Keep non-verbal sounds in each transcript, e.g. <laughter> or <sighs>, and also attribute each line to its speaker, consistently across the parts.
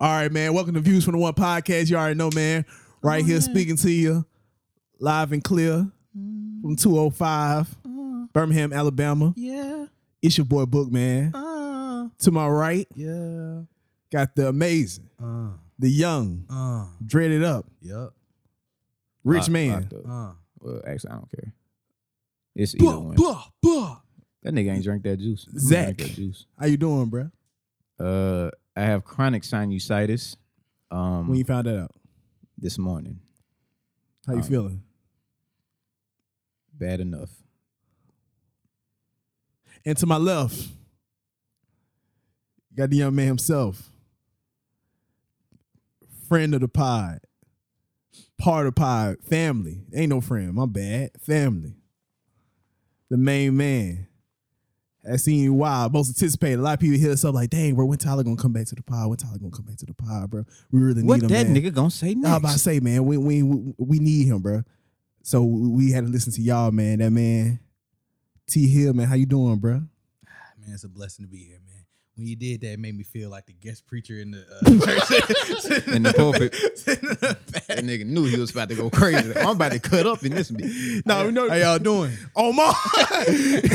Speaker 1: All right, man. Welcome to Views from the One podcast. You already know, man. Right here, speaking to you live and clear from 205 Birmingham, Alabama.
Speaker 2: uh, Yeah.
Speaker 1: It's your boy Book, man.
Speaker 2: Uh,
Speaker 1: To my right,
Speaker 3: Uh,
Speaker 2: yeah.
Speaker 1: got the amazing,
Speaker 2: Uh,
Speaker 1: the young,
Speaker 2: uh,
Speaker 1: dreaded up,
Speaker 2: yep.
Speaker 1: rich
Speaker 3: Lock-
Speaker 1: man.
Speaker 3: locked up.
Speaker 2: Uh. <laughs>
Speaker 3: Well, actually, I don't care. It's either
Speaker 2: Blah,
Speaker 3: one.
Speaker 2: blah, blah.
Speaker 3: That nigga ain't drink that juice. He ain't drink
Speaker 1: Zach.
Speaker 3: that juice.
Speaker 1: How you doing, bruh?
Speaker 3: Uh, I have chronic sinusitis. Um,
Speaker 1: When you found that out,
Speaker 3: this morning,
Speaker 1: how you
Speaker 3: Um,
Speaker 1: feeling?
Speaker 3: bad enough.
Speaker 1: And to my left, got the young man himself, friend of the pod, part of pod family. Ain't no friend, my bad. Family. The main man. I seen you wild, most anticipated. A lot of people hit us up like, "Dang, bro, when Tyler gonna come back to the pod? When Tyler gonna come back to the pod, bro? We really
Speaker 3: What
Speaker 1: need him."
Speaker 3: that
Speaker 1: man.
Speaker 3: nigga gonna say
Speaker 1: I was about to
Speaker 3: next?
Speaker 1: say, man, we we we we need him, bro. So we had to listen to y'all, man. That man, T Hill, man, how you doing, bro?
Speaker 2: Ah, Man, it's a blessing to be here, man. When you did that, it made me
Speaker 1: <laughs>
Speaker 2: feel like the guest preacher in the uh, church.
Speaker 3: In the pulpit.
Speaker 2: Sitting in the back.
Speaker 3: That nigga knew he was about to go crazy. I'm about to cut up in
Speaker 1: <laughs>
Speaker 3: this. bitch.
Speaker 1: No, we know. How y'all doing? Oh my!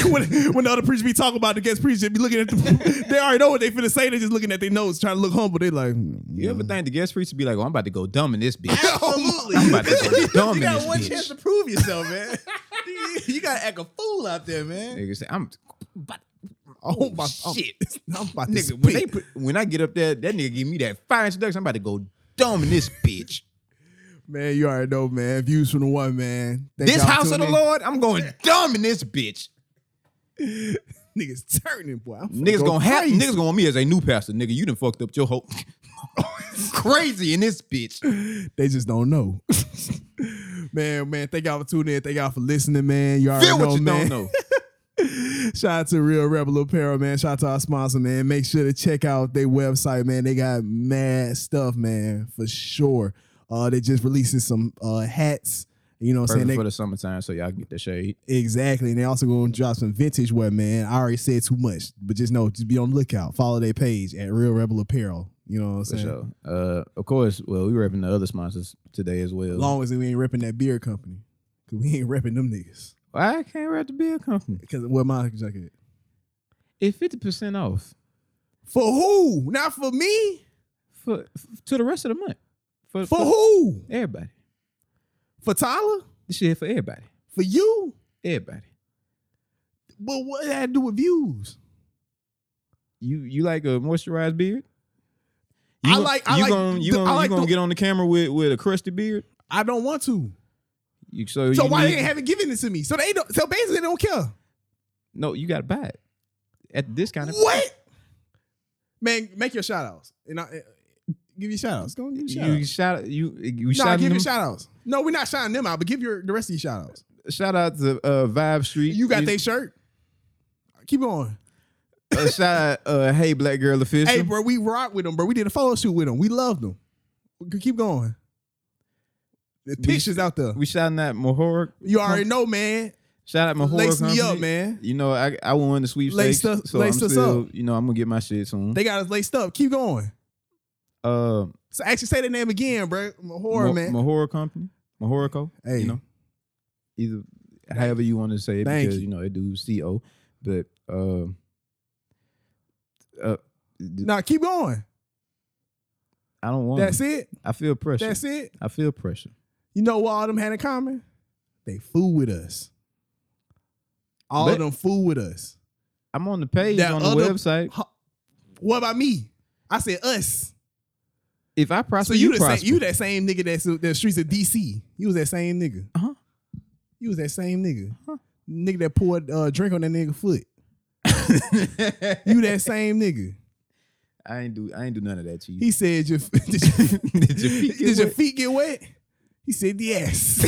Speaker 1: <laughs> when, when the other preacher be talking about the guest preacher, be looking at the, <laughs> they already know what they finna say. They just looking at their notes, trying to look humble. They like, mm,
Speaker 3: You ever think the guest preacher be like, "Oh, I'm about to go dumb in
Speaker 1: <laughs>
Speaker 3: this bitch."
Speaker 2: Absolutely.
Speaker 3: I'm about to go dumb
Speaker 2: you
Speaker 3: in
Speaker 2: got
Speaker 3: this
Speaker 2: one
Speaker 3: bitch.
Speaker 2: chance to prove yourself, man. <laughs> you got to act a fool out there, man.
Speaker 3: Nigga say, "I'm." But
Speaker 1: oh my oh,
Speaker 3: shit,
Speaker 1: I'm about to
Speaker 3: nigga. When, they
Speaker 1: speak.
Speaker 3: put, when I get up there, that nigga give me that fire introduction. I'm about to go dumb in this bitch.
Speaker 1: <laughs> man, you already know, man. Views from the one, man. Thank
Speaker 3: this
Speaker 1: y'all
Speaker 3: house of the
Speaker 1: tuning in.
Speaker 3: Lord, I'm going dumb in this bitch.
Speaker 1: niggas turning, boy. I'm finna
Speaker 3: Niggas
Speaker 1: go
Speaker 3: gonna have
Speaker 1: crazy.
Speaker 3: niggas gonna want me as a new pastor. Nigga, you done fucked up your whole <laughs> crazy in this bitch.
Speaker 1: They just don't know. <laughs> man, man, thank y'all for tuning in. Thank y'all for listening, man. You already
Speaker 3: Feel
Speaker 1: know,
Speaker 3: what you
Speaker 1: man.
Speaker 3: don't know.
Speaker 1: <laughs> Shout out to Real Rebel Apparel, man. Shout out to our sponsor, man. Make sure to check out their website, man. They got mad stuff, man, for sure. Uh, they just releasing some uh hats. You know what I'm saying?
Speaker 3: Perfect
Speaker 1: They-
Speaker 3: for the summertime, so y'all can get the shade.
Speaker 1: Exactly. And they also gonna drop some vintage wear, man. I already said too much, but just know, just be on the lookout. Follow their page at Real Rebel Apparel. You know what I'm
Speaker 3: For
Speaker 1: saying?
Speaker 3: sure. Uh, of course, well, we repping the other sponsors today as well.
Speaker 1: Long as we ain't repping that beer company. Cause we ain't repping them niggas.
Speaker 3: I can't rep the beer company.
Speaker 1: Cause where my jacket? at?
Speaker 3: It's fifty percent off
Speaker 1: For who? Not for me.
Speaker 3: for f- to the rest of the month. For,
Speaker 1: For who?
Speaker 3: everybody.
Speaker 1: For Tyler?
Speaker 3: This shit for everybody.
Speaker 1: For you?
Speaker 3: Everybody.
Speaker 1: But what that had to do with views?
Speaker 3: You you like a moisturized beard?
Speaker 1: I
Speaker 3: gon-
Speaker 1: like- I
Speaker 3: you
Speaker 1: like
Speaker 3: Gonna, you
Speaker 1: the-
Speaker 3: gonna,
Speaker 1: I
Speaker 3: you
Speaker 1: like
Speaker 3: gonna
Speaker 1: the-
Speaker 3: get on the camera with with a crusty beard?
Speaker 1: I don't want to.
Speaker 3: You, so
Speaker 1: So
Speaker 3: you
Speaker 1: why
Speaker 3: need-
Speaker 1: they haven't given it to me? So they don't. So basically, they don't care.
Speaker 3: No, you got to buy it at this kind of
Speaker 1: What? Man, make your shout outs and I, uh, give your shout outs. Go and give your shout
Speaker 3: You
Speaker 1: outs.
Speaker 3: shout you you
Speaker 1: No,
Speaker 3: shout,
Speaker 1: give
Speaker 3: them,
Speaker 1: your shout outs. No, we're not shouting them out, but give your the rest of your shout outs.
Speaker 3: shout out to uh, Vibe Street.
Speaker 1: You got
Speaker 3: You-
Speaker 1: that shirt. Keep on.
Speaker 3: <laughs> uh, shout out uh, Hey Black Girl Official.
Speaker 1: Hey, bro, we rock with them, bro. We did a photo shoot with them. We love them. We- Keep going. The pictures out there.
Speaker 3: We shouting out Mahorg.
Speaker 1: You already know, man.
Speaker 3: Shout out Mahorg.
Speaker 1: Lace me
Speaker 3: Company.
Speaker 1: up, man.
Speaker 3: You know I I won the sweepstakes,
Speaker 1: Laced us-
Speaker 3: so
Speaker 1: laced
Speaker 3: I'm
Speaker 1: us
Speaker 3: still you know I'm gonna get my shit soon.
Speaker 1: They got us laced up. Keep going.
Speaker 3: uh,
Speaker 1: So actually say the name again, bro. Horror,
Speaker 3: Ma-
Speaker 1: man.
Speaker 3: Mahorg Company, Mahorico.
Speaker 1: Hey.
Speaker 3: you know either however you want to say it
Speaker 1: Thank
Speaker 3: because
Speaker 1: you.
Speaker 3: you know it do co, but um. Uh, th-
Speaker 1: nah, keep going.
Speaker 3: I don't want.
Speaker 1: That's
Speaker 3: it.
Speaker 1: it.
Speaker 3: I feel pressure.
Speaker 1: That's it.
Speaker 3: I feel pressure.
Speaker 1: You know what all them had in common? They fool with us. All of
Speaker 3: But-
Speaker 1: them fool with us.
Speaker 3: I'm on the page
Speaker 1: That
Speaker 3: on the
Speaker 1: other-
Speaker 3: website.
Speaker 1: Huh. What about me? I said us.
Speaker 3: If I prosper,
Speaker 1: so you,
Speaker 3: you,
Speaker 1: the same,
Speaker 3: prosper.
Speaker 1: you that same nigga that's the streets of DC. You was that same nigga.
Speaker 3: Uh-huh.
Speaker 1: You was that same nigga.
Speaker 3: Huh.
Speaker 1: Nigga that poured uh, drink on that nigga foot. <laughs> You
Speaker 3: <laughs>
Speaker 1: that same nigga.
Speaker 3: I ain't do. I ain't do none of that to you.
Speaker 1: He said, your, <laughs> did, your,
Speaker 3: <laughs> Did
Speaker 1: <laughs>
Speaker 3: your feet get
Speaker 1: Did your
Speaker 3: wet?
Speaker 1: feet get wet? He said, yes.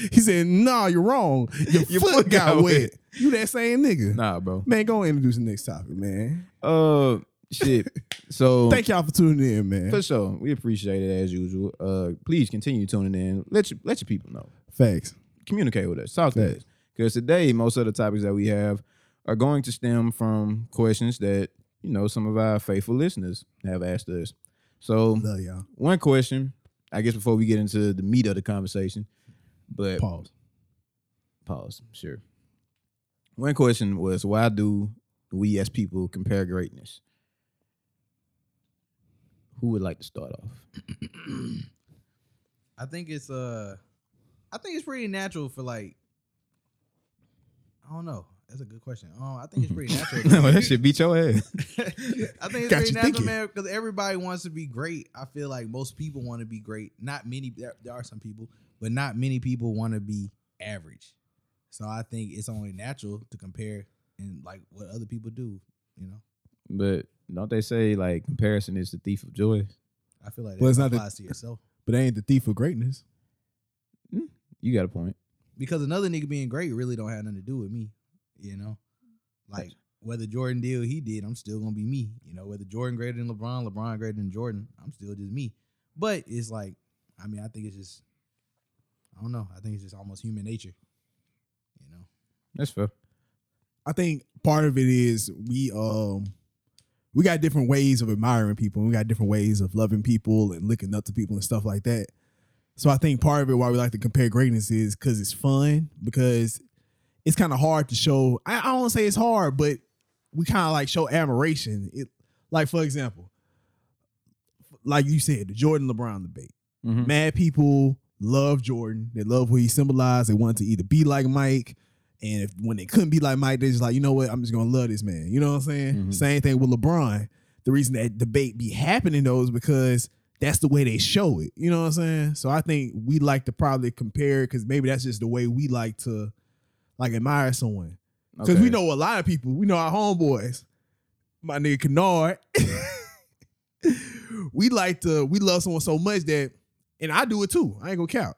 Speaker 1: <laughs> he said, nah, you're wrong. Your, foot, got, wet. You that same nigga.
Speaker 3: <laughs> nah, bro.
Speaker 1: Man, go and introduce the next topic, man.
Speaker 3: Uh, shit. So
Speaker 1: Thank y'all for tuning in, man.
Speaker 3: for sure, we appreciate it as usual. Uh, please continue tuning in. Let your let your people know.
Speaker 1: Facts.
Speaker 3: Communicate with us. Talk to
Speaker 1: Facts.
Speaker 3: us. Because today, most of the topics that we have are going to stem from questions that you know, some of our faithful listeners have asked us. So
Speaker 1: Love y'all.
Speaker 3: one question, I guess before we get into the meat of the conversation, but
Speaker 1: Pause.
Speaker 3: pause, sure. One question was why do we as people compare greatness? Who would like to start off? <laughs>
Speaker 2: I think it's uh I think it's pretty natural for like I don't know. That's a good question. Um, I think it's
Speaker 1: <laughs>
Speaker 2: pretty natural.
Speaker 3: well, that should beat your ass.
Speaker 2: <laughs>
Speaker 3: <laughs>
Speaker 2: I think it's
Speaker 1: Got
Speaker 2: pretty
Speaker 1: you
Speaker 2: natural,
Speaker 1: thinking.
Speaker 2: man, because everybody wants to be great. I feel like most people want to be great. Not many. There, there are some people, but not many people want to be average. So I think it's only natural to compare and like what other people do. You know,
Speaker 3: But don't they say like comparison is the thief of joy?
Speaker 2: I feel like that
Speaker 1: Well, it's not that-
Speaker 2: applies to yourself
Speaker 1: But I ain't the thief of greatness.
Speaker 3: You got a point.
Speaker 2: because another nigga being great really don't have nothing to do with me. You know, like whether Jordan did what he did, I'm still gonna be me. You know, whether Jordan greater than LeBron, LeBron greater than Jordan, I'm still just me. But it's like, I mean, I think it's just, I don't know. I think it's just almost human nature. You know,
Speaker 3: That's fair.
Speaker 1: I think part of it is we um we got different ways of admiring people. and We got different ways of loving people and looking up to people and stuff like that. So I think part of it why we like to compare greatness is because it's fun. Because it's kind of hard to show. I, I don't say it's hard, but we kind of like show admiration. It like for example, like you said, the Jordan LeBron debate.
Speaker 3: Mhm.
Speaker 1: Mad people love Jordan. They love what he symbolized. They wanted to either be like Mike, and if when they couldn't be like Mike, they just like, you know what? I'm just gonna love this man. You know what I'm saying?
Speaker 3: Mhm.
Speaker 1: Same thing with LeBron. The reason that debate be happening though is because that's the way they show it. You know what I'm saying? So I think we like to probably compare because maybe that's just the way we like to like admire someone. Because we
Speaker 3: Mm-hmm. Okay.
Speaker 1: know a lot of people. We know our homeboys. My nigga Kennard. <laughs> we like to, we love someone so much that, and I do it too. I ain't gonna count.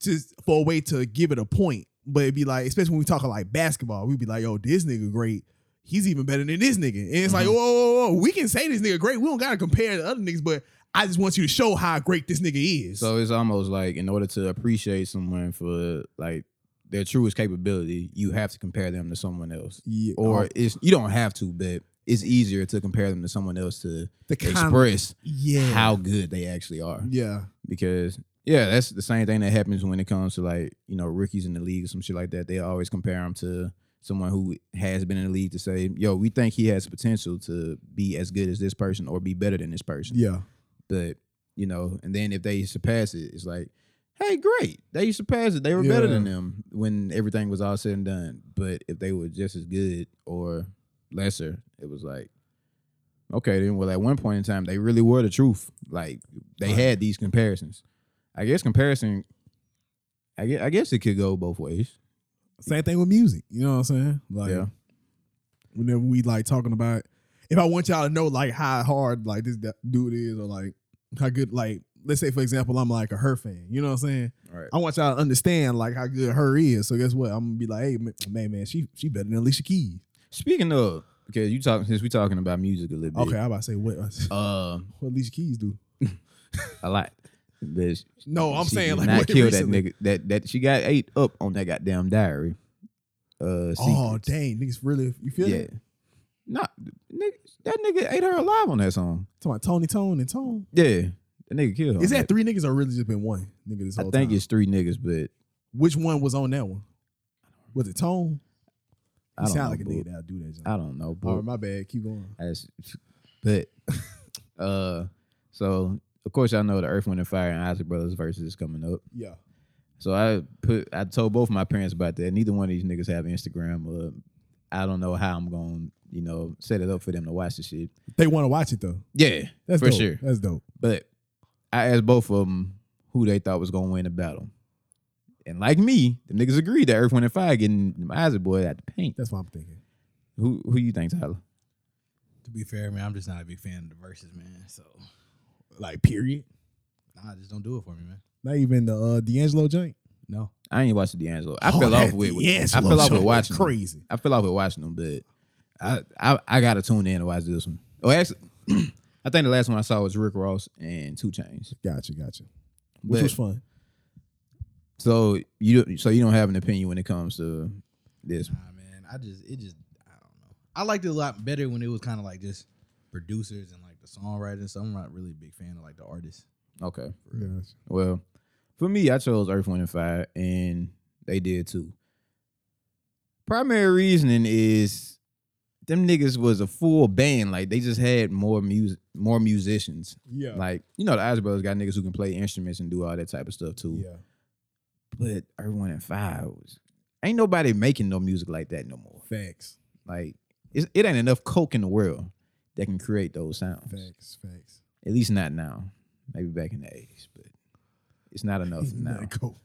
Speaker 1: Just for a way to give it a point. But it'd be like, especially when we talking like basketball, we'd be like, yo, this nigga great. He's even better than this nigga. And it's like,
Speaker 3: Mhm.
Speaker 1: whoa, whoa, whoa, we can say this nigga great. We don't gotta compare to other niggas, but I just want you to show how great this nigga is.
Speaker 3: So it's almost like in order to appreciate someone for like their truest capability, you have to compare them to someone else.
Speaker 1: yeah,
Speaker 3: Or it's you don't have to, but it's easier to compare them to someone else to
Speaker 1: the kind
Speaker 3: express
Speaker 1: yeah,
Speaker 3: how good they actually are.
Speaker 1: yeah,
Speaker 3: Because yeah, that's the same thing that happens when it comes to like you know rookies in the league or some shit like that. They always compare them to someone who has been in the league to say, "Yo, we think he has potential to be as good as this person or be better than this person."
Speaker 1: yeah,
Speaker 3: but you know, and then if they surpass it, it's like, hey, great, they surpassed it. They were better than
Speaker 1: Yeah.
Speaker 3: them when everything was all said and done. But if they were just as good or lesser, it was like, okay, then well, at one point in time, they really were the truth. Like they
Speaker 1: Right.
Speaker 3: had these comparisons. I guess comparison. I guess, I guess it could go both ways.
Speaker 1: Same thing with music. You know what I'm saying? Like
Speaker 3: Yeah.
Speaker 1: whenever we like talking about if I want y'all to know like how hard like this d- dude is or like how good like let's say for example I'm like a her fan. You know what I'm saying?
Speaker 3: Right.
Speaker 1: I want y'all to understand like how good her is. So guess what? I'm gonna be like, hey ma- man, man, she she better than Alicia Keys.
Speaker 3: Speaking of, because you talking since we talking about music a little bit.
Speaker 1: Okay, I about to say what <laughs>
Speaker 3: Um,
Speaker 1: what Alicia Keys do.
Speaker 3: a lot. But
Speaker 1: No, Oh, I'm
Speaker 3: She
Speaker 1: saying
Speaker 3: did
Speaker 1: like
Speaker 3: not
Speaker 1: what
Speaker 3: kill
Speaker 1: recently.
Speaker 3: that nigga. That that she got ate up on that goddamn diary. Uh,
Speaker 1: Oh
Speaker 3: secrets.
Speaker 1: dang, niggas really you feel
Speaker 3: yeah.
Speaker 1: it?
Speaker 3: No, nigga, that nigga ate her alive on that song.
Speaker 1: Talking about Tony Tone and Tone.
Speaker 3: Yeah, that nigga killed her.
Speaker 1: Is
Speaker 3: on
Speaker 1: that three niggas or really just been one nigga this
Speaker 3: I
Speaker 1: whole
Speaker 3: think
Speaker 1: time?
Speaker 3: it's three niggas, but
Speaker 1: Which one was on that one? Was it Tone?
Speaker 3: I
Speaker 1: You
Speaker 3: don't
Speaker 1: sound
Speaker 3: know.
Speaker 1: like a nigga
Speaker 3: boo.
Speaker 1: that'll do that. John.
Speaker 3: I don't know.
Speaker 1: All
Speaker 3: But
Speaker 1: right, my bad. Keep going.
Speaker 3: That's, but <laughs> uh, so of course y'all know the Earth, Wind, and Fire and Isaac Brothers versus is coming up.
Speaker 1: Yeah.
Speaker 3: So I put I told both my parents about that. Neither one of these niggas have Instagram. Uh, I don't know how I'm gonna you know set it up for them to watch the shit.
Speaker 1: They want to watch it though.
Speaker 3: Yeah,
Speaker 1: That's
Speaker 3: for
Speaker 1: dope.
Speaker 3: sure.
Speaker 1: That's dope.
Speaker 3: But I asked both of them who they thought was gonna win the battle, and like me, the niggas agreed that Earth, Wind, and Fire getting them Isaac boy out the paint.
Speaker 1: That's what I'm thinking.
Speaker 3: Who who you think, Tyler?
Speaker 2: to be fair, man, I'm just not a big fan of the verses, man. So
Speaker 1: Like period.
Speaker 2: nah, just don't do it for me, man.
Speaker 1: Not even the uh, D'Angelo joint.
Speaker 2: No,
Speaker 3: I ain't watching D'Angelo. I
Speaker 1: Oh,
Speaker 3: fell off
Speaker 1: that
Speaker 3: with. I
Speaker 1: D'Angelo
Speaker 3: fell off
Speaker 1: joint
Speaker 3: with
Speaker 1: was
Speaker 3: watching. them.
Speaker 1: Crazy.
Speaker 3: I fell off with watching them, but I I, I gotta tune in to watch this one. Oh, actually, <clears throat> I think the last one I saw was Rick Ross and Two Chains.
Speaker 1: Gotcha. Gotcha. Which
Speaker 3: But,
Speaker 1: was fun.
Speaker 3: so you don't- so you don't have an opinion when it comes to this.
Speaker 2: nah, man. I just it just I don't know. I liked it a lot better when it was kind of like just producers and like the songwriters. So I'm not really a big fan of like the artists.
Speaker 3: Okay.
Speaker 2: For real.
Speaker 3: Well, for me, I chose Earth, Wind, and Fire, and they did too. Primary reasoning is them niggas was a full band. Like they just had more music, more musicians.
Speaker 1: Yeah.
Speaker 3: Like you know, the Ice Brothers got niggas who can play instruments and do all that type of stuff too.
Speaker 1: yeah.
Speaker 3: But Earth, Wind, and Fire was ain't nobody making no music like that no more.
Speaker 1: Facts.
Speaker 3: Like it's, it ain't enough coke in the world that can create those sounds.
Speaker 1: Facts. Facts.
Speaker 3: At least not now. Maybe back in the eighties, but it's
Speaker 1: <laughs>
Speaker 3: not enough now.
Speaker 1: That cold.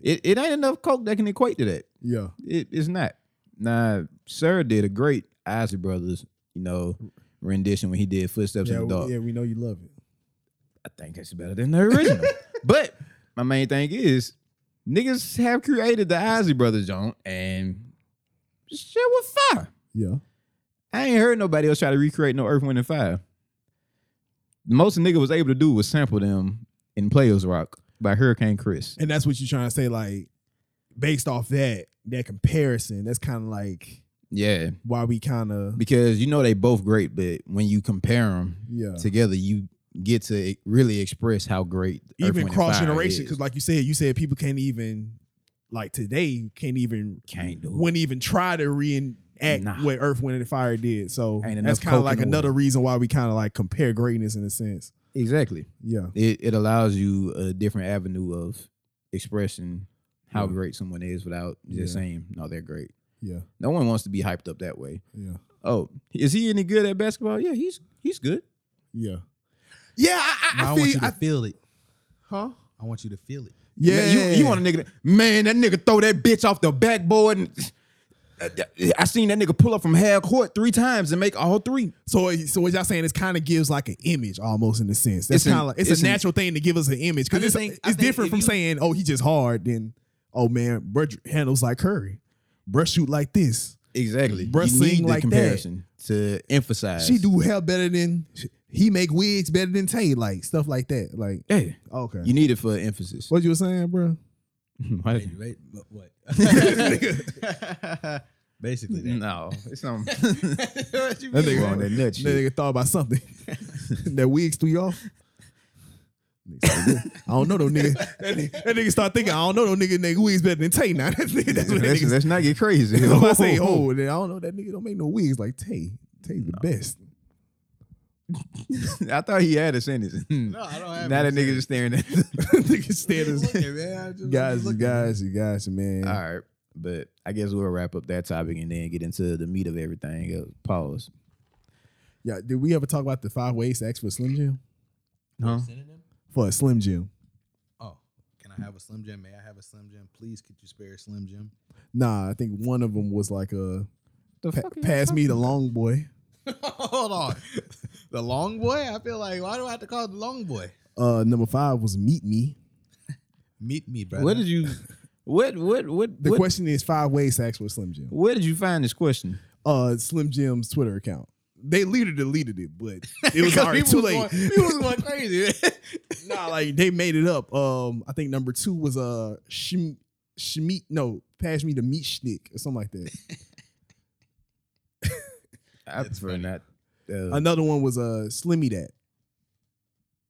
Speaker 3: It, it ain't enough coke that can equate to that.
Speaker 1: Yeah.
Speaker 3: It, it's not. Now, Sir did a great Isaac Brothers, you know, rendition when he did Footsteps
Speaker 1: Yeah,
Speaker 3: in
Speaker 1: we,
Speaker 3: the Dark.
Speaker 1: yeah, we know you love it.
Speaker 3: I think that's better than the <laughs> original. but my main thing is, niggas have created the Isaac Brothers joint, and shit was fire.
Speaker 1: Yeah.
Speaker 3: I ain't heard nobody else try to recreate no Earth, Wind, and Fire. The most a nigga was able to do was sample them in Players Rock by Hurricane Chris.
Speaker 1: And that's what you're trying to say, like, based off that, that comparison, that's kind of like
Speaker 3: Yeah,
Speaker 1: why we kind of,
Speaker 3: because you know they both great, but when you compare them,
Speaker 1: yeah.
Speaker 3: together, you get to e- really express how great Earth, Wind,
Speaker 1: Even
Speaker 3: and
Speaker 1: cross
Speaker 3: Fire
Speaker 1: generation,
Speaker 3: is.
Speaker 1: because like you said, you said people can't even, like today, can't even,
Speaker 3: can't do it.
Speaker 1: wouldn't even try to reenact
Speaker 3: Nah.
Speaker 1: what Earth, Wind, and Fire did. So that's
Speaker 3: Ain't enough
Speaker 1: kind of
Speaker 3: coke
Speaker 1: like
Speaker 3: in the
Speaker 1: another
Speaker 3: world.
Speaker 1: reason why we kind of like compare greatness in a sense.
Speaker 3: exactly.
Speaker 1: Yeah.
Speaker 3: It it allows you a different avenue of expressing how
Speaker 1: Yeah.
Speaker 3: great someone is without just
Speaker 1: Yeah.
Speaker 3: saying no, they're great.
Speaker 1: Yeah.
Speaker 3: No one wants to be hyped up that way.
Speaker 1: Yeah.
Speaker 3: Oh, is he any good at basketball? Yeah, he's he's good.
Speaker 1: Yeah. Yeah. I,
Speaker 2: No, I,
Speaker 1: I, I,
Speaker 2: want you
Speaker 1: feel,
Speaker 2: to
Speaker 1: I
Speaker 2: feel it.
Speaker 1: huh?
Speaker 2: I want you to feel it.
Speaker 1: Yeah.
Speaker 3: Man, you, you want a nigga? that- Man, that nigga throw that bitch off the backboard. And, uh, I seen that nigga pull up from half court three times and make all three.
Speaker 1: So, so what y'all saying is kind of gives like an image almost in a sense. That's
Speaker 3: It's an-
Speaker 1: kind of like, it's,
Speaker 3: it's
Speaker 1: a
Speaker 3: an-
Speaker 1: natural thing to give us an image
Speaker 2: I
Speaker 1: because it's,
Speaker 2: just think- I
Speaker 1: it's
Speaker 2: think
Speaker 1: different
Speaker 2: if
Speaker 1: from
Speaker 2: you-
Speaker 1: saying, oh, he just hard. Then, oh man, bro handles like Curry, bro shoot like this.
Speaker 3: Exactly.
Speaker 1: Bruh
Speaker 3: you
Speaker 1: sing
Speaker 3: need the
Speaker 1: like that.
Speaker 3: comparison to emphasize.
Speaker 1: She do hair better than he make wigs better than Tay, like stuff like that. Like
Speaker 3: Yeah.
Speaker 1: okay,
Speaker 3: You need it for <laughs> emphasis.
Speaker 1: what you were saying, bro?
Speaker 2: Wait, wait, but what? <laughs> Basically, that.
Speaker 3: <laughs> no, it's not.
Speaker 2: What you
Speaker 3: That
Speaker 2: mean?
Speaker 3: nigga on that nut
Speaker 1: That
Speaker 3: shit.
Speaker 1: nigga thought about something. that wigs threw you off. I don't know no nigga. That nigga, that nigga start thinking, I don't know no nigga. Nigga wigs better than Tay now. <laughs> That's, that's what that
Speaker 3: <laughs> Let's,
Speaker 1: nigga
Speaker 3: let's not get <laughs> crazy.
Speaker 1: So if I say, oh, then I don't know. That nigga don't make no wigs like Tay. Tay's the best.
Speaker 3: <laughs> I thought he had a sentence. <laughs> Hmm.
Speaker 2: No, I don't have
Speaker 3: now
Speaker 2: it.
Speaker 3: that nigga just staring at.
Speaker 1: nigga stand as
Speaker 2: Just look at it, man. I just- I'm
Speaker 1: guys,
Speaker 2: just
Speaker 1: you
Speaker 2: looking at it.
Speaker 1: guys, you guys, man.
Speaker 3: All right, but I guess we'll wrap up that topic and then get into the meat of everything. Uh, Pause.
Speaker 1: Yeah, did we ever talk about the five ways to ask for a Slim Jim?
Speaker 3: Huh?
Speaker 2: Synonym?
Speaker 1: For a Slim Jim?
Speaker 2: Oh, can I have a Slim Jim? May I have a Slim Jim? Please, could you spare a Slim Jim?
Speaker 1: Nah, I think one of them was like a
Speaker 3: The
Speaker 1: pa- pass me the long boy.
Speaker 2: <laughs> Hold on. The long boy? I feel like, why do I have to call it the long boy?
Speaker 1: Uh, number five was meet me.
Speaker 2: Meet me, brother.
Speaker 3: What did you? What what what?
Speaker 1: The
Speaker 3: what,
Speaker 1: question is five ways to ask for a Slim Jim.
Speaker 3: Where did you find this question?
Speaker 1: Uh, Slim Jim's Twitter account. They later deleted it, but it
Speaker 2: <laughs>
Speaker 1: was already too late.
Speaker 2: He was
Speaker 1: <laughs>
Speaker 2: going crazy. <laughs>
Speaker 1: nah, like they made it up. Um, I think number two was uh Shm- Shmeet, no, pass me the meat schnick or something like that.
Speaker 3: I
Speaker 2: That's
Speaker 3: prefer
Speaker 2: funny.
Speaker 3: not. Uh,
Speaker 1: Another one was uh Slimmy that.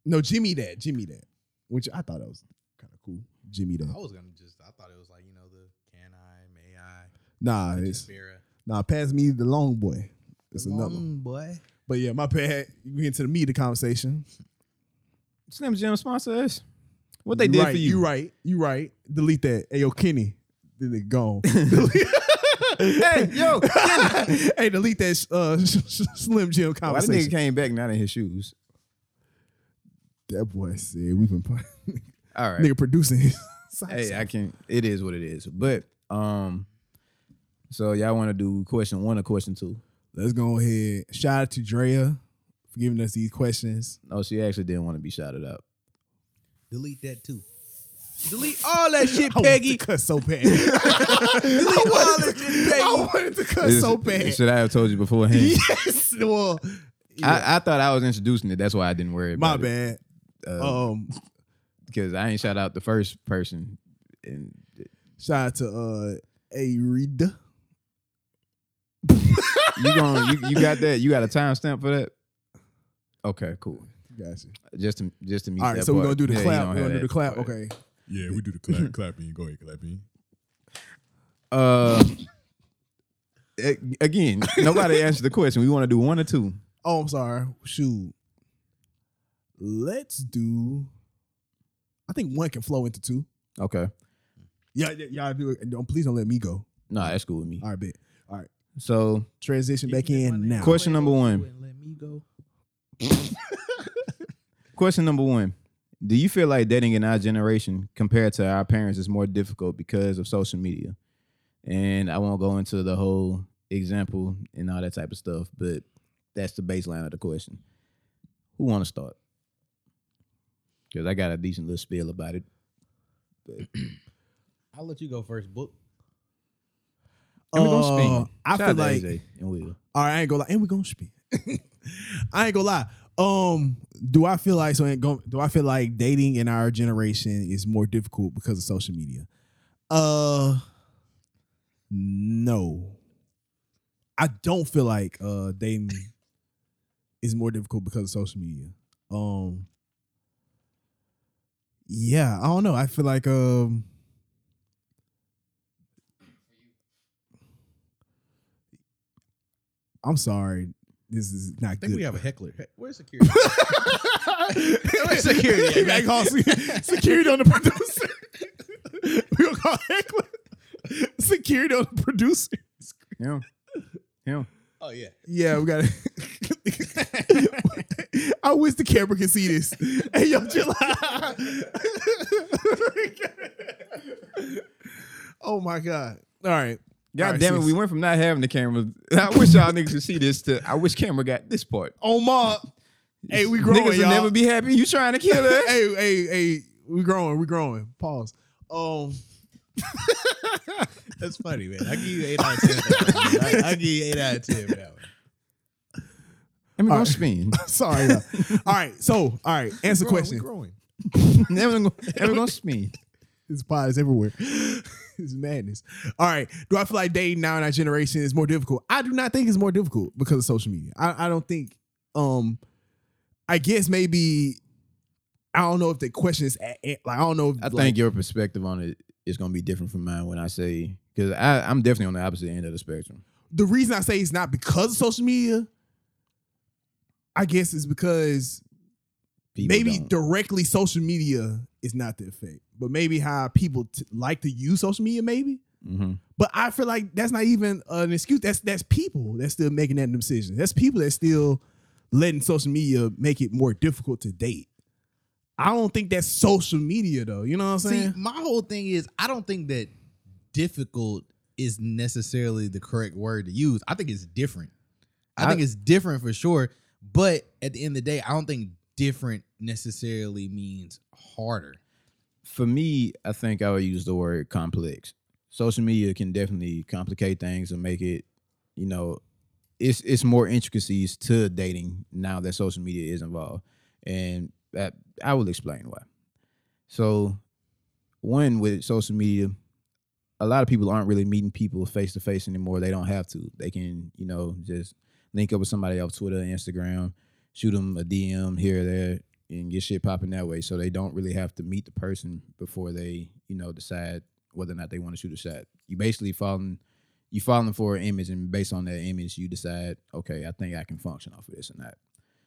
Speaker 1: No, Jimmy that, Jimmy that, which I thought that was kind of cool. Jimmy
Speaker 2: I
Speaker 1: that.
Speaker 2: was gonna just. I thought it was like you know the can I, may I,
Speaker 1: Nah,
Speaker 2: could you
Speaker 1: it's
Speaker 2: spare a-
Speaker 1: nah. Pass me the long boy. It's another. One.
Speaker 2: long boy.
Speaker 1: But yeah, my bad. We get into the meat of the conversation.
Speaker 3: Slim Jim sponsor us. What they
Speaker 1: You
Speaker 3: did
Speaker 1: right,
Speaker 3: for you?
Speaker 1: You right. You right. Delete that. Ayo, Kenny. Then it
Speaker 3: <laughs>
Speaker 1: gone.
Speaker 3: Hey, <laughs> yo,
Speaker 1: hey, delete that uh, <laughs> Slim Jim
Speaker 3: Why the nigga
Speaker 1: conversation.
Speaker 3: came back not in his shoes?
Speaker 1: that boy said we've been playing. <laughs>
Speaker 3: All right.
Speaker 1: nigga producing his. side
Speaker 3: <laughs> hey,
Speaker 1: song.
Speaker 3: I can. It is what it is. But um, so y'all want to do question one or question two?
Speaker 1: Let's go ahead. Shout out to Drea for giving us these questions.
Speaker 3: No, Oh, she actually didn't want to be shouted out.
Speaker 2: Delete that too. Delete oh, all that shit,
Speaker 1: <laughs> I
Speaker 2: Peggy.
Speaker 1: wanted to cuss so
Speaker 3: <laughs>
Speaker 1: bad. <laughs> I,
Speaker 2: all
Speaker 1: wanted
Speaker 2: that
Speaker 1: to,
Speaker 2: shit,
Speaker 1: I
Speaker 2: Peggy.
Speaker 1: wanted to cuss so bad.
Speaker 3: Should I have told you beforehand?
Speaker 1: <laughs> Yes. Well, yeah,
Speaker 3: I, I thought I was introducing it. That's why I didn't worry. About
Speaker 1: my bad. Um,
Speaker 3: Because I ain't shout out the first person. And
Speaker 1: shout out to uh, Arida.
Speaker 3: you going you, you got that? You got a timestamp for that? Okay, cool.
Speaker 1: Gotcha.
Speaker 3: Just to just to mute
Speaker 1: All right,
Speaker 3: that
Speaker 1: so we're
Speaker 3: part.
Speaker 1: gonna do the
Speaker 3: Yeah, you
Speaker 1: clap.
Speaker 3: don't
Speaker 1: We're
Speaker 3: have
Speaker 1: gonna do
Speaker 3: that
Speaker 1: the clap.
Speaker 3: part.
Speaker 1: Okay.
Speaker 4: Yeah, we do the clap, clapping. Go ahead, clapping.
Speaker 3: Uh, a- again, nobody answered the question. We want to do one or two.
Speaker 1: Oh, I'm sorry. Shoot. Let's do. I think one can flow into two.
Speaker 3: Okay.
Speaker 1: Yeah, yeah, y'all do it. And don't please don't let me go.
Speaker 3: No, that's cool with me.
Speaker 1: All right, bet.
Speaker 3: So
Speaker 1: Transition back in now.
Speaker 3: Question number one.
Speaker 2: Let me go.
Speaker 3: Question number one: Do you feel like dating in our generation compared to our parents is more difficult because of social media? And I won't go into the whole example and all that type of stuff, but that's the baseline of the question. Who want to start? Because I got a decent little spiel about it.
Speaker 2: I'll let you go first, book.
Speaker 3: And we gonna
Speaker 1: Uh,
Speaker 3: spin.
Speaker 1: I
Speaker 3: Shout out
Speaker 1: feel
Speaker 3: to
Speaker 1: like
Speaker 3: AJ and Will.
Speaker 1: All right, I ain't gonna lie, and we gonna spin. <laughs> I ain't gonna lie. Um, do I feel like so? ain't gon- Do I feel like dating in our generation is more difficult because of social media? Uh, no. I don't feel like uh dating is more difficult because of social media. Um, yeah, I don't know. I feel like um. I'm sorry. This is not
Speaker 2: I think
Speaker 1: good.
Speaker 2: we have a heckler. Hey, Where's
Speaker 1: <laughs>
Speaker 2: security? Where's security? at,
Speaker 1: They
Speaker 2: man?
Speaker 1: call se- security on the producer. we gonna call Heckler. Security on the producer.
Speaker 3: Yeah. Yeah.
Speaker 2: Oh yeah.
Speaker 1: Yeah, we gotta. <laughs> I wish the camera could see this. Hey, yo, chill out. oh my god! All right,
Speaker 3: God
Speaker 1: All right,
Speaker 3: damn it,
Speaker 1: sis.
Speaker 3: we went from not having the camera. <laughs> I wish y'all niggas could see this to I wish camera got this part.
Speaker 1: Omar. Hey, we growing,
Speaker 3: niggas
Speaker 1: y'all.
Speaker 3: will never be happy. You trying to kill us.
Speaker 1: hey, hey, hey, we growing, we growing. Pause. Um,
Speaker 2: That's funny, man. I give you eight out of ten. for that one. I, I give you eight out of ten. For that one.
Speaker 3: Let me go
Speaker 1: Alright.
Speaker 3: spin.
Speaker 1: sorry.
Speaker 3: <laughs>
Speaker 1: y'all. all right, so all right, answer the
Speaker 2: Growing,
Speaker 1: question.
Speaker 2: we growing.
Speaker 3: <laughs> never, go- never gonna spin.
Speaker 1: This pod is everywhere. <laughs> it's madness. All right. Do I feel like dating now in our generation is more difficult? I do not think it's more difficult because of social media. I, I don't think um I guess maybe I don't know if the question is a- a- like I don't know if
Speaker 3: I
Speaker 1: like,
Speaker 3: think your perspective on it is gonna be different from mine when I say because I'm definitely on the opposite end of the spectrum.
Speaker 1: the reason I say it's not because of social media, I guess is because
Speaker 3: People
Speaker 1: maybe
Speaker 3: don't.
Speaker 1: directly social media is not the effect, but maybe how people t- like to use social media, maybe.
Speaker 3: Mhm.
Speaker 1: But I feel like that's not even an excuse. That's that's people that's still making that decision. That's people that's still letting social media make it more difficult to date. I don't think that's social media though. You know what I'm
Speaker 2: See,
Speaker 1: saying?
Speaker 2: my whole thing is I don't think that difficult is necessarily the correct word to use. I think it's different. I,
Speaker 3: I-
Speaker 2: think it's different for sure. But at the end of the day, I don't think different necessarily means harder.
Speaker 3: for me, I think I would use the word complex. Social media can definitely complicate things and make it, you know, it's it's more intricacies to dating now that social media is involved, and that, I will explain why. So, one with social media, a lot of people aren't really meeting people face to face anymore. They don't have to. They can, you know, just link up with somebody off Twitter, Instagram, shoot them a DM here or there, and get shit popping that way. So they don't really have to meet the person before they, you know, decide whether or not they want to shoot a shot. You basically following you following for an image and based on that image you decide, okay, I think I can function off of this or not.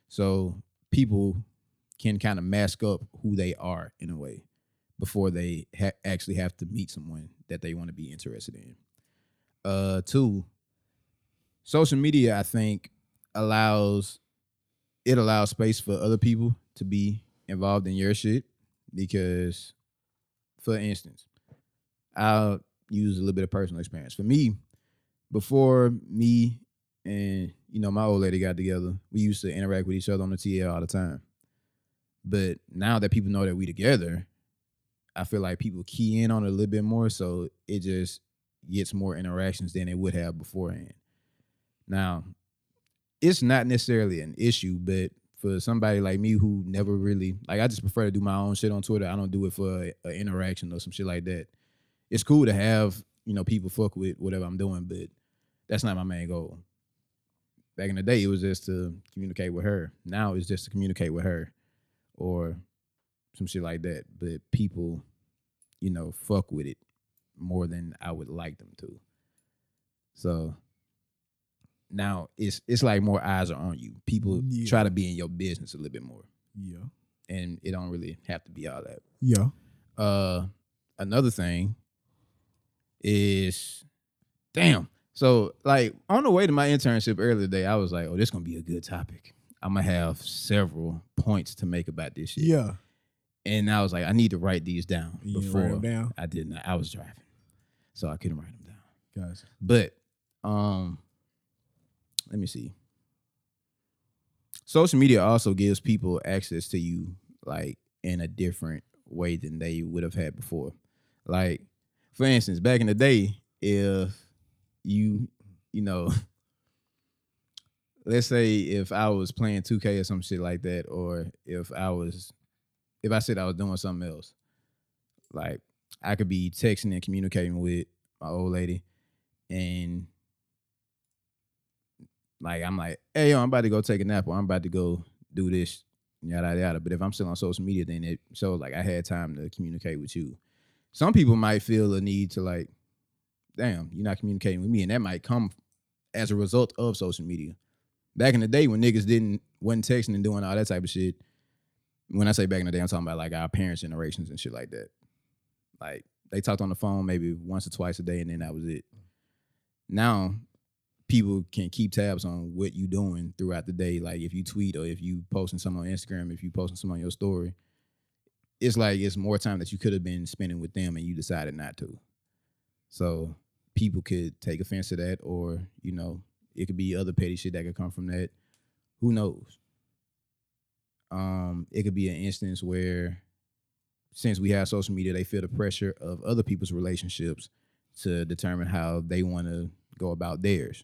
Speaker 3: So people can kind of mask up who they are in a way before they ha- actually have to meet someone that they want to be interested in. Uh two, social media I think allows it allows space for other people to be involved in your shit because for instance i'll use a little bit of personal experience for me before me and you know my old lady got together we used to interact with each other on the tl all the time but now that people know that we together i feel like people key in on it a little bit more so it just gets more interactions than it would have beforehand now it's not necessarily an issue, but for somebody like me who never really like, I just prefer to do my own shit on Twitter. I don't do it for a, a interaction or some shit like that. It's cool to have you know people fuck with whatever I'm doing, but that's not my main goal. back in the day, it was just to communicate with her. Now it's just to communicate with her, or some shit like that. But people, you know, fuck with it more than I would like them to. So now it's it's like more eyes are on you. People
Speaker 1: Yeah.
Speaker 3: try to be in your business a little bit more,
Speaker 1: Yeah.
Speaker 3: and it don't really have to be all that.
Speaker 1: Yeah.
Speaker 3: Uh, another thing is, damn. So like on the way to my internship earlier today, I was like, "Oh, this gonna be a good topic. I'm gonna have several points to make about this shit."
Speaker 1: Yeah.
Speaker 3: And I was like, "I need to write these down
Speaker 1: You didn't
Speaker 3: before
Speaker 1: write 'em down.
Speaker 3: I did not. I was driving, so I couldn't write them down.
Speaker 1: Guys.
Speaker 3: But um, let me see. Social media also gives people access to you like in a different way than they would have had before. Like, for instance, back in the day, if you, you know, let's say if I was playing 2K or some shit like that, or if I was, if I said I was doing something else, like I could be texting and communicating with my old lady, and like I'm like, hey yo, I'm about to go take a nap or I'm about to go do this, yada yada. But if I'm still on social media, then it shows like I had time to communicate with you. Some people might feel a need to like, damn, you're not communicating with me, and that might come as a result of social media. Back in the day when niggas didn't wasn't texting and doing all that type of shit. When I say back in the day, I'm talking about like our parents' generations and shit like that. Like they talked on the phone maybe once or twice a day, and then that was it now people can keep tabs on what you doing throughout the day. Like if you tweet or if you posting something on Instagram, if you posting something on your story, it's like it's more time that you could have been spending with them and you decided not to. So people could take offense to that or, you know, it could be other petty shit that could come from that. Who knows? Um, it could be an instance where since we have social media, they feel the pressure of other people's relationships to determine how they want to go about theirs.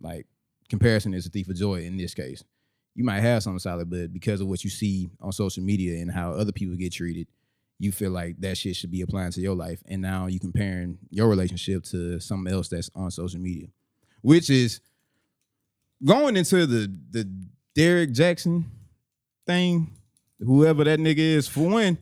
Speaker 3: Like comparison is a thief of joy in this case. You might have something solid, but because of what you see on social media and how other people get treated, you feel like that shit should be applying to your life. And now you comparing your relationship to something else that's on social media, which is going into the the Derek Jackson thing, whoever that nigga is. For one,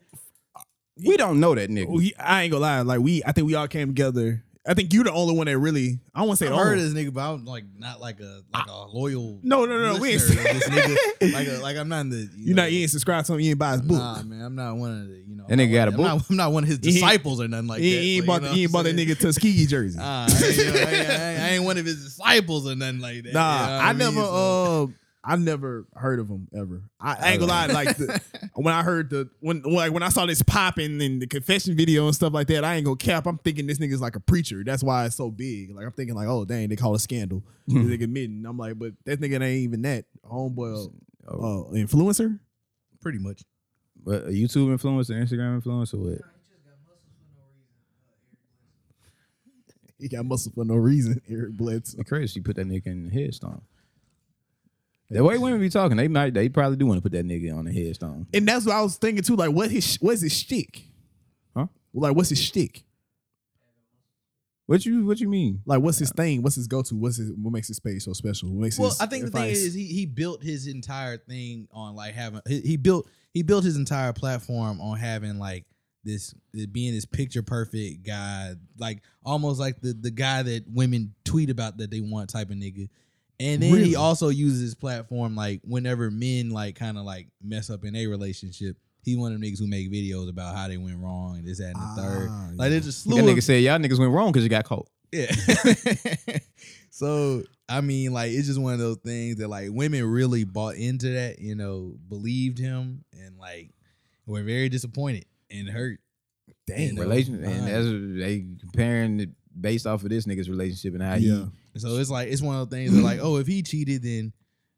Speaker 3: we don't know that nigga.
Speaker 1: We, Oh, I ain't gonna lie. Like we, I think we all came together. I think you're the only one that really. I want to say
Speaker 2: I
Speaker 1: the
Speaker 2: heard
Speaker 1: only.
Speaker 2: of this nigga, but I'm like not like a like a loyal.
Speaker 1: No, no, no, we ain't
Speaker 2: listener of
Speaker 1: saying-
Speaker 2: this nigga. Like a, like I'm not in the. You
Speaker 1: <laughs> You
Speaker 2: know,
Speaker 1: not you ain't subscribed to him. You ain't buy his book.
Speaker 2: Nah, man, I'm not one of the. You know,
Speaker 3: That nigga got a
Speaker 2: I'm not-
Speaker 3: book.
Speaker 2: I'm not one of his
Speaker 1: He-
Speaker 2: disciples or nothing like
Speaker 1: he,
Speaker 2: that.
Speaker 1: he ain't bought.
Speaker 2: like, you know
Speaker 1: he ain't
Speaker 2: what
Speaker 1: bought
Speaker 2: I'm
Speaker 1: that
Speaker 2: saying?
Speaker 1: nigga Tuskegee jersey.
Speaker 2: Nah, <laughs> I ain't, you know, I ain't- I ain't- I ain't one of his disciples or nothing like that.
Speaker 1: nah,
Speaker 2: you know what
Speaker 1: I
Speaker 2: mean?
Speaker 1: never.
Speaker 2: So-
Speaker 1: Uh, I never heard of him ever. I, I ain't gonna lie. Like the, when I heard the when like when I saw this popping and the confession video and stuff like that, I ain't gonna cap. I'm thinking this nigga's like a preacher. That's why it's so big. Like I'm thinking like, oh dang, they call it scandal. this nigga admitting. I'm like, but that nigga ain't even that homeboy uh,
Speaker 3: Oh.
Speaker 1: uh, influencer.
Speaker 2: pretty much.
Speaker 3: But a YouTube influencer, Instagram influencer, what?
Speaker 1: He got muscle for no reason. <laughs> Eric Blitz.
Speaker 3: It's crazy. You put that nigga in the headstone. The way women be talking, they might, they probably do want to put that nigga on the headstone.
Speaker 1: And that's what I was thinking too. Like, what his what's his shtick?
Speaker 3: Huh?
Speaker 1: Like, what's his shtick?
Speaker 3: What you, what you mean?
Speaker 1: Like, what's his thing? What's his go to? What's his, what makes his space so special? What makes
Speaker 2: Well,
Speaker 1: his
Speaker 2: I think the thing
Speaker 1: advice-
Speaker 2: is he, he built his entire thing on like having he, he built he built his entire platform on having like this it being this picture perfect guy, like almost like the the guy that women tweet about that they want type of nigga. And then
Speaker 1: Really?
Speaker 2: he also uses his platform like whenever men like kind of like mess up in a relationship. He one of them niggas who make videos about how they went wrong and this, that, and the third.
Speaker 1: Ah,
Speaker 2: Like
Speaker 1: yeah.
Speaker 2: there's a slew
Speaker 3: That
Speaker 2: of
Speaker 3: nigga said y'all niggas went wrong because you got caught.
Speaker 2: yeah. <laughs> so I mean, like it's just one of those things that like women really bought into that, you know, believed him, and like were very disappointed and hurt.
Speaker 1: Dang,
Speaker 2: know,
Speaker 3: Relation,
Speaker 2: behind
Speaker 3: and
Speaker 2: it.
Speaker 3: that's they comparing it based off of this nigga's relationship and how
Speaker 1: Yeah.
Speaker 2: So it's like it's one of those things that
Speaker 1: <clears throat>
Speaker 2: like, oh, if he cheated, then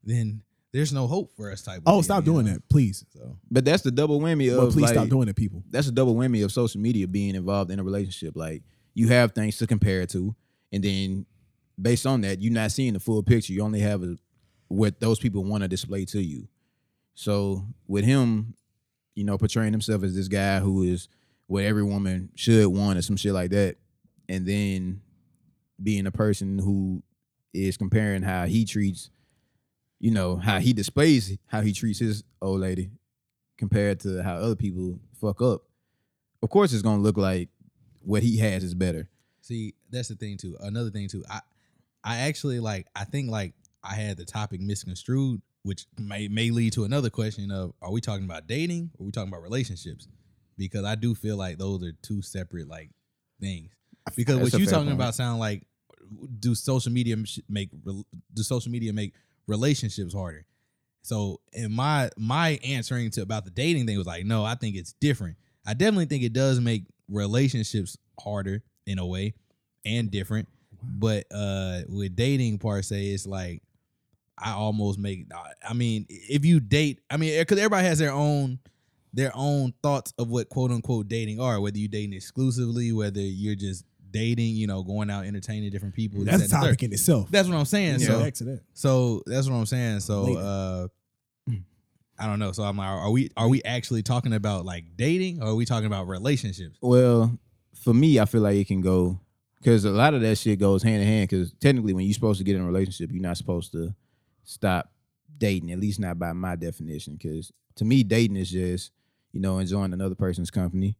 Speaker 2: then there's no hope for us. Type. of
Speaker 1: Oh,
Speaker 2: thing,
Speaker 1: stop
Speaker 2: you
Speaker 1: doing
Speaker 2: know?
Speaker 1: that, please.
Speaker 2: So
Speaker 3: he. But that's the double whammy of
Speaker 1: Well, please
Speaker 3: like,
Speaker 1: stop doing it, people.
Speaker 3: that's a double whammy of social media being involved in a relationship. Like you have things to compare it to, and then based on that, you're not seeing the full picture. You only have a, what those people want to display to you. So with him, you know, portraying himself as this guy who is what every woman should want or some shit like that, and then being a person who is comparing how he treats, you know, how he displays how he treats his old lady compared to how other people fuck up. Of course, it's gonna look like what he has is better.
Speaker 2: See, that's the thing too. Another thing too. I I actually like I think like I had the topic misconstrued, which may may lead to another question of are we talking about dating or are we talking about relationships? Because I do feel like those are two separate like things. Because
Speaker 3: That's
Speaker 2: what
Speaker 3: a
Speaker 2: you
Speaker 3: fair
Speaker 2: talking
Speaker 3: point.
Speaker 2: about sound like do social media sh- make rel- do social media make relationships harder? So, and my my answering to about the dating thing was like, no, I think it's different. I definitely think it does make relationships harder in a way and different. But uh with dating per se, it's like I almost make. I mean, if you date, I mean, because everybody has their own their own thoughts of what quote unquote dating are. Whether you dating exclusively, whether you're just dating, you know, going out entertaining different people. this,
Speaker 1: That's a
Speaker 2: that, and the third.
Speaker 1: topic in itself.
Speaker 2: That's what I'm saying.
Speaker 1: yeah.
Speaker 2: So
Speaker 1: back to that.
Speaker 2: so that's what I'm saying. So
Speaker 1: Later.
Speaker 2: uh I don't know. So I'm like, are we are we actually talking about like dating or are we talking about relationships?
Speaker 3: Well, for me, I feel like it can go because a lot of that shit goes hand in hand. Because technically, when you're supposed to get in a relationship, you're not supposed to stop dating. At least not by my definition. Because to me, dating is just you know enjoying another person's company.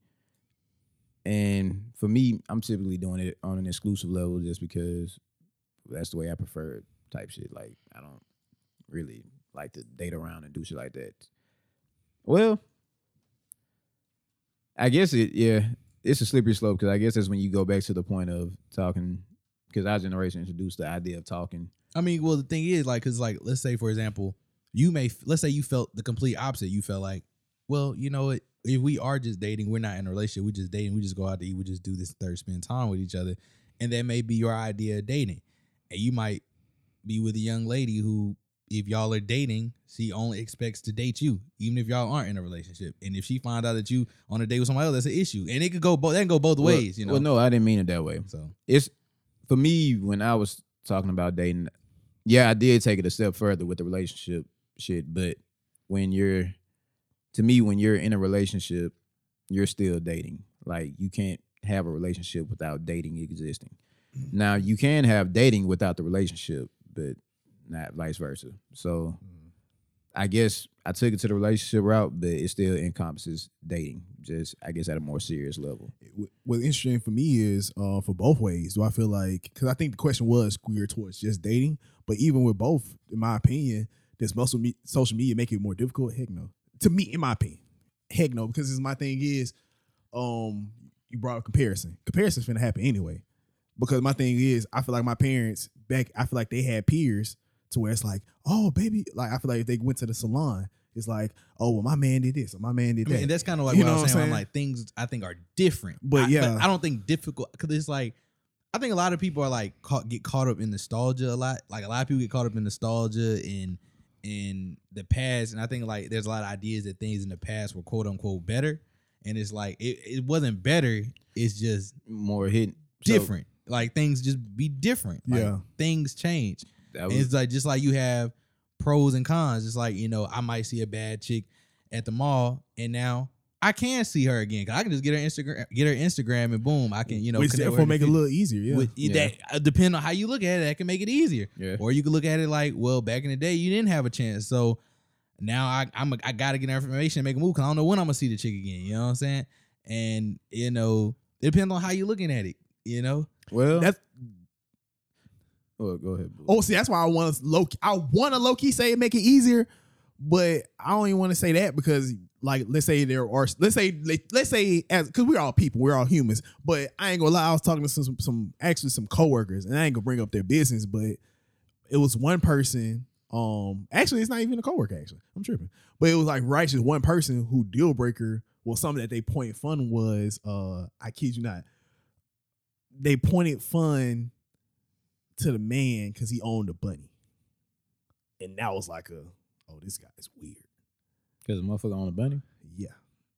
Speaker 3: And for me, I'm typically doing it on an exclusive level just because that's the way I prefer it, type shit. Like I don't really like to date around and do shit like that. Well, I guess it yeah, it's a slippery slope because I guess that's when you go back to the point of talking because our generation introduced the idea of talking.
Speaker 2: I mean, well, the thing is, like, cause like, let's say for example, you may let's say you felt the complete opposite. You felt like, well, you know what? If we are just dating, we're not in a relationship. We just dating. We just go out to eat. We just do this third spend time with each other, and that may be your idea of dating. And you might be with a young lady who, if y'all are dating, she only expects to date you, even if y'all aren't in a relationship. And if she finds out that you on a date with somebody else, that's an issue. And it could go both. That can go both ways, you know.
Speaker 3: Well, no, I didn't mean it that way.
Speaker 2: So
Speaker 3: It's for me when I was talking about dating. Yeah, I did take it a step further with the relationship shit, but when you're to me when you're in a relationship, you're still dating. Like you can't have a relationship without dating existing. Now you can have dating without the relationship, but not vice versa. So I guess I took it to the relationship route, but it still encompasses dating. Just I guess at a more serious level.
Speaker 1: What- What's interesting for me is uh, for both ways. Do I feel like because I think the question was geared towards just dating, but even with both, in my opinion, does muscle me- social media make it more difficult? Heck no. To me, in my opinion, heck no. Because it's my thing is, um, you brought up comparison. Comparison's gonna happen anyway. Because my thing is, I feel like my parents back. I feel like they had peers to where it's like, oh baby, like I feel like if they went to the salon, it's like, oh well, my man did this, or my man did
Speaker 2: I
Speaker 1: that.
Speaker 2: mean, and that's kind of like
Speaker 1: You
Speaker 2: what
Speaker 1: know
Speaker 2: I was
Speaker 1: what I'm
Speaker 2: saying. I'm
Speaker 1: saying?
Speaker 2: like things I think are different,
Speaker 1: But
Speaker 2: I-
Speaker 1: yeah.
Speaker 2: I don't think difficult because it's like I think a lot of people are like caught, get caught up in nostalgia a lot. Like a lot of people get caught up in nostalgia and in the past, and I think like there's a lot of ideas that things in the past were quote unquote better, and it's like it, it wasn't better. It's just
Speaker 3: More hidden, So,
Speaker 2: different. like things just be different. Like,
Speaker 1: Yeah.
Speaker 2: things change.
Speaker 3: that
Speaker 2: And it's like just like you have pros and cons. It's like you know I might see a bad chick at the mall, and now I can see her again. 'cause I can just get her Instagram, get her Instagram, and boom, I can you know.
Speaker 1: which
Speaker 2: connect with
Speaker 1: therefore
Speaker 2: her
Speaker 1: make it a
Speaker 2: feed-
Speaker 1: little easier. Yeah.
Speaker 2: with-
Speaker 3: Yeah.
Speaker 2: That uh, depend on how you look at it, that can make it easier.
Speaker 3: yeah.
Speaker 2: Or you could look at it like, well, back in the day, you didn't have a chance, so now I I'm a, I gotta get information and make a move. Cause I don't know when I'm gonna see the chick again. You know what I'm saying? And you know, it depends on how you're looking at it. You know,
Speaker 3: Well,
Speaker 1: That's
Speaker 3: oh, go ahead. Boo.
Speaker 1: oh, see, that's why I want to low. I want to low key say it make it easier, but I don't even want to say that because, like, let's say there are, let's say, let, us say as because we're all people, we're all humans. But I ain't gonna lie, I was talking to some, some actually some coworkers, and I ain't gonna bring up their business, but it was one person. Um, actually, it's not even a coworker. Actually, I'm tripping, but it was like righteous one person who deal breaker. Well, something that they pointed fun was, uh, I kid you not, they pointed fun to the man because he owned a bunny. And that was like a, oh, this guy is weird.
Speaker 3: Because a motherfucker on a bunny.
Speaker 1: Yeah.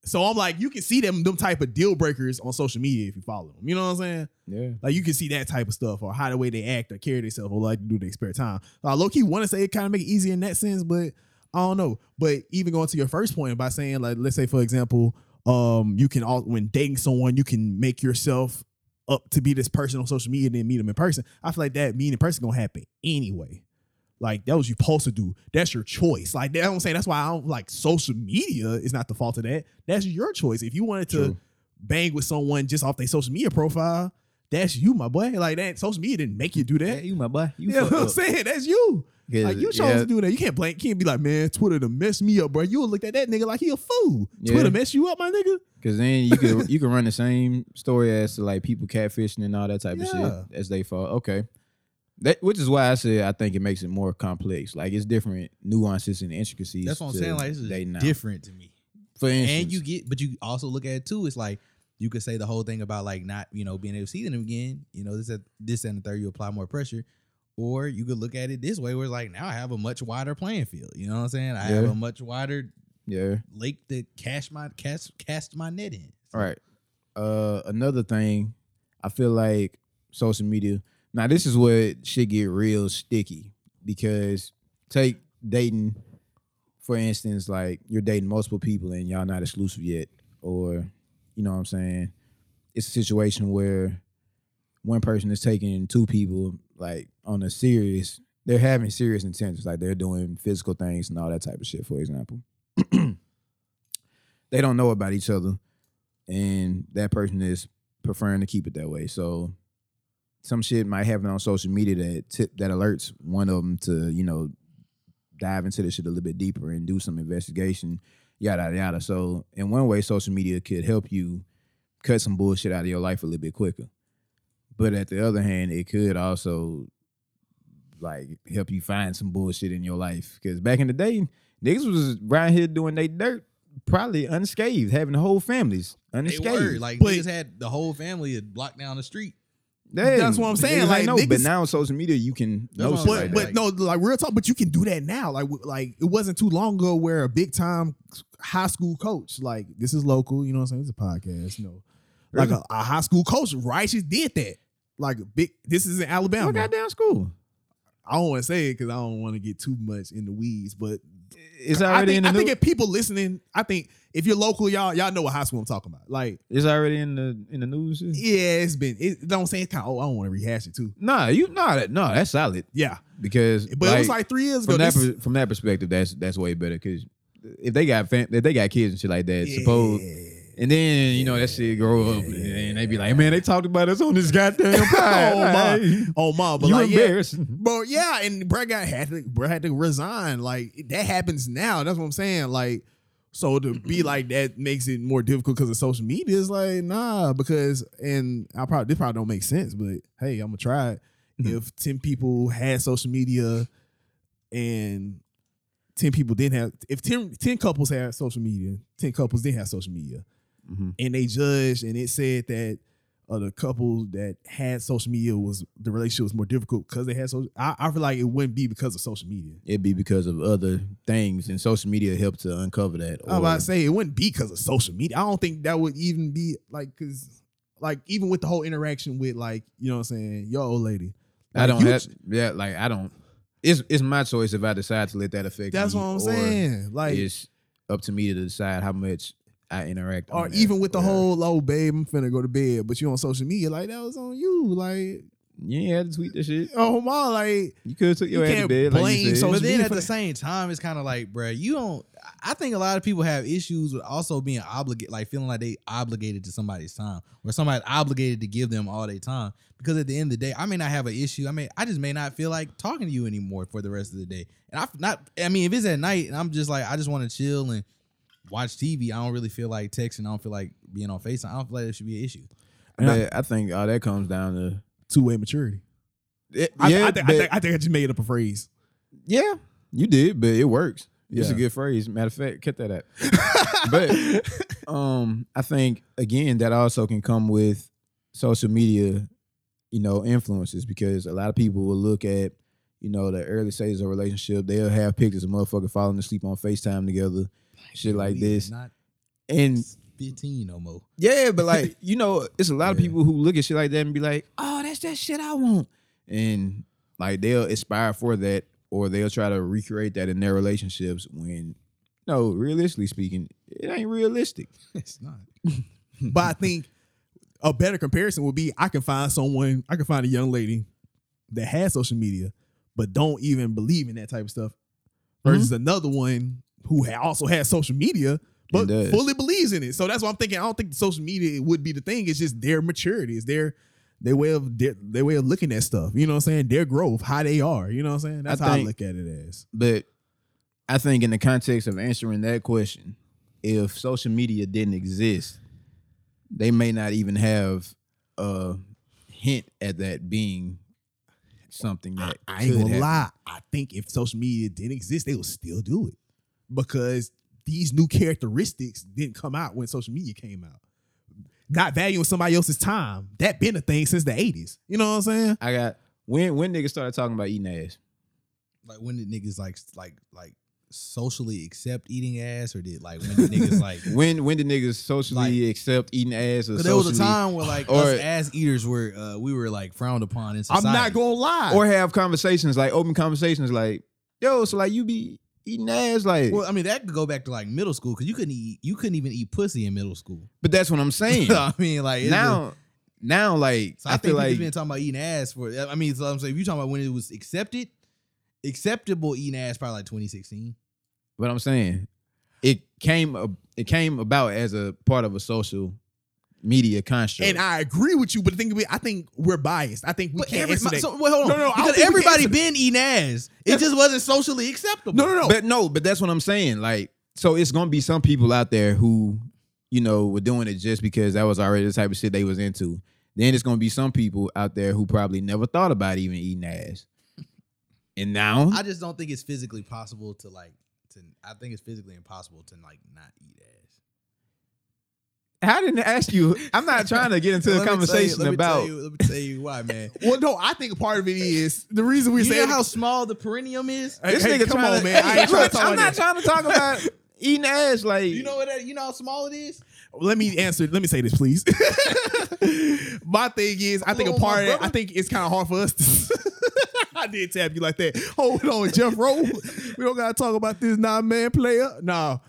Speaker 1: So I'm like, you can see them them type of deal breakers on social media if you follow them. You know what I'm saying?
Speaker 3: Yeah.
Speaker 1: Like you can see that type of stuff or how the way they act or carry themselves or like do their spare time. So I low key want to say it kind of make it easier in that sense, but I don't know. But even going to your first point by saying like, let's say for example, um, you can all when dating someone, you can make yourself up to be this person on social media and then meet them in person. I feel like that meeting in person gonna happen anyway. Like that was you supposed to do. That's your choice. Like that, I'm saying that's why I don't like social media is not the fault of that. That's your choice. If you wanted to
Speaker 3: True.
Speaker 1: bang with someone just off their social media profile, that's you, my boy. Like that social media didn't make you do that.
Speaker 3: you my boy. You
Speaker 1: You know
Speaker 3: fucked
Speaker 1: what I'm
Speaker 3: up.
Speaker 1: saying? That's you.
Speaker 3: 'Cause,
Speaker 1: Like you chose
Speaker 3: yeah,
Speaker 1: to do that. You can't blame. Can't be like, man, Twitter to mess me up, bro. You'll look at that nigga like he a fool.
Speaker 3: Yeah.
Speaker 1: Twitter mess you up, my nigga.
Speaker 3: Cause then you could you can run the same story as to like people catfishing and all that type
Speaker 1: Yeah.
Speaker 3: of shit as they fall. Okay. That which is why I said I think it makes it more complex. Like it's different nuances and intricacies.
Speaker 2: That's what I'm
Speaker 3: to
Speaker 2: saying. Like this is
Speaker 3: dating out.
Speaker 2: different to me.
Speaker 3: For instance,
Speaker 2: And you get, but you also look at it too. It's like you could say the whole thing about like not you know being able to see them again. You know this that this and the third. You apply more pressure, or you could look at it this way, where it's like now I have a much wider playing field. You know what I'm saying? I have
Speaker 3: Yeah.
Speaker 2: a much wider
Speaker 3: yeah.
Speaker 2: lake to cast my cast cast my net in.
Speaker 3: All right. Uh, another thing, I feel like social media. Now this is where shit get real sticky because take dating, for instance, like you're dating multiple people and y'all not exclusive yet, or you know what I'm saying. It's a situation where one person is taking two people like on a serious. They're having serious intentions, like they're doing physical things and all that type of shit. For example, <clears throat> they don't know about each other and that person is preferring to keep it that way. So some shit might happen on social media that tip that alerts one of them to you know dive into this shit a little bit deeper and do some investigation, yada yada, yada. So in one way, social media could help you cut some bullshit out of your life a little bit quicker, but at the other hand, it could also like help you find some bullshit in your life because back in the day, niggas was right here doing they dirt. Probably unscathed, having whole families
Speaker 2: They
Speaker 3: unscathed.
Speaker 2: were like
Speaker 1: But-
Speaker 2: niggas had the whole family had blocked down the street.
Speaker 3: Yeah,
Speaker 1: That's what I'm saying,
Speaker 3: niggas
Speaker 1: like,
Speaker 3: ain't know, but
Speaker 1: niggas-
Speaker 3: now on social media, you can
Speaker 2: That's
Speaker 3: know
Speaker 2: what I'm
Speaker 3: shit
Speaker 1: But
Speaker 3: like
Speaker 2: saying,
Speaker 3: that.
Speaker 1: but no, like real talk. But you can do that now. Like w- like it wasn't too long ago where a big time high school coach, like this is local. You know what I'm saying? It's a podcast. You know, like a, a high school coach, righteous did that. Like a big. This is in Alabama.
Speaker 3: What goddamn school?
Speaker 1: I don't want to say it because I don't want to get too much in the weeds. But
Speaker 3: It's
Speaker 1: I
Speaker 3: already
Speaker 1: think,
Speaker 3: in the
Speaker 1: I think
Speaker 3: new-
Speaker 1: if people listening, I think if you're local, y'all y'all know what high school I'm talking about. Like
Speaker 3: it's already in the in the news.
Speaker 1: yeah, it's been. It, don't say it kind of. Oh, I don't want to rehash it too.
Speaker 3: Nah, you nah that nah that's solid
Speaker 1: Yeah,
Speaker 3: because
Speaker 1: but it was like three years ago.
Speaker 3: from that
Speaker 1: This-
Speaker 3: per, from that perspective that's that's way better because if they got fam- if they got kids and shit like that, suppose
Speaker 1: Yeah.
Speaker 3: and then you know that shit grow up and they be like, man, they talked about us on this goddamn pod.
Speaker 1: <laughs> oh my,
Speaker 3: <laughs> Like,
Speaker 1: oh my, but
Speaker 3: <laughs> you
Speaker 1: like, yeah,
Speaker 3: embarrassing.
Speaker 1: bro, yeah, and Brett got had to Brett had to resign. Like that happens now. That's what I'm saying. Like, so to be like that makes it more difficult because of social media. It's like nah, because and I probably this probably don't make sense, but hey, I'm gonna try it. if ten people had social media and 10 people didn't have if 10, 10 couples had social media 10 couples didn't have social media
Speaker 3: Mhm.
Speaker 1: and they judged and it said that uh, the couple that had social media was the relationship was more difficult because they had social I, I feel like it wouldn't be because of social media
Speaker 3: It'd be because of other things, and social media helped to uncover that.
Speaker 1: i'm about
Speaker 3: or-
Speaker 1: to say it wouldn't be because of social media i don't think that would even be like because like even with the whole interaction with like you know what i'm saying yo old lady
Speaker 3: I
Speaker 1: Like,
Speaker 3: don't
Speaker 1: you-
Speaker 3: have yeah, like I don't. It's it's my choice if I decide to let that affect.
Speaker 1: that's
Speaker 3: me,
Speaker 1: what i'm
Speaker 3: or
Speaker 1: saying like
Speaker 3: it's up to me to decide how much I interact.
Speaker 1: or
Speaker 3: on that.
Speaker 1: even with the
Speaker 3: Yeah.
Speaker 1: whole oh babe i'm finna go to bed but you on social media like that was on you like
Speaker 3: you ain't had to tweet that shit.
Speaker 1: oh my like
Speaker 3: You could have took your
Speaker 1: You
Speaker 3: ass to
Speaker 1: can't
Speaker 3: bed. Like
Speaker 1: blame
Speaker 3: you said.
Speaker 1: social-
Speaker 2: But then
Speaker 1: media
Speaker 2: at
Speaker 1: for
Speaker 2: the
Speaker 1: that.
Speaker 2: same time, it's kind of like, bruh, you don't. I think a lot of people have issues with also being obligated, like feeling like they obligated to somebody's time, or somebody's obligated to give them all their time. Because at the end of the day, I may not have an issue. I may, I just may not feel like talking to you anymore for the rest of the day. And I not, I mean, if it's at night and I'm just like, I just want to chill and watch TV. I don't really feel like texting. I don't feel like being on Facetime. I don't feel like it should be an issue.
Speaker 3: But I think all that comes down to.
Speaker 1: two-way maturity
Speaker 3: It,
Speaker 1: I,
Speaker 3: yeah,
Speaker 1: I, think, I,
Speaker 3: but-
Speaker 1: think, I think I just made up a phrase.
Speaker 3: yeah, you did, but it works. It's a
Speaker 1: Yeah.
Speaker 3: good phrase. Matter of fact, cut that out. but um, I think again that also can come with social media, you know, influences because a lot of people will look at, you know, the early stages of a relationship. They'll have pictures of motherfucker falling asleep on Facetime together, shit like
Speaker 2: We
Speaker 3: this,
Speaker 2: Not
Speaker 3: and
Speaker 2: 15 no more.
Speaker 3: yeah,
Speaker 1: <laughs>
Speaker 3: but like you know, it's a lot of
Speaker 2: Yeah.
Speaker 3: people who look at shit like that and be like, "Oh, that's that shit I want," and like they'll aspire for that, or they'll try to recreate that in their relationships. When no, realistically speaking, it ain't realistic.
Speaker 1: <laughs>
Speaker 2: It's not.
Speaker 1: But I think a better comparison would be I can find someone, I can find a young lady that has social media, but don't even believe in that type of stuff, versus
Speaker 3: Mm-hmm.
Speaker 1: another one who ha- also has social media but
Speaker 3: does.
Speaker 1: fully believes in it. So that's why I'm thinking I don't think social media would be the thing. It's just their maturity, it's their their way of their, their way of looking at stuff. You know what I'm saying? Their growth, how they are. You know what I'm saying? That's how I
Speaker 3: think-
Speaker 1: look at it as.
Speaker 3: But I think in the context of answering that question, if social media didn't exist, they may not even have a hint at that being something that
Speaker 1: I ain't
Speaker 3: could
Speaker 1: gonna
Speaker 3: happen.
Speaker 1: lie. I think if social media didn't exist, they would still do it because these new characteristics didn't come out when social media came out. Not valuing somebody else's time that been a thing since the '80s. You know what I'm saying?
Speaker 3: I got when when niggas started talking about eating ass.
Speaker 2: Like when did niggas like like like socially accept eating ass, or did like when did niggas
Speaker 1: <laughs>
Speaker 2: like?
Speaker 3: When when did niggas socially accept eating ass or
Speaker 2: Cause there was a
Speaker 3: socially-
Speaker 2: time where like
Speaker 3: or-
Speaker 2: us ass eaters were uh, we were like frowned upon in
Speaker 1: I'm
Speaker 2: society.
Speaker 1: not gonna lie.
Speaker 3: or have conversations like open conversations like yo so like you be eating ass like
Speaker 2: Well, I mean that could go back to like middle school because you couldn't eat, you couldn't even eat pussy in middle school. <laughs>
Speaker 3: but that's what I'm saying
Speaker 2: I mean like it's
Speaker 3: now now like
Speaker 2: So I,
Speaker 3: I,
Speaker 2: think
Speaker 3: feel
Speaker 2: people
Speaker 3: like
Speaker 2: been talking about eating ass for. I mean, so I'm saying if you talking about when it was accepted, acceptable eating ass probably like 2016.
Speaker 3: what I'm saying it came ab- it came about as a part of a social media construct
Speaker 1: and I agree with you, but the thing is, I think we're biased. I think we
Speaker 2: But
Speaker 1: can't
Speaker 2: every,
Speaker 1: answer that.
Speaker 2: so, wait, hold on.
Speaker 1: No, no, I don't
Speaker 2: because
Speaker 1: think we can
Speaker 2: everybody
Speaker 1: answer
Speaker 2: been eating ass. It just wasn't socially acceptable.
Speaker 1: no, no, no.
Speaker 3: But no, but that's what I'm saying. Like, so it's gonna be some people out there who, you know, were doing it just because that was already the type of shit they was into. Then it's gonna be some people out there who probably never thought about even eating ass. And now
Speaker 2: I just don't think it's physically possible to like. To, I think it's physically impossible to like not eat ass.
Speaker 3: I didn't ask you. I'm not trying to get into
Speaker 2: Let
Speaker 3: a
Speaker 2: me tell you-
Speaker 3: conversation
Speaker 2: let me tell
Speaker 3: about
Speaker 2: you- let me tell you why,
Speaker 1: <laughs>
Speaker 2: man.
Speaker 1: well, no, I think a part of it is the reason we
Speaker 2: you
Speaker 1: say
Speaker 2: know how small the perineum is.
Speaker 1: <laughs> Hey,
Speaker 3: this
Speaker 1: hey,
Speaker 3: nigga
Speaker 1: come
Speaker 3: trying
Speaker 1: on,
Speaker 3: to-
Speaker 1: man. I ain't
Speaker 3: Look,
Speaker 1: trying to talk
Speaker 3: I'm
Speaker 1: about
Speaker 3: not
Speaker 1: that.
Speaker 3: trying to talk about <laughs> eating ass. Like
Speaker 2: You know what? that- You know how small it is.
Speaker 1: let me answer. Let me say this, please. <laughs> my thing is, I think a
Speaker 2: Hold on,
Speaker 1: part of
Speaker 2: Oh, my
Speaker 1: that, I
Speaker 2: brother.
Speaker 1: think it's kind of hard for us. To, <laughs> I did tap you like that. Hold on, Jeff Rowe. we don't gotta talk about this nine man player. Nah,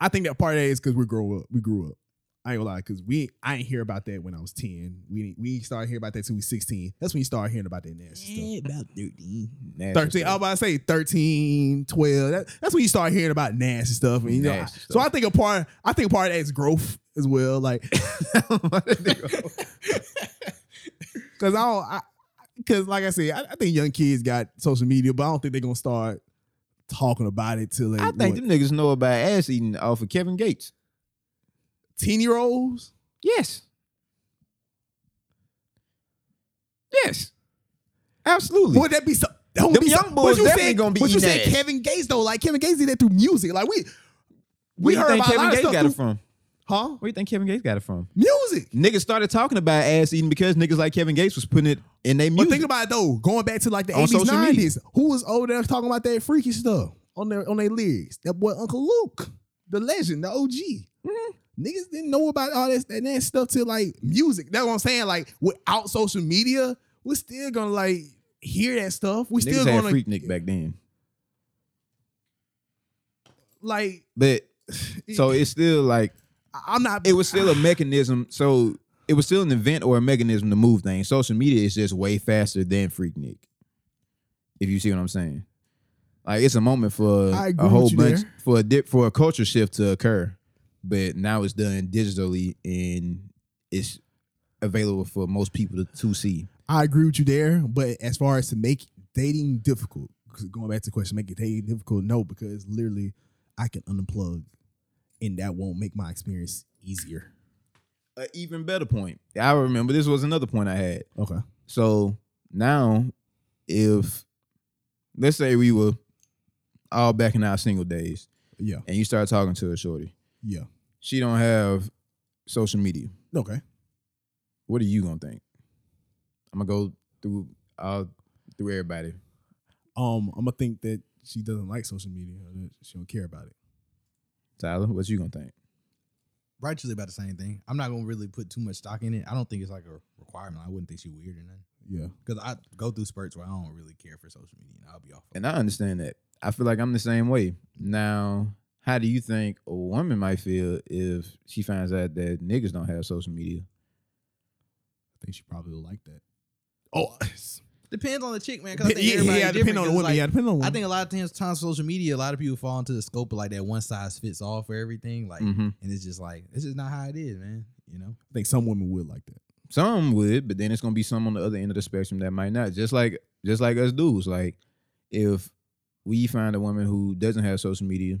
Speaker 1: I think that part of that is because we grow up. We grew up. I ain't gonna lie, because we I ain't hear about that when I was ten. We didn't- we started hearing about that till we sixteen. That's when you start hearing about that nasty stuff.
Speaker 2: about 13.
Speaker 3: Nasty
Speaker 1: 13. I was
Speaker 3: stuff.
Speaker 1: about to say 13, 12. That- that's when you start hearing about nasty stuff. And, you know,
Speaker 3: Nasty
Speaker 1: So I
Speaker 3: stuff.
Speaker 1: think a part, I think part of that is growth as well.
Speaker 3: <laughs>
Speaker 1: Like, <laughs> cause I don't, I, cause like I said, I, I think young kids got social media, but I don't think they're going to start talking about it till they,
Speaker 3: I think them niggas know about ass eating off of Kevin Gates.
Speaker 1: 10 year olds.
Speaker 3: Yes. Yes. Absolutely.
Speaker 1: Would that be so? That would
Speaker 3: Them
Speaker 1: be so-
Speaker 3: young
Speaker 1: but
Speaker 3: boys
Speaker 1: you
Speaker 3: definitely
Speaker 1: said-
Speaker 3: gonna be
Speaker 1: But you
Speaker 3: eating
Speaker 1: said
Speaker 3: ass.
Speaker 1: Kevin Gates though, like Kevin Gates did that through music. Like we, we
Speaker 3: Where you
Speaker 1: heard
Speaker 3: think
Speaker 1: about a
Speaker 3: Kevin
Speaker 1: lot of
Speaker 3: Gates
Speaker 1: stuff
Speaker 3: got it
Speaker 1: through-
Speaker 3: from?
Speaker 1: huh?
Speaker 3: Where you think Kevin Gates got it from?
Speaker 1: Music.
Speaker 3: Niggas started talking about ass eating because niggas like Kevin Gates was putting it in their
Speaker 1: But
Speaker 3: music.
Speaker 1: think about it though, going back to like the
Speaker 3: On
Speaker 1: eighties,
Speaker 3: social media.
Speaker 1: nineties, who was over there talking about that freaky stuff on their on their lyrics? That boy Uncle Luke, the legend, the OG.
Speaker 3: Mm-hmm.
Speaker 1: Niggas didn't know about all this and that stuff till like music. That's what I'm saying. Like without social media, we're still gonna like hear that stuff. We
Speaker 3: niggas
Speaker 1: still
Speaker 3: had
Speaker 1: gonna
Speaker 3: Freak Nick back then.
Speaker 1: like.
Speaker 3: But <sighs> so it's still like
Speaker 1: I- I'm not.
Speaker 3: it was still a mechanism. So it was still an event or a mechanism to move things. Social media is just way faster than Freak Nick. If you see what I'm saying, like it's a moment for
Speaker 1: I agree
Speaker 3: a whole
Speaker 1: with you
Speaker 3: bunch
Speaker 1: there.
Speaker 3: for a dip for a culture shift to occur, but now it's done digitally and it's available for most people to, to see.
Speaker 1: I agree with you there, but as far as to make dating difficult, 'cause going back to the question, make it dating difficult, no, because literally I can unplug and that won't make my experience easier.
Speaker 3: An even better point. I remember this was another point I had.
Speaker 1: Okay.
Speaker 3: So now, if let's say we were all back in our single days,
Speaker 1: Yeah.
Speaker 3: and you start talking to a shorty.
Speaker 1: Yeah.
Speaker 3: She don't have social media.
Speaker 1: Okay.
Speaker 3: What are you gonna think? I'm gonna go through all through everybody.
Speaker 1: Um, I'm gonna think that she doesn't like social media or that she don't care about it.
Speaker 3: Tyler, what you gonna think?
Speaker 2: righteously about the same thing. I'm not gonna really put too much stock in it. I don't think it's like a requirement. I wouldn't think she weird or nothing.
Speaker 1: Yeah.
Speaker 2: Because I go through spurts where I don't really care for social media and I'll be off. of
Speaker 3: And I understand that. I feel like I'm the same way. Now, how do you think a woman might feel if she finds out that niggas don't have social media?
Speaker 1: think she probably would like that. Oh, <laughs>
Speaker 2: Depends on the chick, man. Because I think
Speaker 1: yeah,
Speaker 2: everybody
Speaker 1: yeah, depending on the women. yeah, depending on the
Speaker 2: I
Speaker 1: women.
Speaker 2: think a lot of times, times social media, a lot of people fall into the scope of like that one size fits all for everything. Like,
Speaker 3: hmm
Speaker 2: and it's just like this is not how it is, man. You know,
Speaker 1: I think some women would like that.
Speaker 3: Some would, but then it's gonna be some on the other end of the spectrum that might not. Just like just like us dudes, like if we find a woman who doesn't have social media,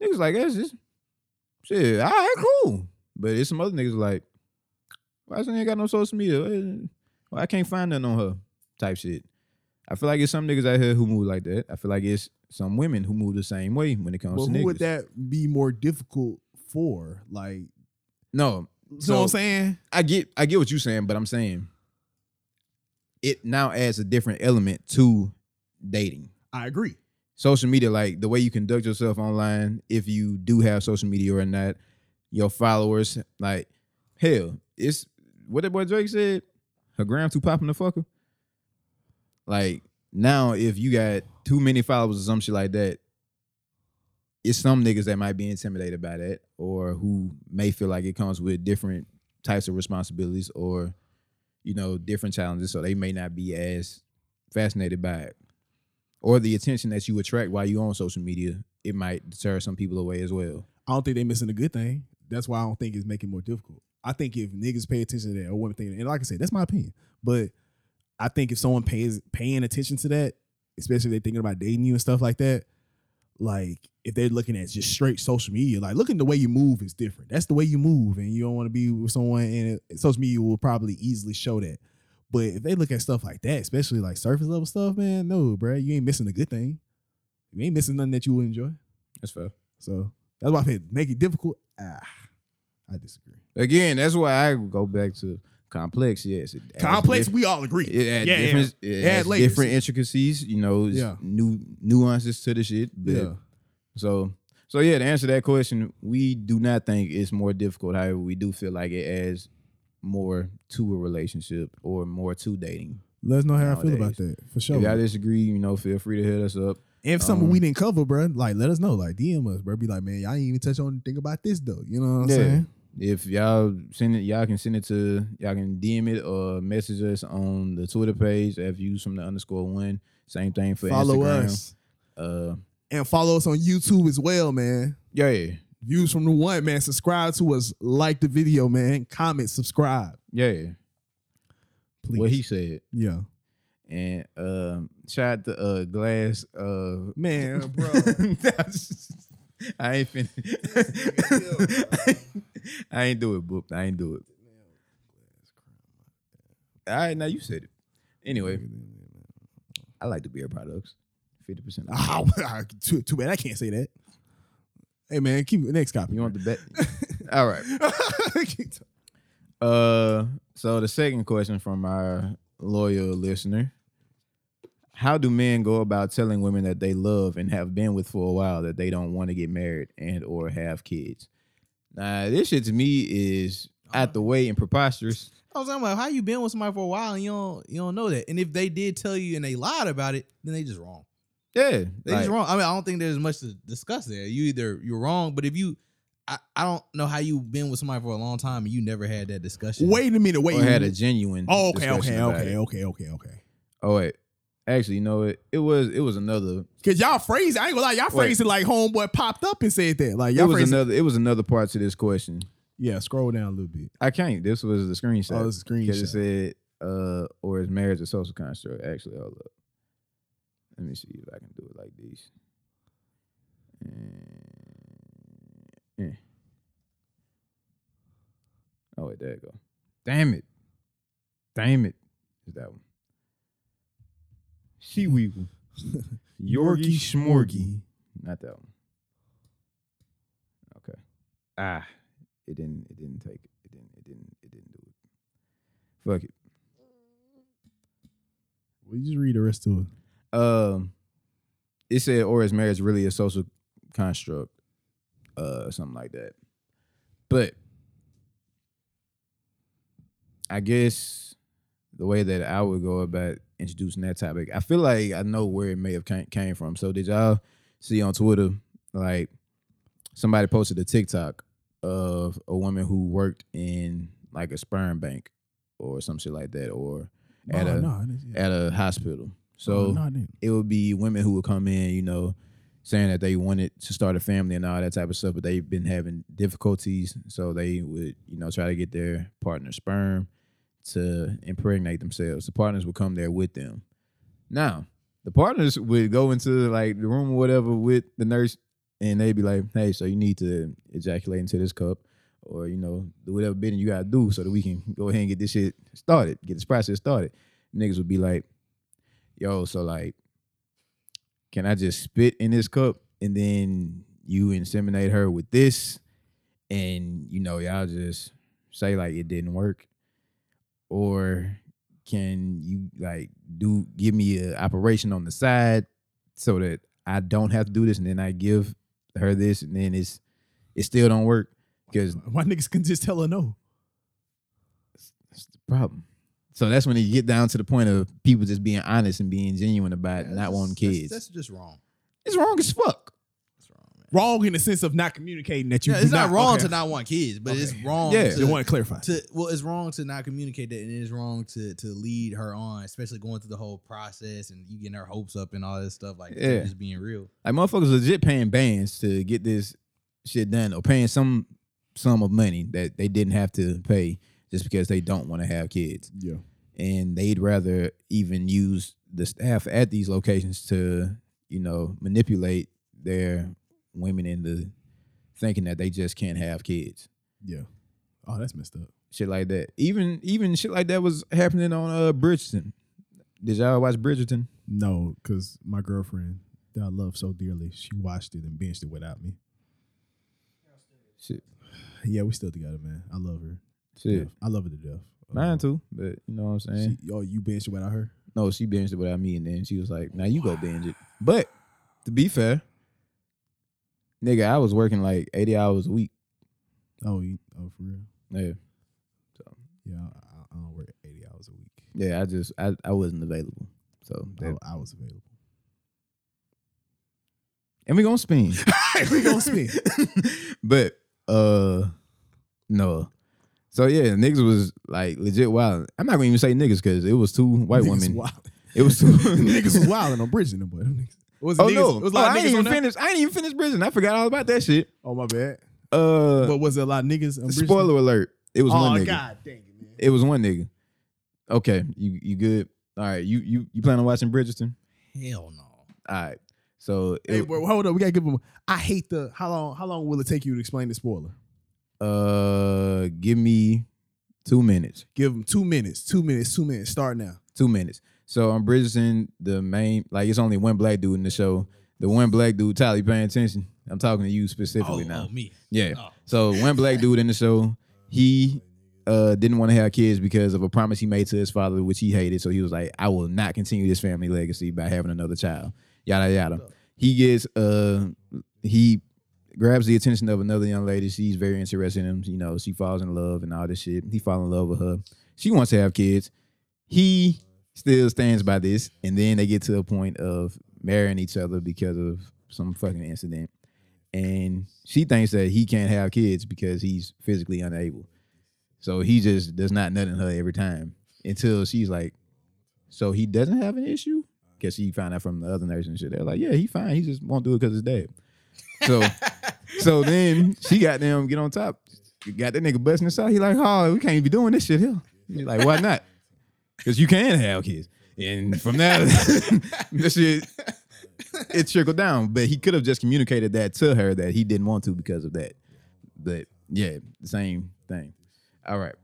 Speaker 3: niggas like us just shit, all right, cool. But it's some other niggas like, why she ain't got no social media? Eh, Well, I can't find nothing on her type shit. I feel like it's some niggas out here who move like that. I feel like it's some women who move the same way when it comes
Speaker 1: But
Speaker 3: to
Speaker 1: who
Speaker 3: niggas.
Speaker 1: would that be more difficult for? Like,
Speaker 3: no,
Speaker 1: you
Speaker 3: So-
Speaker 1: know what I'm saying?
Speaker 3: I get I get what you're saying, but I'm saying it now adds a different element to dating.
Speaker 1: I agree.
Speaker 3: Social media, like the way you conduct yourself online, if you do have social media or not, your followers, like hell, it's what that boy Drake said. Her gram too popping the fucker. Like now, if you got too many followers or some shit like that, it's some niggas that might be intimidated by that, or who may feel like it comes with different types of responsibilities or you know different challenges so they may not be as fascinated by it or the attention that you attract while you on social media it might deter some people away as well
Speaker 1: I don't think they're missing a good thing. That's why I don't think it's making it more difficult. I think if niggas pay attention to that or women think, and like I said, that's my opinion. But I think if someone pays paying attention to that, especially if they're thinking about dating you and stuff like that, like if they're looking at just straight social media, like looking the way you move is different. That's the way you move, and you don't want to be with someone, and it- social media will probably easily show that. But if they look at stuff like that, especially like surface level stuff, man, no, bruh, you ain't missing a good thing. You ain't missing nothing that you would enjoy.
Speaker 3: that's fair
Speaker 1: So that's why I said make it difficult. Ah, I disagree.
Speaker 3: again that's why i go back to complex yes it adds
Speaker 1: Complex,
Speaker 3: diff-
Speaker 1: we all agree.
Speaker 3: it adds
Speaker 1: Yeah, yeah.
Speaker 3: different,
Speaker 1: It
Speaker 3: It
Speaker 1: adds
Speaker 3: adds
Speaker 1: layers.
Speaker 3: different intricacies you know it's
Speaker 1: Yeah.
Speaker 3: new nuances to the shit but
Speaker 1: Yeah.
Speaker 3: So, so yeah, to answer that question, we do not think it's more difficult. However, we do feel like it adds more to a relationship or more to dating.
Speaker 1: Let us know how I feel
Speaker 3: Nowadays.
Speaker 1: about that for
Speaker 3: If y'all
Speaker 1: sure.
Speaker 3: disagree, you know, feel free to hit us up.
Speaker 1: If something
Speaker 3: um,
Speaker 1: we didn't cover, bruh, like let us know. Like DM us, bruh. Be like, man, y'all ain't even touch on anything about this though. You know what I'm
Speaker 3: Yeah.
Speaker 1: saying?
Speaker 3: If y'all send it, y'all can send it to y'all can DM it or message us on the Twitter page at views from the underscore one. Same thing for
Speaker 1: follow
Speaker 3: Instagram.
Speaker 1: us
Speaker 3: Uh,
Speaker 1: and follow us on YouTube as well, man.
Speaker 3: yeah, yeah,
Speaker 1: Views from the one, man. Subscribe to us, like the video, man. Comment, subscribe,
Speaker 3: yeah. yeah.
Speaker 1: please.
Speaker 3: What he said.
Speaker 1: yeah,
Speaker 3: And um, shout out to uh, Glass. Uh,
Speaker 1: man, bro.
Speaker 3: <laughs> I ain't finna. <laughs> I ain't do it, book. I ain't do it. All right, now you said it. Anyway, I like the beer products. Fifty percent.
Speaker 1: Ah, <laughs> too, too bad I can't say that. Hey, man, keep next copy.
Speaker 3: You want
Speaker 1: <laughs>
Speaker 3: the bet? All right.
Speaker 1: Keep talking.
Speaker 3: Uh, so the second question from our loyal listener: How do men go about telling women that they love and have been with for a while that they don't want to get married and or have kids? Now, this shit to me is out the way and preposterous.
Speaker 2: I was talking about how you been with somebody for a while and you don't you don't know that. And if they did tell you and they lied about it, then they just wrong.
Speaker 3: Yeah,
Speaker 2: They
Speaker 3: like,
Speaker 2: just wrong. I mean, I don't think there's much to discuss there. You either you're wrong, but if you, I, I don't know how you've been with somebody for a long time and you never had that discussion.
Speaker 1: Wait a minute.
Speaker 3: Or
Speaker 1: Wait. a
Speaker 3: had
Speaker 1: minute.
Speaker 3: a genuine.
Speaker 1: Oh, okay,
Speaker 3: discussion
Speaker 1: okay,
Speaker 3: about
Speaker 1: okay,
Speaker 3: it.
Speaker 1: okay, okay, okay.
Speaker 3: Oh wait, actually, you know it. It was it was another.
Speaker 1: Cause y'all phrase, I ain't gonna lie, y'all
Speaker 3: Wait.
Speaker 1: phrase it like homeboy popped up and said that. Like
Speaker 3: It
Speaker 1: y'all
Speaker 3: was
Speaker 1: phrase,
Speaker 3: another. It was another part to this question.
Speaker 1: yeah. Scroll down a little bit.
Speaker 3: I can't. This was the screenshot.
Speaker 1: Oh, this
Speaker 3: Because it
Speaker 1: screenshot.
Speaker 3: said, uh, or is marriage a social construct? Actually, hold up. Let me see if I can do it like this. Eh, eh. Oh, wait, there you go. Damn it. Damn it. Is that one?
Speaker 1: <laughs>
Speaker 3: She weevil. Yorgie Schmorgie. Not that one. Okay. Ah, it didn't. It didn't take. It It didn't. It didn't. It didn't do it. Fuck it.
Speaker 1: Well, you just read the rest of it.
Speaker 3: Um, it said, or is marriage really a social construct? Uh, something like that. But I guess the way that I would go about introducing that topic, I feel like I know where it may have came, came from. So did y'all see on Twitter like somebody posted a TikTok of a woman who worked in like a sperm bank or some shit like that, or
Speaker 1: Nah,
Speaker 3: at a
Speaker 1: nah, it is- yeah.
Speaker 3: at a hospital.
Speaker 1: Nah,
Speaker 3: So
Speaker 1: nah, it ain't.
Speaker 3: it would be women who would come in, you know, saying that they wanted to start a family and all that type of stuff, but they've been having difficulties. So they would, you know, try to get their partner's sperm to impregnate themselves. The partners would come there with them. Now, the partners would go into like the room or whatever with the nurse and they'd be like, hey, so you need to ejaculate into this cup or, you know, do whatever bidding you got to do so that we can go ahead and get this shit started, get this process started. Niggas would be like, yo, so like, can I just spit in this cup and then you inseminate her with this? And, you know, y'all just say like it didn't work. Or can you like do give me an operation on the side so that I don't have to do this and then I give her this and then it's it still don't work because
Speaker 1: Why niggas can just tell her no?
Speaker 3: that's the problem. So that's when you get down to the point of people just being honest and being genuine about
Speaker 2: That's
Speaker 3: not
Speaker 2: just-
Speaker 3: wanting
Speaker 2: that's-
Speaker 3: kids.
Speaker 2: That's, just wrong.
Speaker 3: it's wrong as fuck.
Speaker 2: That's wrong, man.
Speaker 1: Wrong in the sense of not communicating that you.
Speaker 2: Yeah,
Speaker 1: do
Speaker 2: it's not, wrong
Speaker 1: okay.
Speaker 2: to not want kids, but it's
Speaker 1: Okay.
Speaker 2: wrong.
Speaker 3: Yeah.
Speaker 1: Just
Speaker 2: to,
Speaker 1: want to clarify.
Speaker 2: to well, it's wrong to not communicate that, and it's wrong to to lead her on, especially going through the whole process and you getting her hopes up and all this stuff. Like, instead of
Speaker 3: Yeah.
Speaker 2: just being real.
Speaker 3: Like motherfuckers legit paying bands to get this shit done or paying some sum of money that they didn't have to pay just because they don't want to have kids.
Speaker 1: yeah.
Speaker 3: And they'd rather even use the staff at these locations to, you know, manipulate their women into thinking that they just can't have kids.
Speaker 1: Yeah. Oh, that's messed up.
Speaker 3: shit like that. Even even shit like that was happening on uh Bridgerton. Did y'all watch Bridgerton?
Speaker 1: No, because my girlfriend that I love so dearly, she watched it and binged it without me.
Speaker 3: Shit,
Speaker 1: Yeah, we still together, man. I love her.
Speaker 3: shit,
Speaker 1: Death. I love her to death. Uh,
Speaker 3: mine too. But you know what I'm saying?
Speaker 1: She, oh, you binged it without her?
Speaker 3: no, she binged it without me, and then she was like, "Now you go binge it." But to be fair, nigga, I was working like 80 hours a week.
Speaker 1: Oh, you, oh, for real?
Speaker 3: Yeah,
Speaker 1: Yeah, I, I- I don't work eighty hours a week.
Speaker 3: yeah. I just I I wasn't available. So that,
Speaker 1: I, I was <laughs> available.
Speaker 3: and we gonna <laughs> spin.
Speaker 1: we gonna <laughs> spin.
Speaker 3: but uh no. So yeah, niggas was like legit wild. I'm not gonna even say niggas because it was two white
Speaker 1: Niggas
Speaker 3: women.
Speaker 1: wild. <laughs>
Speaker 3: It was two
Speaker 1: niggas was wild and I'm bridging them, boy. Them niggas- Was it
Speaker 3: <laughs> Oh
Speaker 1: niggas-
Speaker 3: no!
Speaker 1: it was a
Speaker 3: oh,
Speaker 1: lot
Speaker 3: I
Speaker 1: of
Speaker 3: ain't
Speaker 1: niggas on
Speaker 3: even
Speaker 1: that.
Speaker 3: finished. I ain't even finished bridging. I forgot all about that shit.
Speaker 1: Oh my bad.
Speaker 3: Uh,
Speaker 1: But was it a lot of niggas? on Bridgerton?
Speaker 3: spoiler alert! It was
Speaker 1: Oh
Speaker 3: one nigga.
Speaker 1: god, dang it, man.
Speaker 3: It was one nigga. Okay, you you good? All right, you you you plan on watching Bridgerton?
Speaker 2: Hell no.
Speaker 3: All right, so it,
Speaker 1: Hey, bro, hold up. We gotta give them. I hate the. How long? How long will it take you to explain the spoiler?
Speaker 3: uh, give me two minutes.
Speaker 1: Give them two minutes. Two minutes. Two minutes. Start now.
Speaker 3: Two minutes. So on Bridgerton, the main like it's only one black dude in the show. The one black dude, Tyler, you paying attention. I'm talking to you
Speaker 2: Oh,
Speaker 3: specifically now.
Speaker 1: um,
Speaker 2: oh, me.
Speaker 3: Yeah.
Speaker 2: Oh.
Speaker 3: So one black dude in the show, he uh didn't want to have kids because of a promise he made to his father, which he hated. So he was like, I will not continue this family legacy by having another child. Yada yada. He gets uh he grabs the attention of another young lady. She's very interested in him. You know, she falls in love and all this shit. He fall in love with her. She wants to have kids. He still stands by this, and then they get to a point of marrying each other because of some fucking incident and she thinks that he can't have kids because he's physically unable. So he just does not nut in her every time until she's like, "So he doesn't have an issue?" Because she found out from the other nurse and shit. They're like, "Yeah, he fine. He just won't do it because his dad." So, so then she got them get on top. Got that nigga busting us out. He like, "Oh, we can't be doing this shit here." He's like, "Why not?" Because you can have kids. And from that, <laughs> this shit it trickled down. But he could have just communicated that to her that he didn't want to because of that. But yeah, same thing. All right.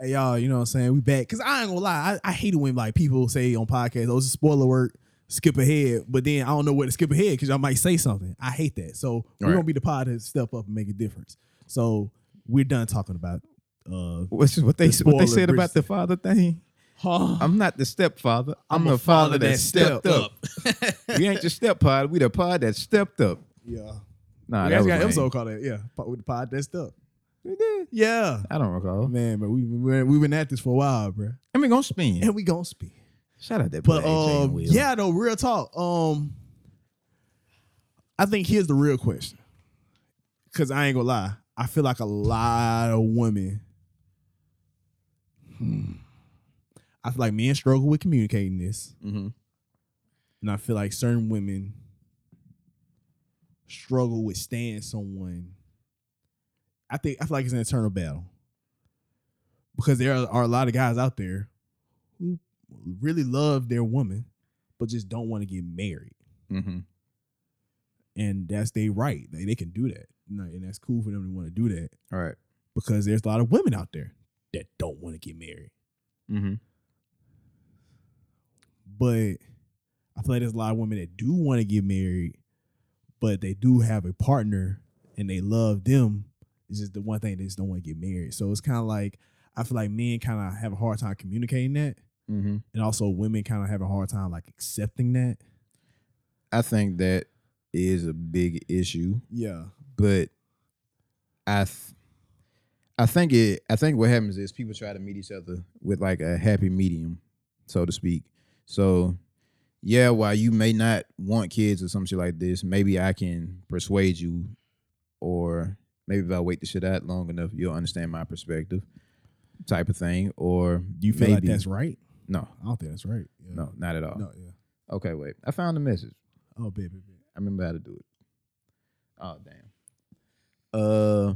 Speaker 1: Hey y'all, you know what I'm saying? We back. Cause I ain't gonna lie, I, I hate it when like people say on podcasts, oh, it's a spoiler word, skip ahead, but then I don't know where to skip ahead because y'all might say something. I hate that. So we're
Speaker 3: Right.
Speaker 1: gonna be the pod to step up and make a difference. So we're done talking about uh
Speaker 3: What's what they
Speaker 1: The
Speaker 3: what
Speaker 1: spoiler
Speaker 3: they said
Speaker 1: bridge-
Speaker 3: about the father thing? I'm not the stepfather. I'm, the father, that stepped up. we ain't the step pod. We the pod that stepped up.
Speaker 1: <laughs> Yeah.
Speaker 3: Nah,
Speaker 1: we
Speaker 3: that
Speaker 1: actually
Speaker 3: was
Speaker 1: got an
Speaker 3: lame.
Speaker 1: episode called that, yeah. pod- With the pod that stuff. Yeah.
Speaker 3: I don't recall.
Speaker 1: Man, but we we we've been at this for a while, bro.
Speaker 3: I mean, gonna spin.
Speaker 1: And we gonna speak.
Speaker 3: Shout out that.
Speaker 1: But
Speaker 3: boy, AJ and
Speaker 1: um,
Speaker 3: Will.
Speaker 1: yeah, though, real talk. Um, I think here's the real question, because I ain't gonna lie, I feel like a lot of women hmm, I feel like men struggle with communicating this,
Speaker 3: Mm-hmm.
Speaker 1: and I feel like certain women struggle with staying someone. I think I feel like it's an internal battle because there are, are a lot of guys out there who really love their woman, but just don't want to get married,
Speaker 3: Mm-hmm.
Speaker 1: and that's they right. They they can do that, and and that's cool for them to want to do that
Speaker 3: All right.
Speaker 1: because there's a lot of women out there that don't want to get married.
Speaker 3: Mm-hmm.
Speaker 1: but I feel like there's a lot of women that do want to get married, but they do have a partner and they love them. It's just the one thing they just don't want to get married. So it's kind of like I feel like men kind of have a hard time communicating that,
Speaker 3: Mm-hmm.
Speaker 1: and also women kind of have a hard time like accepting that.
Speaker 3: I think that is a big issue,
Speaker 1: Yeah,
Speaker 3: but I, th- I think it. I think what happens is people try to meet each other with like a happy medium, so to speak. So, yeah, while you may not want kids or some shit like this, maybe I can persuade you, or maybe if I wait the shit out long enough, you'll understand my perspective, type of thing. Or
Speaker 1: you feel like
Speaker 3: maybe-
Speaker 1: that's right?
Speaker 3: no,
Speaker 1: I don't think that's right. Yeah.
Speaker 3: no, not at all.
Speaker 1: no, yeah.
Speaker 3: Okay, wait, I found the message.
Speaker 1: Oh, baby, baby.
Speaker 3: I remember how to do it. Oh damn. Uh,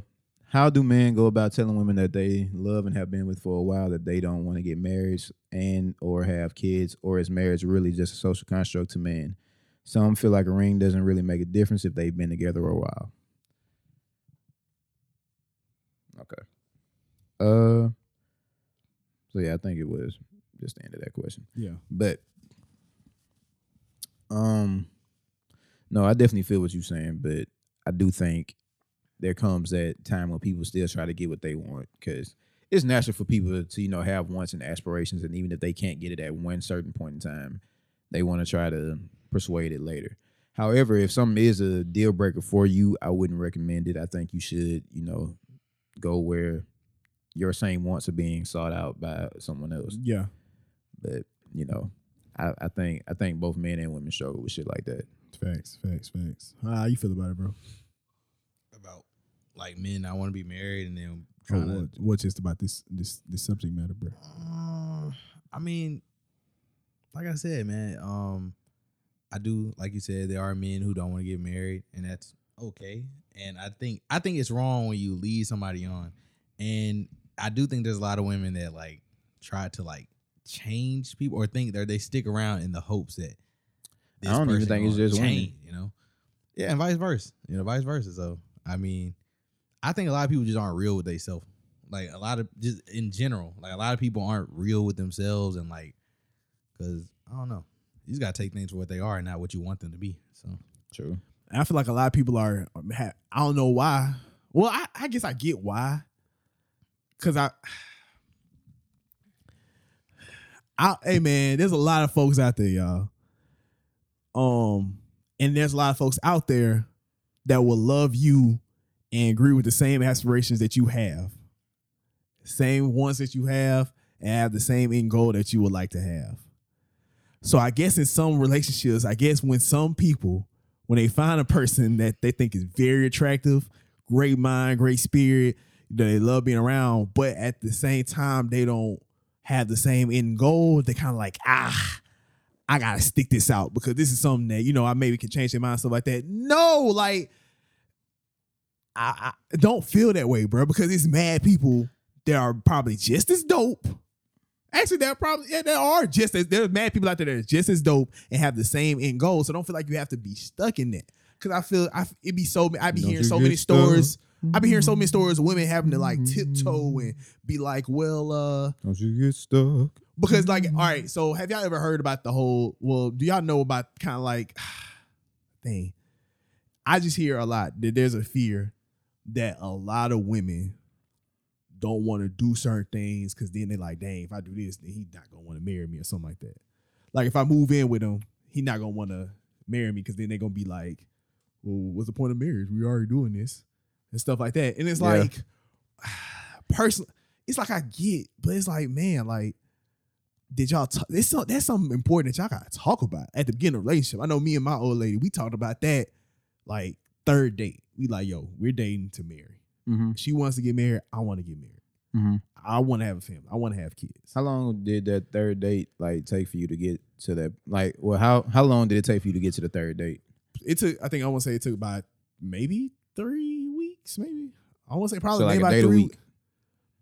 Speaker 3: how do men go about telling women that they love and have been with for a while that they don't want to get married and or have kids, or is marriage really just a social construct to men? Some feel like a ring doesn't really make a difference if they've been together a while. Okay. Uh. So yeah, I think it was just the end of that question.
Speaker 1: yeah.
Speaker 3: But um no, I definitely feel what you're saying, but I do think there comes that time when people still try to get what they want because it's natural for people to you know have wants and aspirations, and even if they can't get it at one certain point in time, they want to try to persuade it later. However, if something is a deal breaker for you, I wouldn't recommend it. I think you should you know go where your same wants are being sought out by someone else
Speaker 1: Yeah,
Speaker 3: but you know, I, I think I think both men and women struggle with shit like that.
Speaker 1: facts, facts, facts. How you feel about it, bro?
Speaker 2: <laughs> about like men I want to be married and then
Speaker 1: Or
Speaker 2: trying to.
Speaker 1: what, what just about this this this subject matter, bro?
Speaker 2: Uh, I mean, like I said, man. Um, I do like you said. There are men who don't want to get married, and that's okay. And I think I think it's wrong when you lead somebody on. And I do think there's a lot of women that like try to like change people or think that they stick around in the hopes that
Speaker 3: I don't even
Speaker 2: person
Speaker 3: think it's
Speaker 2: gonna
Speaker 3: just women.
Speaker 2: change, you know. Yeah, and vice versa. You know, vice versa. So I mean, I think a lot of people just aren't real with themselves. Like a lot of just in general, like a lot of people aren't real with themselves and like, cause I don't know, you just gotta take things for what they are and not what you want them to be. So
Speaker 3: True.
Speaker 1: I feel like a lot of people are. ha- I don't know why. Well, I, I guess I get why. Cause I, I, hey man, there's a lot of folks out there, y'all. Um, and there's a lot of folks out there that will love you and agree with the same aspirations that you have, same ones that you have, and have the same end goal that you would like to have. So I guess in some relationships, I guess when some people when they find a person that they think is very attractive, great mind, great spirit, that they love being around, but at the same time they don't have the same end goal, they kind of like, ah, I gotta stick this out because this is something that you know I maybe can change their mind, stuff like that. No, like I, I don't feel that way, bro, because it's mad people that are probably just as dope. Actually, there are probably yeah, there are just as there's mad people out there that are just as dope and have the same end goal. So don't feel like you have to be stuck in that. Cause I feel I it be so I be
Speaker 3: Don't
Speaker 1: hearing
Speaker 3: you
Speaker 1: so many
Speaker 3: get stuck?
Speaker 1: stories. I be hearing
Speaker 3: Mm-hmm.
Speaker 1: so many stories of women having to like tiptoe and be like, well, uh,
Speaker 3: Don't you get stuck?
Speaker 1: because like, all right, so have y'all ever heard about the whole? Well, do y'all know about kind of like <sighs> thing? I just hear a lot that there's a fear that a lot of women don't want to do certain things because then they like, dang, if I do this, then he's not gonna want to marry me or something like that. Like if I move in with him, he not gonna want to marry me because then they're gonna be like, well, what's the point of marriage? We already doing this and stuff like that. And it's
Speaker 3: Yeah.
Speaker 1: like, <sighs> personally, it's like I get, but it's like, man, like did y'all talk? It's so, that's something important that y'all gotta talk about at the beginning of the relationship. I know me and my old lady, we talked about that like third date. We like, yo, we're dating to marry.
Speaker 3: Mm-hmm.
Speaker 1: She wants to get married. I want to get married.
Speaker 3: Mhm.
Speaker 1: I want to have a family. I want to have kids.
Speaker 3: How long did that third date like take for you to get to that? Like, well, how how long did it take for you to get to the third date?
Speaker 1: It took. I think I want to say it took about maybe three weeks. Maybe I want to say probably
Speaker 3: so like
Speaker 1: maybe
Speaker 3: a
Speaker 1: about
Speaker 3: date a
Speaker 1: three.
Speaker 3: week.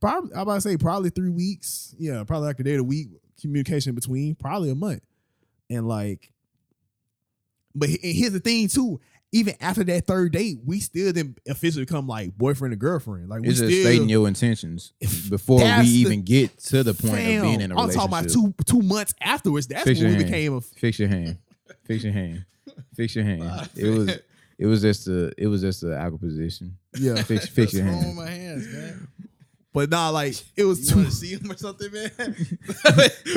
Speaker 1: Probably I about to say probably three weeks. Yeah, probably like a day a week communication between. Probably a month, and like. But he- and here's the thing too. Even after that third date, we still didn't officially become like boyfriend and girlfriend. Like we
Speaker 3: It's
Speaker 1: still
Speaker 3: just stating your intentions before we
Speaker 1: That's the-
Speaker 3: even get to the point
Speaker 1: Fam,
Speaker 3: of being in a
Speaker 1: I'm
Speaker 3: relationship.
Speaker 1: talking about two two months afterwards. That's
Speaker 3: Fix
Speaker 1: when
Speaker 3: your
Speaker 1: we
Speaker 3: hand.
Speaker 1: became a
Speaker 3: Fix your hand. Fix your hand. Fix
Speaker 1: <laughs>
Speaker 3: your hand. It was it was just a it was just a awkward position.
Speaker 1: yeah.
Speaker 3: <laughs> Fix fix your
Speaker 2: What's wrong
Speaker 3: hand.
Speaker 2: with my hands, <laughs> man?
Speaker 1: But nah, like it
Speaker 3: <laughs>
Speaker 1: was
Speaker 2: You
Speaker 1: two. <laughs>
Speaker 2: want to see him or something, man? <laughs>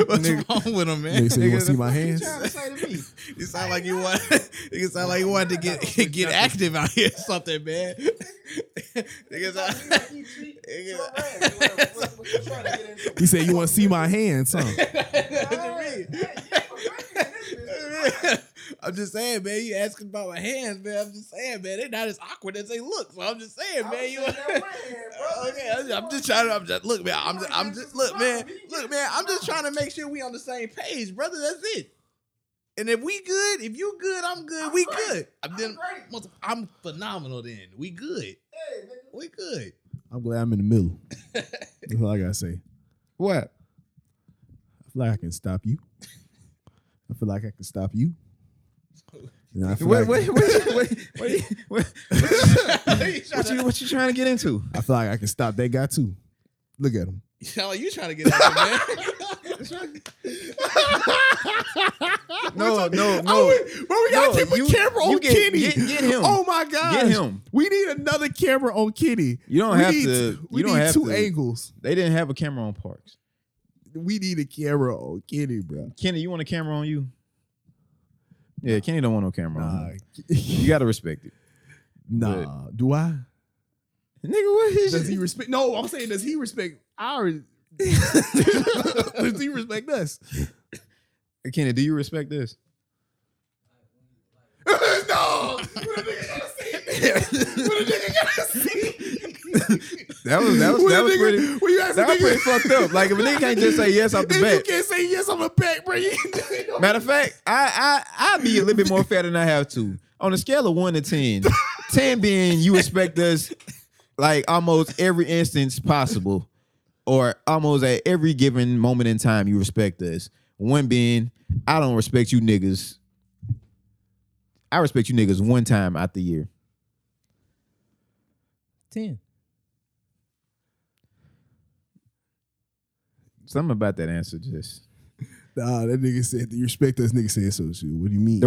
Speaker 2: What's wrong with him, man?
Speaker 1: Nigga said, <laughs> "You wanna
Speaker 2: the
Speaker 1: see my
Speaker 2: fuck you
Speaker 1: hands?"
Speaker 2: trying to say to me? <laughs> You sound like you want. <laughs> You sound like you wanted to <laughs> get get active out here, or something, man. <laughs> Niggas, <laughs> I- <laughs>
Speaker 1: He said, "You want to see my hands, huh?"
Speaker 2: <laughs> I'm just saying, man. You asking about my hands, man. I'm just saying, man. They're not as awkward as they look. So I'm just saying, man. You. <laughs> Okay, I'm just, I'm just trying to. I'm just look, man. I'm just, I'm just look, man. Look, man. I'm just trying to make sure we on the same page, brother. That's it. And if we good, if you good, I'm good. we good. I'm, then, <laughs> motherf- I'm phenomenal. Then we good. We good.
Speaker 1: <laughs>
Speaker 2: <laughs>
Speaker 1: I'm glad I'm in the middle. That's all I gotta say.
Speaker 3: What?
Speaker 1: I feel like I can stop you. I feel like I can stop you. And I feel,
Speaker 3: What
Speaker 1: like,
Speaker 3: what what <laughs> what what you- <laughs> what-
Speaker 2: you
Speaker 3: what
Speaker 2: <laughs>
Speaker 3: you what you trying to get into?
Speaker 1: I feel like I can stop that guy too. Look at him.
Speaker 2: sound like you trying to get out of man.
Speaker 3: No, no,
Speaker 1: Oh,
Speaker 3: no.
Speaker 1: we, bro, we gotta
Speaker 3: No,
Speaker 1: keep a
Speaker 3: you-
Speaker 1: camera on
Speaker 3: you get-
Speaker 1: Kenny.
Speaker 3: get- get him.
Speaker 1: Oh my god.
Speaker 3: Get him.
Speaker 1: We need another camera on Kenny.
Speaker 3: You don't
Speaker 1: we
Speaker 3: have
Speaker 1: need,
Speaker 3: to-
Speaker 1: We
Speaker 3: you don't
Speaker 1: need
Speaker 3: have
Speaker 1: two
Speaker 3: to.
Speaker 1: angles.
Speaker 3: They didn't have a camera on Parks.
Speaker 1: We need a camera on Kenny, bro.
Speaker 3: Kenny, you want a camera on you? Yeah, Kenny don't want no camera on.
Speaker 1: Nah, <laughs>
Speaker 3: him. You gotta respect it.
Speaker 1: nah. Do I?
Speaker 3: Nigga, what is
Speaker 1: Does he
Speaker 3: it?
Speaker 1: respect? No, I'm saying does he respect <laughs> our? does he respect <laughs> us?
Speaker 3: Kenny, do you respect this?
Speaker 1: no. What a nigga gotta see? What a nigga gotta see?
Speaker 3: That was that was
Speaker 1: When a
Speaker 3: that was
Speaker 1: nigga-
Speaker 3: pretty
Speaker 1: When you ask a
Speaker 3: that was
Speaker 1: nigga,
Speaker 3: pretty fucked up. Like if a nigga can't just say yes off the
Speaker 1: if you
Speaker 3: bat.
Speaker 1: can't say yes, I'm a back, bro. You ain't doing no-
Speaker 3: Matter of fact, I I I be a little bit more fair than I have to. On a scale of one
Speaker 1: <laughs>
Speaker 3: to ten, ten being you expect us like almost every instance possible, or almost at every given moment in time you respect us. One being I don't respect you niggas. I respect you niggas one time out the year. Ten. Something about that answer just
Speaker 1: <laughs> Nah, that nigga said you respect us. Nigga said so too. What do you mean?
Speaker 3: The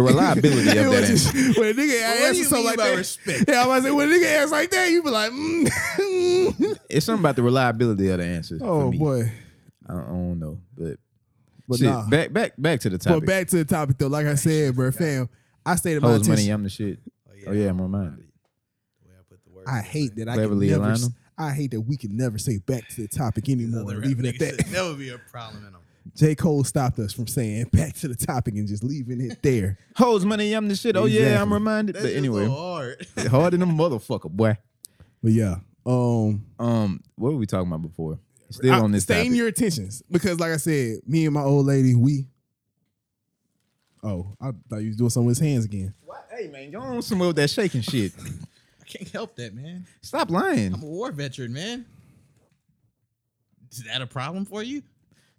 Speaker 1: <laughs>
Speaker 3: reliability of
Speaker 1: It was
Speaker 3: that
Speaker 1: just- When a nigga
Speaker 2: Well, what do
Speaker 1: asks
Speaker 2: you
Speaker 1: something
Speaker 2: mean
Speaker 1: like
Speaker 2: by
Speaker 1: that,
Speaker 2: respect?
Speaker 1: <laughs> yeah, I was like, when a nigga asks like that, you be like, <laughs> mm.
Speaker 3: It's something about the reliability of the answer. for
Speaker 1: oh
Speaker 3: me.
Speaker 1: boy.
Speaker 3: I don't, I don't know, but,
Speaker 1: But
Speaker 3: shit,
Speaker 1: nah.
Speaker 3: back back back to the topic.
Speaker 1: But back to the topic though, like I said, bro, fam, I stayed in my
Speaker 3: Hoes money,
Speaker 1: intention.
Speaker 3: I'm the shit. Oh yeah, I'm reminded.
Speaker 2: The way I put the word.
Speaker 1: I hate that I
Speaker 3: Beverly
Speaker 1: can never.
Speaker 3: Alana.
Speaker 1: I hate that we can never say back to the topic anymore.
Speaker 2: Another rap
Speaker 1: Leaving it
Speaker 2: nigga
Speaker 1: at
Speaker 2: said,
Speaker 1: that.
Speaker 2: That would be a problem in them.
Speaker 1: <laughs> J Cole stopped us from saying <laughs> back to the topic and just leaving it there.
Speaker 3: Hoes money, I'm the shit. Oh yeah, I'm
Speaker 1: Exactly.
Speaker 3: reminded.
Speaker 2: That's
Speaker 3: but
Speaker 2: just
Speaker 3: anyway,
Speaker 2: so hard. <laughs>
Speaker 3: harder than a motherfucker, boy.
Speaker 1: But yeah, um,
Speaker 3: Um, what were we talking about before? Still
Speaker 1: I-
Speaker 3: on this
Speaker 1: stay in
Speaker 3: topic.
Speaker 1: your attentions because, like I said, me and my old lady, we. Oh, I thought you was doing something with his hands again.
Speaker 3: What? Hey man, you on some of that shaking <laughs> shit.
Speaker 2: I can't help that, man.
Speaker 3: Stop lying.
Speaker 2: I'm a war veteran, man. Is that a problem for you?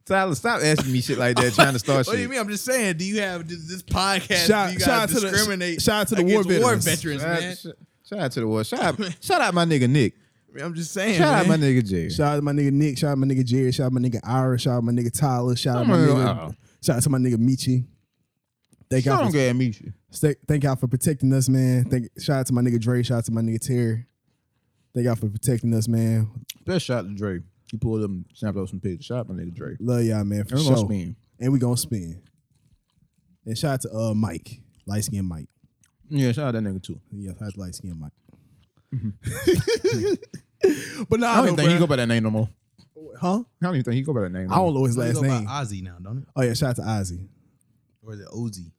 Speaker 3: Tyler, stop asking me shit like that, trying to
Speaker 2: <laughs>
Speaker 3: start
Speaker 2: What do you
Speaker 3: shit.
Speaker 2: mean? I'm just saying. Do you have does this podcast?
Speaker 1: Shout-
Speaker 2: do you guys
Speaker 1: shout out to the-
Speaker 2: discriminate?
Speaker 1: shout out to the war
Speaker 2: against
Speaker 1: veterans.
Speaker 3: Shout,
Speaker 2: man.
Speaker 3: sh- shout out to the world. Shout out,
Speaker 2: <laughs>
Speaker 3: shout out my nigga Nick.
Speaker 2: I mean, I'm just saying.
Speaker 3: Shout out my
Speaker 2: man.
Speaker 3: nigga Jerry.
Speaker 1: Shout out to my nigga Nick. Shout out to my nigga Jerry. Shout out to my nigga Ira. Shout out to my nigga Tyler. Shout out to my
Speaker 3: Oh,
Speaker 1: nigga.
Speaker 3: oh.
Speaker 1: Shout out to my nigga Michi. Thank y'all.
Speaker 3: Strong
Speaker 1: For,
Speaker 3: ass Misha.
Speaker 1: stay, thank y'all for protecting us, man. Thank. Shout out to my nigga Dre. Shout out to my nigga Terry. Thank y'all for protecting us, man.
Speaker 3: Best shot to Dre. He pulled up and snapped up some pictures. Shot my nigga Dre.
Speaker 1: Love y'all, man. For
Speaker 3: And we're
Speaker 1: sure.
Speaker 3: gonna spin.
Speaker 1: And we gonna spin. And shout out to uh Mike, light skinned Mike.
Speaker 3: Yeah, shout out that nigga too.
Speaker 1: Yeah, shout out to light skinned Mike. <laughs> but nah,
Speaker 3: I don't
Speaker 1: no,
Speaker 3: even think he go
Speaker 1: bruh.
Speaker 3: by that name no more.
Speaker 1: huh?
Speaker 3: I don't even think he go by that name.
Speaker 1: I don't know his
Speaker 2: You
Speaker 1: last
Speaker 2: go by
Speaker 1: name.
Speaker 2: Ozzy now, don't it?
Speaker 1: Oh yeah, shout out to Ozzy.
Speaker 2: Or is it Ozzy?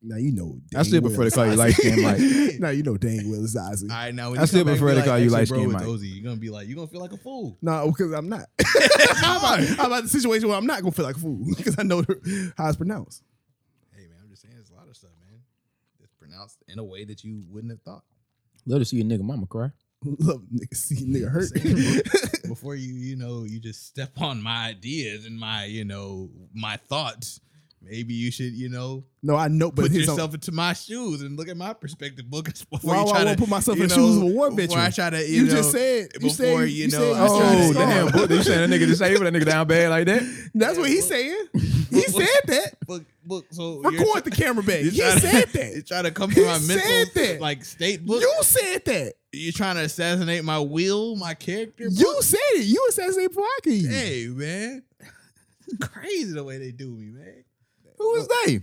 Speaker 1: Now you know.
Speaker 3: I still
Speaker 1: dang
Speaker 3: prefer to
Speaker 1: well
Speaker 3: call you light
Speaker 1: it's
Speaker 3: skinned
Speaker 1: Isaac.
Speaker 3: <laughs> Mike.
Speaker 1: now you know dang well it's Isaac.
Speaker 2: All right, now when
Speaker 3: I
Speaker 2: you
Speaker 3: still
Speaker 2: come back,
Speaker 3: prefer
Speaker 2: be
Speaker 3: to
Speaker 2: like,
Speaker 3: call you
Speaker 2: "Actually, bro,
Speaker 3: light-skinned
Speaker 2: with
Speaker 3: Mike."
Speaker 2: Ozzy, You're gonna be like, you're gonna feel like a fool.
Speaker 1: No, because I'm
Speaker 2: <laughs>
Speaker 1: not. how, about, how about the situation where I'm not gonna feel like a fool <laughs> because I know how it's pronounced. <laughs>
Speaker 2: Hey man, I'm just saying, there's a lot of stuff, man. It's pronounced in a way that you wouldn't
Speaker 1: <laughs>
Speaker 2: have thought
Speaker 3: Love to see a nigga mama cry.
Speaker 1: Love nigga, see nigga hurt. <laughs>
Speaker 2: before you, you know, you just step <laughs> on my ideas and my, you know, my thoughts. Maybe you should, you know,
Speaker 1: no, I know, but
Speaker 2: put
Speaker 1: his own-
Speaker 2: yourself into my shoes and look at my perspective book <laughs> before
Speaker 1: Why
Speaker 2: you
Speaker 1: would
Speaker 2: try
Speaker 1: I
Speaker 2: to
Speaker 1: want to put myself
Speaker 2: you
Speaker 1: in the shoes of a
Speaker 2: know,
Speaker 1: war
Speaker 2: Before I
Speaker 1: veteran?
Speaker 2: try to, you,
Speaker 1: you,
Speaker 2: know,
Speaker 1: just said you
Speaker 2: before,
Speaker 1: said,
Speaker 2: you
Speaker 1: said
Speaker 2: know,
Speaker 1: you
Speaker 2: I was
Speaker 1: was
Speaker 2: trying
Speaker 1: trying
Speaker 2: to
Speaker 3: Oh
Speaker 1: to
Speaker 3: damn!
Speaker 1: scar.
Speaker 3: Book, you saying that nigga disabled that nigga down bad like that?
Speaker 1: That's what he's
Speaker 2: <laughs>
Speaker 1: saying. He said that.
Speaker 2: book, book. So <laughs> you're
Speaker 1: Record the camera back. He said
Speaker 2: You're
Speaker 1: that.
Speaker 2: trying to come
Speaker 1: He
Speaker 2: to my
Speaker 1: said
Speaker 2: mental
Speaker 1: that.
Speaker 2: like state book.
Speaker 1: You said that.
Speaker 2: You, are trying to assassinate my will, my character. book?
Speaker 1: You said it. You assassinate Parker.
Speaker 3: <laughs>
Speaker 2: hey man, crazy the way they do me, man.
Speaker 3: Who is they?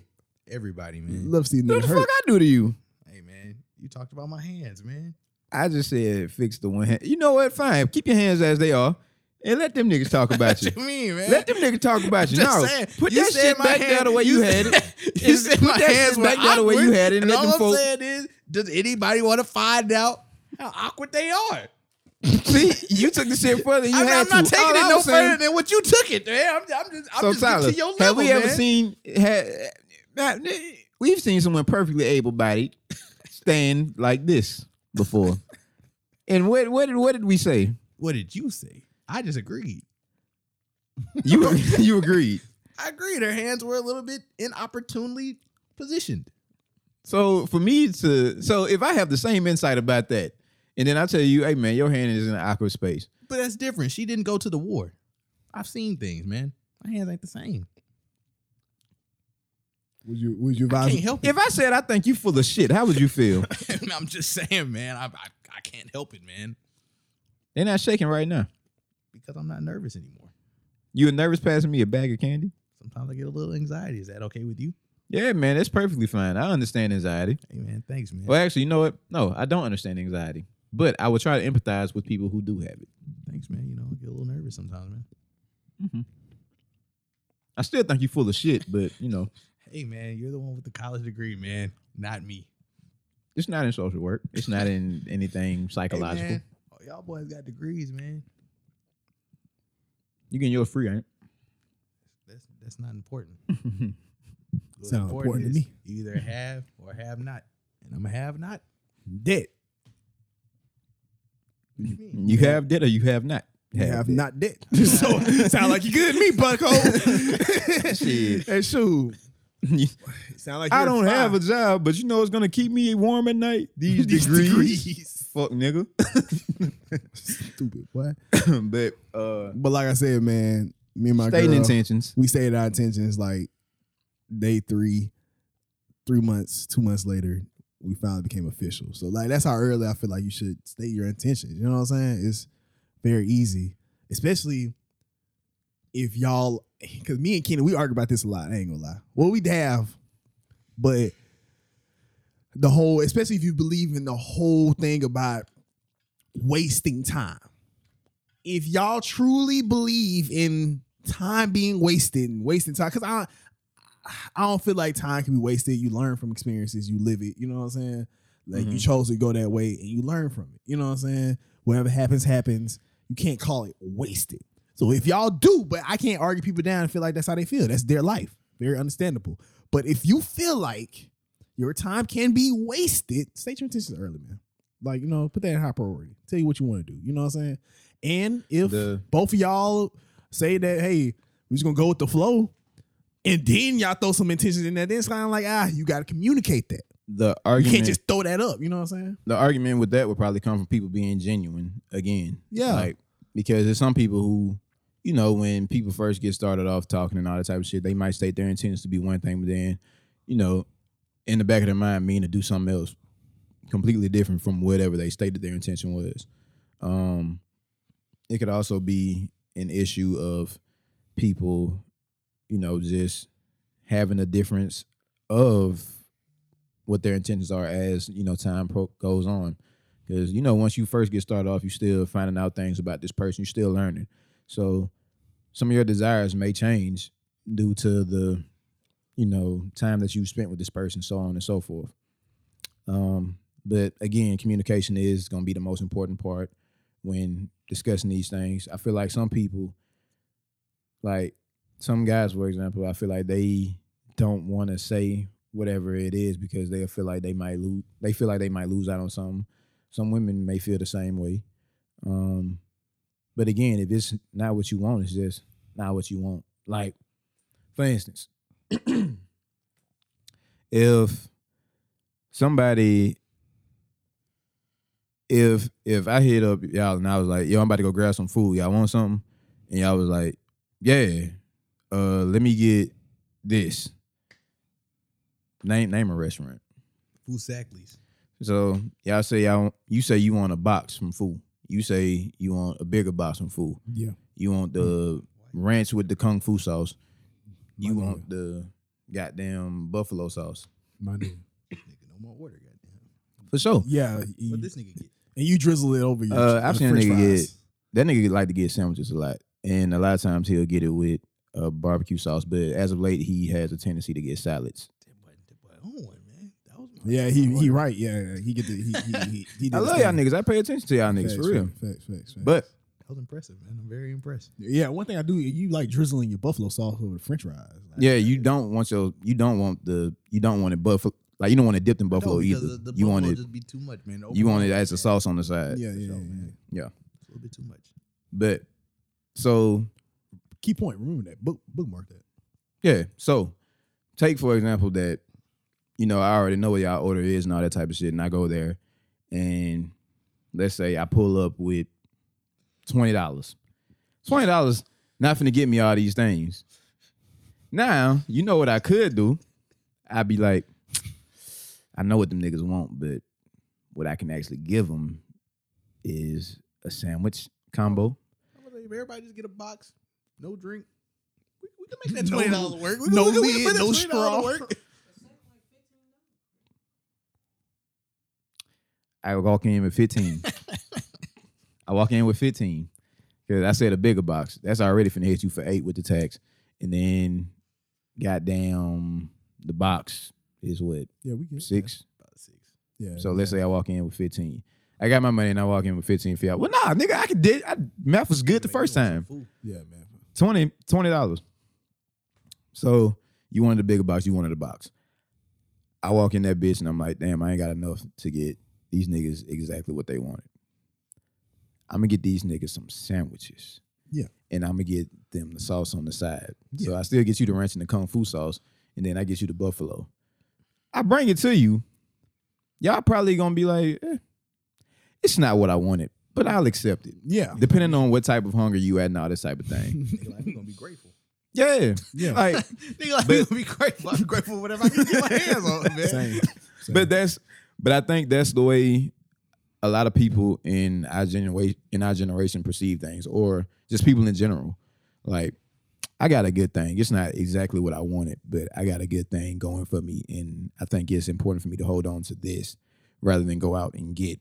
Speaker 2: Everybody, man.
Speaker 1: Love seeing
Speaker 3: What
Speaker 1: nigga
Speaker 3: the
Speaker 1: hurt.
Speaker 3: fuck I do to you?
Speaker 2: Hey man, you talked about my hands, man.
Speaker 3: I just said fix the one hand. You know what? Fine. Keep your hands as they are, and let them niggas
Speaker 2: <laughs>
Speaker 3: talk about you.
Speaker 2: What you mean, man?
Speaker 3: Let them niggas talk about
Speaker 2: <laughs>
Speaker 3: you.
Speaker 2: Just
Speaker 3: No,
Speaker 2: saying,
Speaker 3: put
Speaker 2: you
Speaker 3: that
Speaker 2: said
Speaker 3: shit
Speaker 2: my
Speaker 3: back
Speaker 2: hand-
Speaker 3: there the
Speaker 2: <laughs>
Speaker 3: way you had it.
Speaker 2: You said
Speaker 3: Put
Speaker 2: my
Speaker 3: that shit
Speaker 2: hands were
Speaker 3: back there the way you
Speaker 2: awkward,
Speaker 3: had it,
Speaker 2: And
Speaker 3: let
Speaker 2: all
Speaker 3: them
Speaker 2: I'm
Speaker 3: folk-
Speaker 2: saying is, does anybody want to find out how awkward they are?
Speaker 3: See, you took the shit further. than You
Speaker 2: I mean,
Speaker 3: had
Speaker 2: I'm not
Speaker 3: to.
Speaker 2: taking
Speaker 3: All
Speaker 2: it
Speaker 3: I
Speaker 2: no
Speaker 3: was saying-
Speaker 2: further than what you took it, man. I'm, I'm just, I'm
Speaker 3: so
Speaker 2: just
Speaker 3: Tyler,
Speaker 2: get to your level,
Speaker 3: have we ever
Speaker 2: man.
Speaker 3: seen? Had, not- we've seen someone
Speaker 2: <laughs>
Speaker 3: perfectly able-bodied stand like this before. And what what did what did we say?
Speaker 2: What did you say? I just agreed.
Speaker 3: You you agreed.
Speaker 2: I agreed. Her hands were a little bit inopportunely positioned.
Speaker 3: So for me to so if I have the same insight about that, and then I tell you, hey man, your hand is in an awkward space.
Speaker 2: But that's different. She didn't go to the war. I've seen things, man. My hands ain't the same.
Speaker 1: Would you would you
Speaker 2: I
Speaker 1: advise
Speaker 2: can't help it. <laughs>
Speaker 3: If I said I think you full of shit, how would you feel? <laughs>
Speaker 2: I'm just saying, man. I, I I can't help it, man,
Speaker 3: They're not shaking right now.
Speaker 2: because I'm not nervous anymore.
Speaker 3: You were nervous passing me a bag of candy?
Speaker 2: Sometimes I get a little anxiety. Is that okay with you?
Speaker 3: Yeah, man, that's perfectly fine. I understand anxiety.
Speaker 2: Hey, man. Thanks, man.
Speaker 3: Well, actually, you know what? No, I don't understand anxiety, but I will try to empathize with people who do have it.
Speaker 2: Thanks, man. You know, I get a little nervous sometimes, man.
Speaker 3: I still think you full of shit, but you know,
Speaker 2: Hey, man. You're the one with the college degree, man. Not me.
Speaker 3: it's not in social work. It's not in anything
Speaker 2: Hey,
Speaker 3: psychological.
Speaker 2: man. Oh, y'all boys got degrees, man.
Speaker 3: you getting yours free, ain't? it?
Speaker 2: That's that's not
Speaker 3: <laughs>
Speaker 2: important. What's
Speaker 1: Sound important to
Speaker 2: is
Speaker 1: me.
Speaker 2: You either have or have not, and I'm a have not.
Speaker 1: debt?
Speaker 2: What you
Speaker 3: <laughs>
Speaker 2: mean?
Speaker 3: You have did or you have not.
Speaker 1: You have
Speaker 3: that.
Speaker 1: not debt. <laughs> so sound like you good to me,
Speaker 2: <laughs>
Speaker 1: Bucko.
Speaker 3: <laughs> Shit.
Speaker 1: Hey, shoot. Sound like
Speaker 3: I
Speaker 1: you're
Speaker 3: don't
Speaker 1: fine.
Speaker 3: have a job, but you know it's gonna keep me warm at night. <laughs>
Speaker 2: <laughs>
Speaker 3: These,
Speaker 1: These
Speaker 3: degrees.
Speaker 1: degrees.
Speaker 3: Fuck nigga.
Speaker 1: <laughs> Stupid. What?
Speaker 3: <laughs> but uh
Speaker 1: But like I said, man, me and my
Speaker 3: stating
Speaker 1: girl,
Speaker 3: intentions.
Speaker 1: we stated our intentions like day three, three months, two months later, we finally became official. So like that's how early I feel like you should state your intentions. You know what I'm saying? It's very easy, especially if y'all, because me and Kenan, we argue about this a lot. I ain't gonna lie. Well, we have, but the whole, especially if you believe in the whole thing about wasting time. If y'all truly believe in time being wasted, and wasting time, because I, I don't feel like time can be wasted. You learn from experiences, you live it. You know what I'm saying? Like you
Speaker 3: Mhm.
Speaker 1: chose to go that way, and you learn from it. You know what I'm saying? Whatever happens, happens. You can't call it wasted. So if y'all do, but I can't argue people down and feel like that's how they feel. That's their life. Very understandable. But if you feel like your time can be wasted, state your intentions early, man. Like, you know, put that in high priority. Tell you what you want to do. You know what I'm saying? And if
Speaker 3: The-
Speaker 1: both of y'all say that, hey, we're just gonna go with the flow, and then y'all throw some intentions in there, then it's kind of like, ah, you gotta communicate that.
Speaker 3: The
Speaker 1: You
Speaker 3: argument
Speaker 1: can't just throw that up. You know what I'm saying?
Speaker 3: the argument with that would probably come from people being genuine again.
Speaker 1: Yeah.
Speaker 3: Like because there's some people who, you know, when people first get started off talking and all that type of shit, they might state their intentions to be one thing, but then, you know, in the back of their mind mean to do something else completely different from whatever they stated their intention was. Um it could also be an issue of people, you know, just having a difference of what their intentions are as you know time pro- goes on because you know once you first get started off you're still finding out things about this person you're still learning so some of your desires may change due to the you know, time that you spent with this person, so on and so forth. Um, but again, communication is going to be the most important part when discussing these things. I feel like some people, like some guys, for example, I feel like they don't want to say whatever it is because they feel like they might lose. They feel like they might lose out on something. Some women may feel the same way. Um, but again, if it's not what you want, it's just not what you want. Like, for instance, <clears throat> if somebody if if I hit up y'all and I was like, yo, I'm about to go grab some food. Y'all want something? And y'all was like, yeah, uh, let me get this. Name name a restaurant.
Speaker 2: Food sack, please.
Speaker 3: So y'all say y'all you say you want a box from food. You say you want a bigger box from food.
Speaker 1: Yeah.
Speaker 3: You want the
Speaker 1: Mm-hmm.
Speaker 3: ranch with the kung fu sauce. You
Speaker 1: My
Speaker 3: want the goddamn buffalo sauce.
Speaker 1: My
Speaker 3: <laughs>
Speaker 1: nigga.
Speaker 2: Nigga, no more order, goddamn.
Speaker 3: For sure.
Speaker 1: Yeah. you-
Speaker 2: What this nigga get?
Speaker 1: and you drizzle it over your
Speaker 3: Uh, I've
Speaker 1: your
Speaker 3: seen a
Speaker 1: french
Speaker 3: nigga
Speaker 1: fries.
Speaker 3: get that nigga like to get sandwiches a lot, and a lot of times he'll get it with uh, barbecue sauce. But as of late, he has a tendency to get salads.
Speaker 2: That boy, that boy on one, man. That was my
Speaker 1: Yeah,
Speaker 2: that's
Speaker 1: he
Speaker 2: my
Speaker 1: he
Speaker 2: order.
Speaker 1: right. Yeah, he get the he he he.
Speaker 3: <laughs>
Speaker 1: he did
Speaker 3: I
Speaker 1: his
Speaker 3: love y'all
Speaker 1: thing.
Speaker 3: niggas. I pay attention to y'all
Speaker 1: Facts,
Speaker 3: niggas for real.
Speaker 1: Facts, facts, facts, facts.
Speaker 3: But
Speaker 2: That was impressive, man. I'm very impressed.
Speaker 1: yeah, one thing I do, you like drizzling your buffalo sauce over the French fries. Like,
Speaker 3: yeah, you don't want your you don't want the you don't want it buffalo like you don't want it dipped in
Speaker 2: No,
Speaker 3: buffalo
Speaker 2: because
Speaker 3: either.
Speaker 2: The, the
Speaker 3: you want
Speaker 2: buffalo
Speaker 3: it
Speaker 2: Just be too much, man. The
Speaker 3: you want it
Speaker 2: overall,
Speaker 3: as a
Speaker 2: man,
Speaker 3: sauce on the side.
Speaker 1: yeah, yeah,
Speaker 2: sure,
Speaker 1: yeah.
Speaker 2: man.
Speaker 3: yeah.
Speaker 2: It's a little bit too much.
Speaker 3: But so
Speaker 1: Key point. Remember that. Book bookmark that.
Speaker 3: Yeah. So take for example that, you know, I already know what y'all order is and all that type of shit, and I go there and let's say I pull up with twenty dollars. Twenty dollars not finna get me all these things. Now, you know what I could do? I'd be like, I know what them niggas want, but what I can actually give them is a sandwich combo.
Speaker 2: I'm gonna if everybody just get a box, no drink. We, we can <laughs> make that
Speaker 1: No-
Speaker 2: twenty dollar work. We,
Speaker 1: no
Speaker 2: we, we,
Speaker 1: lid,
Speaker 2: we,
Speaker 1: no straw.
Speaker 2: <laughs> Work.
Speaker 3: I walk in with 15. I walk in with 15. Cause I said a bigger box. That's already finna hit you for eight with the tax. And then goddamn the box is what,
Speaker 1: Yeah, we get
Speaker 3: six?
Speaker 2: About six.
Speaker 1: Yeah.
Speaker 3: So let's say I walk in with 15. I got my money and I walk in with 15 for y'all. Well, nah, nigga, I could did I, math was good the
Speaker 2: Man,
Speaker 3: first
Speaker 2: you want some
Speaker 3: time.
Speaker 2: food.
Speaker 1: yeah, man.
Speaker 3: 20 dollars. So you wanted the bigger box, you wanted the box. I walk in that bitch and I'm like, damn, I ain't got enough to get these niggas exactly what they wanted. I'm gonna get these niggas some sandwiches.
Speaker 1: Yeah.
Speaker 3: And I'm gonna get them the sauce on the side. So I still get you the ranch and the kung fu sauce, and then I get you the buffalo. I bring it to you. Y'all probably gonna be like, eh, it's not what I wanted, but I'll accept it.
Speaker 1: Yeah,
Speaker 3: Depending on what type of hunger you at and all this type of thing.
Speaker 2: Nigga, like, we gonna be <laughs> grateful.
Speaker 3: Yeah.
Speaker 1: Yeah.
Speaker 3: Like,
Speaker 2: Nigga, like, we
Speaker 3: But-
Speaker 2: gonna be grateful. I'm grateful for whatever I can get my hands on, man.
Speaker 1: same. same.
Speaker 3: but that's but I think that's the way a lot of people in our generation in our generation perceive things, or just people in general. Like, I got a good thing. It's not exactly what I wanted, but I got a good thing going for me, and I think it's important for me to hold on to this rather than go out and get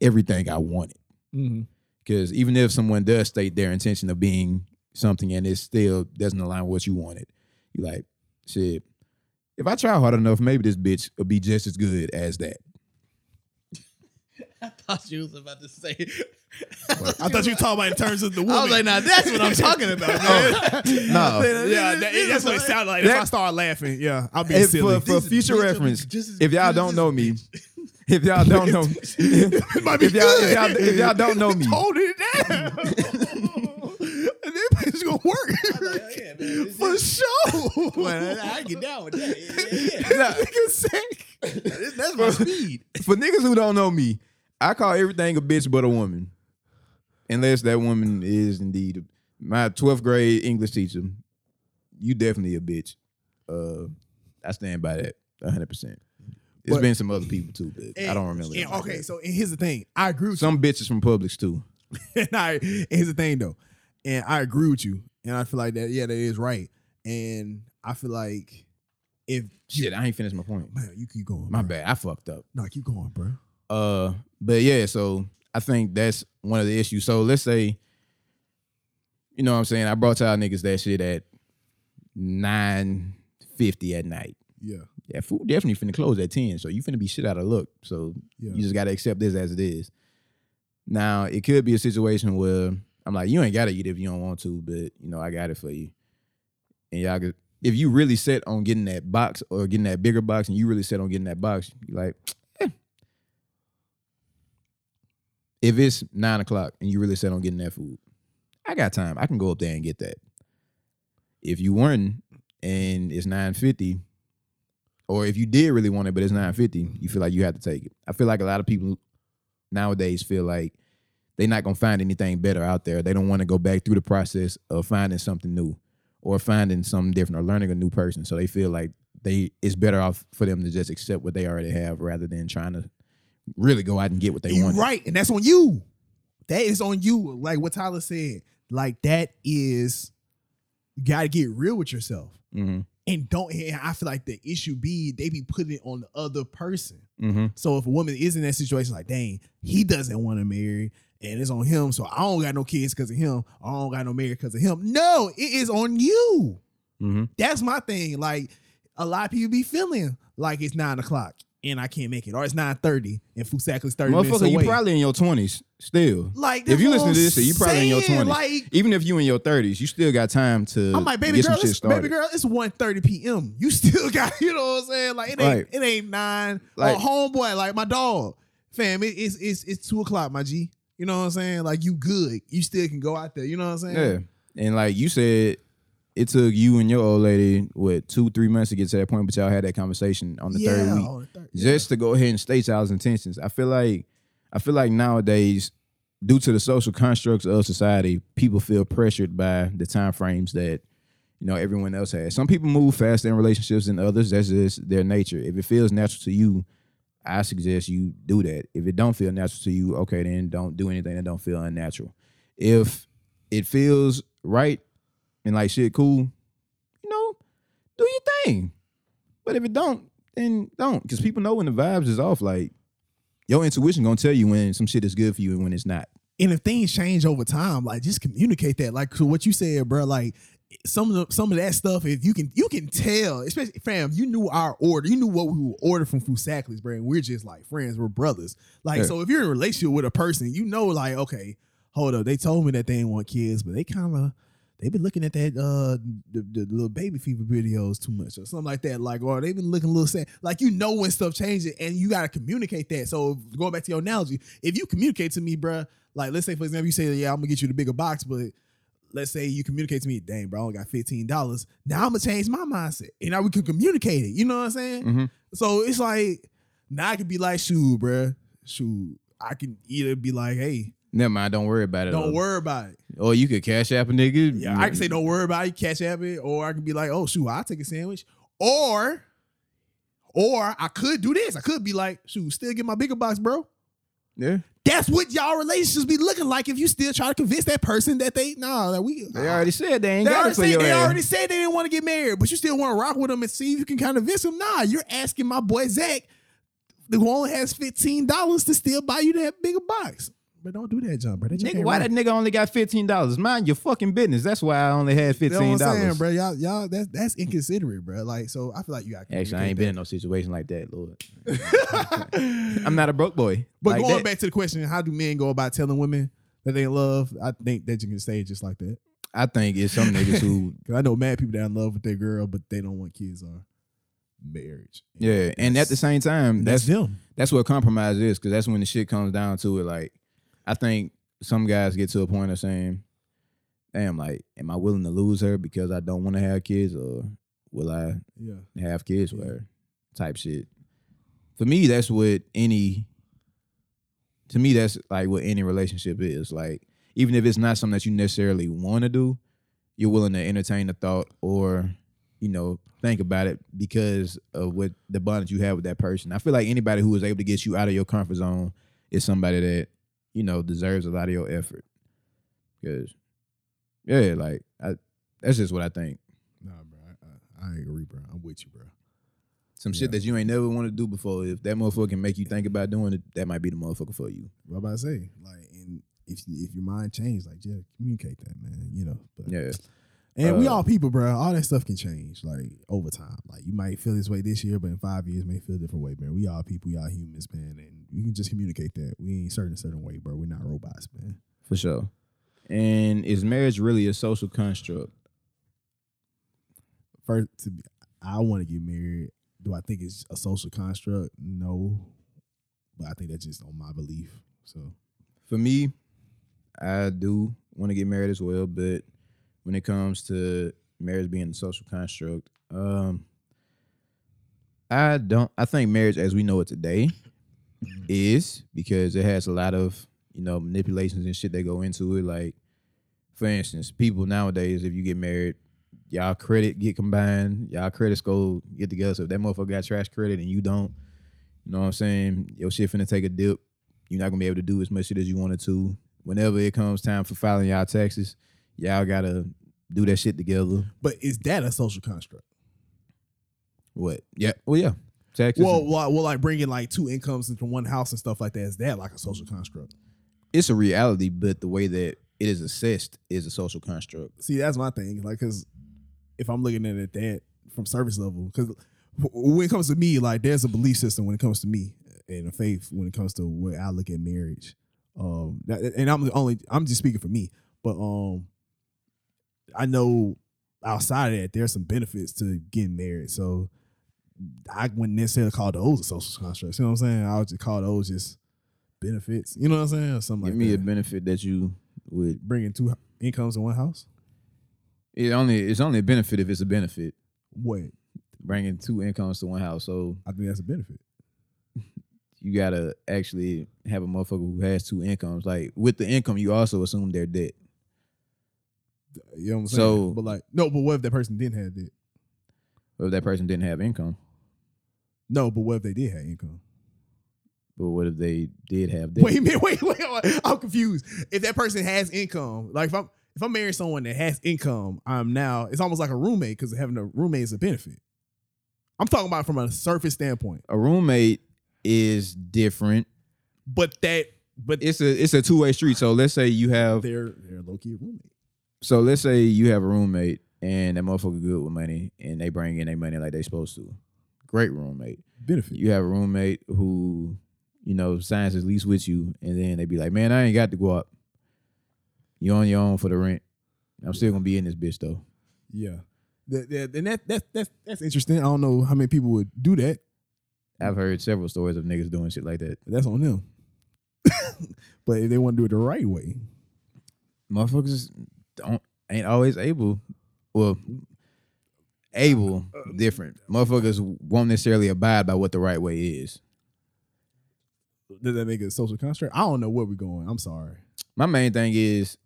Speaker 3: everything I wanted.
Speaker 1: Mhm.
Speaker 3: Because even if someone does state their intention of being something and it still doesn't align with what you wanted, you like, shit, if I try hard enough, maybe this bitch will be just as good as
Speaker 2: <laughs>
Speaker 3: that.
Speaker 2: <laughs> I thought you was about to <laughs> say.
Speaker 1: I thought you were talking about in terms <laughs> of the woman.
Speaker 2: I was like, nah, that's what I'm <laughs> talking about, Oh. man.
Speaker 3: <laughs> no.
Speaker 1: Oh, yeah, that, that's what it sounded like. if
Speaker 3: That-
Speaker 1: I start laughing, yeah, I'll be
Speaker 3: And
Speaker 1: silly.
Speaker 3: for, for
Speaker 2: This
Speaker 3: future
Speaker 2: bitch will be
Speaker 3: reference,
Speaker 2: just as
Speaker 3: if y'all
Speaker 2: good as
Speaker 3: don't know me, <laughs> if y'all don't know,
Speaker 2: <laughs>
Speaker 3: if y'all,
Speaker 1: might be <laughs>
Speaker 3: if y'all
Speaker 1: good.
Speaker 3: if y'all don't know me,
Speaker 1: Hold it down. <laughs> and then it's gonna work <laughs>
Speaker 2: Hell yeah, man. This
Speaker 1: for
Speaker 2: is-
Speaker 1: sure.
Speaker 2: Well,
Speaker 1: <laughs>
Speaker 2: I I get down with that. Yeah, yeah, <laughs>
Speaker 3: <laughs> Nah,
Speaker 1: Nigga's sick.
Speaker 2: yeah. This- That's my <laughs> speed.
Speaker 3: for niggas who don't know me, I call everything a bitch but a woman. Unless that woman is indeed my 12th grade English teacher. You definitely a bitch. Uh, I stand by that 100%. It's
Speaker 1: But-
Speaker 3: been some other people too, but I don't remember.
Speaker 1: And,
Speaker 3: them like
Speaker 1: okay,
Speaker 3: that.
Speaker 1: so and here's the thing. I agree with
Speaker 3: some bitches from Publix too.
Speaker 1: you. <laughs> And I and here's the thing though. And I agree with you. And I feel like that, yeah, that is right. And I feel like if
Speaker 3: Shit, I ain't finished my point.
Speaker 1: man, you keep going.
Speaker 3: My
Speaker 1: bro.
Speaker 3: bad. I fucked up.
Speaker 1: No, keep going, bro.
Speaker 3: Uh, but yeah, so I think that's one of the issues. So let's say, you know what I'm saying? I brought y'all niggas that shit at 9.50 fifty at night.
Speaker 1: Yeah.
Speaker 3: Yeah, food definitely finna close at ten, so you finna be shit out of luck. So
Speaker 1: Yeah.
Speaker 3: you just gotta accept this as it is. Now it could be a situation where I'm like, you ain't gotta eat if you don't want to, but you know I got it for you. And y'all, could, if you really set on getting that box or getting that bigger box, and you really set on getting that box, you like, eh. if it's nine o'clock and you really set on getting that food, I got time. I can go up there and get that. If you weren't and it's nine fifty, or if you did really want it, but it's nine fifty, you feel like you have to take it. I feel like a lot of people nowadays feel like they're not gonna find anything better out there. They don't want to go back through the process of finding something new, or finding something different, or learning a new person. So they feel like they it's better off for them to just accept what they already have rather than trying to really go out and get what they
Speaker 1: you
Speaker 3: want.
Speaker 1: right, and that's on you. That is on you. Like what Tyler said. Like that is you gotta get real with yourself.
Speaker 3: Mm-hmm.
Speaker 1: And don't and I feel like the issue be they be putting it on the other person.
Speaker 3: Mm-hmm.
Speaker 1: So if a woman is in that situation, like dang, he doesn't want to marry and it's on him, so I don't got no kids because of him, I don't got no marriage because of him. No, it is on you.
Speaker 3: Mm-hmm.
Speaker 1: That's my thing. Like a lot of people be feeling like it's nine o'clock and I can't make it, or it's nine thirty and Fusak is thirty minutes
Speaker 3: Motherfucker,
Speaker 1: away.
Speaker 3: you probably in your twenties still.
Speaker 1: like
Speaker 3: If you
Speaker 1: that's what
Speaker 3: listen to
Speaker 1: I'm
Speaker 3: this, you probably in your
Speaker 1: saying,
Speaker 3: 20s.
Speaker 1: Like
Speaker 3: Even if you in your thirties, you still got time to
Speaker 1: I'm like, baby
Speaker 3: get
Speaker 1: girl,
Speaker 3: some shit
Speaker 1: it's,
Speaker 3: started.
Speaker 1: baby girl, it's 1.30 p.m. You <laughs> still got, you know what I'm saying? Like it ain't,
Speaker 3: Right.
Speaker 1: it ain't nine.
Speaker 3: Like-
Speaker 1: or homeboy, like my dog, fam, it, it's it's it's two o'clock, my G. You know what I'm saying? Like you good, you still can go out there. You know what I'm saying?
Speaker 3: Yeah. And like you said, it took you and your old lady, what, two, three months to get to that point, but y'all had that conversation on the
Speaker 1: yeah,
Speaker 3: third week.
Speaker 1: on the third-
Speaker 3: Just to go ahead and state y'all's intentions. I feel like I feel like nowadays, due to the social constructs of society, people feel pressured by the time frames that you know everyone else has. Some people move faster in relationships than others. That's just their nature. If it feels natural to you, I suggest you do that. If it don't feel natural to you, okay, then don't do anything that don't feel unnatural. If it feels right and like shit cool, you know, do your thing. But if it don't, then don't. Because people know when the vibes is off. Like your intuition gonna tell you when some shit is good for you and when it's not.
Speaker 1: and if things change over time, like just communicate that. Like so what you said, bro. Like some of the, some of that stuff, if you can you can tell, especially fam, you knew our order, you knew what we would order from Fusaklis, bro. And we're just like friends, we're brothers. Like
Speaker 3: Yeah.
Speaker 1: so, if you're in a relationship with a person, you know, like okay, hold up, they told me that they didn't want kids, but they kind of. They've been looking at that uh the, the little baby fever videos too much or something like that. Like, or they've been looking a little sad. Like you know when stuff changes and you gotta communicate that. So going back to your analogy, if you communicate to me, bruh, like let's say for example you say yeah i'm gonna get you the bigger box but let's say you communicate to me dang bro i only got $15 now i'm gonna change my mindset and now we can communicate it you know what i'm saying
Speaker 3: Mhm.
Speaker 1: so it's like now i could be like shoot bruh, shoot i can either be like hey
Speaker 3: Never mind, don't worry about it.
Speaker 1: don't
Speaker 3: Or-
Speaker 1: worry about it
Speaker 3: Or you could cash app a nigga.
Speaker 1: yeah i can say don't worry about it catch up it or i can be like oh shoot i'll take a sandwich or or i could do this i could be like shoot still get my bigger box bro
Speaker 3: Yeah.
Speaker 1: That's what y'all relationships be looking like if you still try to convince that person that they nah that we
Speaker 3: They already said they ain't
Speaker 1: they
Speaker 3: got
Speaker 1: already
Speaker 3: it for
Speaker 1: said,
Speaker 3: your
Speaker 1: they
Speaker 3: ass.
Speaker 1: already said they didn't want to get married, but you still want to rock with them and see if you can kind of convince them. Nah, you're asking my boy Zach, who only has fifteen dollars, to still buy you that bigger box. But don't do that, John, bro. That just
Speaker 3: Nigga,
Speaker 1: ain't
Speaker 3: why
Speaker 1: right.
Speaker 3: that nigga only got fifteen dollars? Mind your fucking business. That's why I only had
Speaker 1: You know what
Speaker 3: fifteen
Speaker 1: I'm saying,
Speaker 3: dollars.
Speaker 1: bro? Y'all, y'all, that's that's inconsiderate, bro. Like, so I feel like you got
Speaker 3: Actually, I ain't been in no situation like that, Lord.
Speaker 1: <laughs>
Speaker 3: I'm not a broke boy.
Speaker 1: But
Speaker 3: like
Speaker 1: going
Speaker 3: that.
Speaker 1: back to the question, how do men go about telling women that they in love? I think that you can stay just like that.
Speaker 3: I think it's some niggas who
Speaker 1: <laughs> Cause I know mad people that in love with their girl, but they don't want kids or marriage.
Speaker 3: Yeah. And at the same time, that's
Speaker 1: them.
Speaker 3: that's what compromise is because that's when the shit comes down to it. Like, I think some guys get to a point of saying, "Damn, like, am I willing to lose her because I don't want to have kids, or will I
Speaker 1: Yeah.
Speaker 3: have kids with her?" Type shit. For me, that's what any. To me, that's like what any relationship is. Like, even if it's not something that you necessarily want to do, you're willing to entertain the thought or you know think about it because of what the bond that you have with that person i feel like anybody who is able to get you out of your comfort zone is somebody that you know deserves a lot of your effort because yeah like I, that's just what i think
Speaker 1: Nah, bro. I, I, I agree, bro. I'm with you, bro.
Speaker 3: some shit that you ain't never want to do before if that motherfucker can make you think about doing it that might be the motherfucker for you
Speaker 1: What about I say? Like, and if if your mind changed, like, yeah, communicate that, man. You know. But
Speaker 3: yeah
Speaker 1: And we
Speaker 3: Uh,
Speaker 1: all people, bro. All that stuff can change, like over time. Like you might feel this way this year, but in five years, may feel a different way, man. We all people, we all humans, man, and you can just communicate that. We ain't certain a certain way, bro. We're not robots, man.
Speaker 3: for sure. And is marriage really a social construct?
Speaker 1: First, to be, I want to get married. Do I think it's a social construct? No, but I think that's just on my belief. So
Speaker 3: For me, I do want to get married as well, but when it comes to marriage being a social construct, um, I don't. I think marriage as we know it today is because it has a lot of you know manipulations and shit that go into it. Like, for instance, people nowadays, if you get married, y'all credit get combined, y'all credit score get together. So if that motherfucker got trash credit and you don't, you know what I'm saying? Your shit finna take a dip. You're not gonna be able to do as much shit as you wanted to. Whenever it comes time for filing y'all taxes, y'all gotta do that shit together.
Speaker 1: But is that a social construct?
Speaker 3: What? Yeah. Well, yeah. Taxes.
Speaker 1: Well, well, well, like bringing like two incomes into one house and stuff like that. Is that like a social construct?
Speaker 3: it's a reality, but the way that it is assessed is a social construct.
Speaker 1: See, that's my thing. Like, cause if I'm looking at it that from service level, cause wh- when it comes to me, like there's a belief system when it comes to me and a faith when it comes to where I look at marriage. Um, that- and I'm the only I'm just speaking for me, but um, I know outside of that there's some benefits to getting married. So I wouldn't necessarily call those a social construct. You know what I'm saying? I would just call those just benefits. You know what I'm saying? Or something
Speaker 3: Give
Speaker 1: like
Speaker 3: me a
Speaker 1: that.
Speaker 3: benefit that you would.
Speaker 1: Bringing two incomes in one house.
Speaker 3: It only it's only a benefit if it's a benefit.
Speaker 1: What?
Speaker 3: Bringing two incomes to one house, so
Speaker 1: I think that's a benefit.
Speaker 3: you gotta actually have a motherfucker who has two incomes. Like with the income, you also assume their debt.
Speaker 1: You know what I'm saying?
Speaker 3: So-
Speaker 1: but like, no, but what if that person didn't have that?
Speaker 3: Or if that person didn't have income,
Speaker 1: No, but what if they did have income?
Speaker 3: but what if they did have debt?
Speaker 1: Wait a minute, wait, <laughs> wait, wait. I'm confused. If that person has income, like if I'm if I'm marrying someone that has income, I'm now it's almost like a roommate because having a roommate is a benefit. I'm talking about from a surface standpoint,
Speaker 3: A roommate is different.
Speaker 1: but that but
Speaker 3: It's a it's a two way street. So let's say you have
Speaker 1: they're they're low key a roommate.
Speaker 3: so let's say you have a roommate and that motherfucker good with money and they bring in their money like they supposed to. Great roommate.
Speaker 1: Benefit.
Speaker 3: You have a roommate who, you know, signs his lease with you and then they be like, Man, I ain't got to go up. You on your own for the rent. I'm still gonna be in this bitch though.
Speaker 1: Yeah. That, that, and that, that that's that's interesting. I don't know how many people would do that.
Speaker 3: I've heard several stories of niggas doing shit like that.
Speaker 1: But that's on them. <laughs> but if they want to do it the right way,
Speaker 3: Motherfuckers don't ain't always able. Well, able different. Motherfuckers won't necessarily abide by what the right way is.
Speaker 1: does that make it a social construct? I don't know where we're going. I'm sorry.
Speaker 3: my main thing is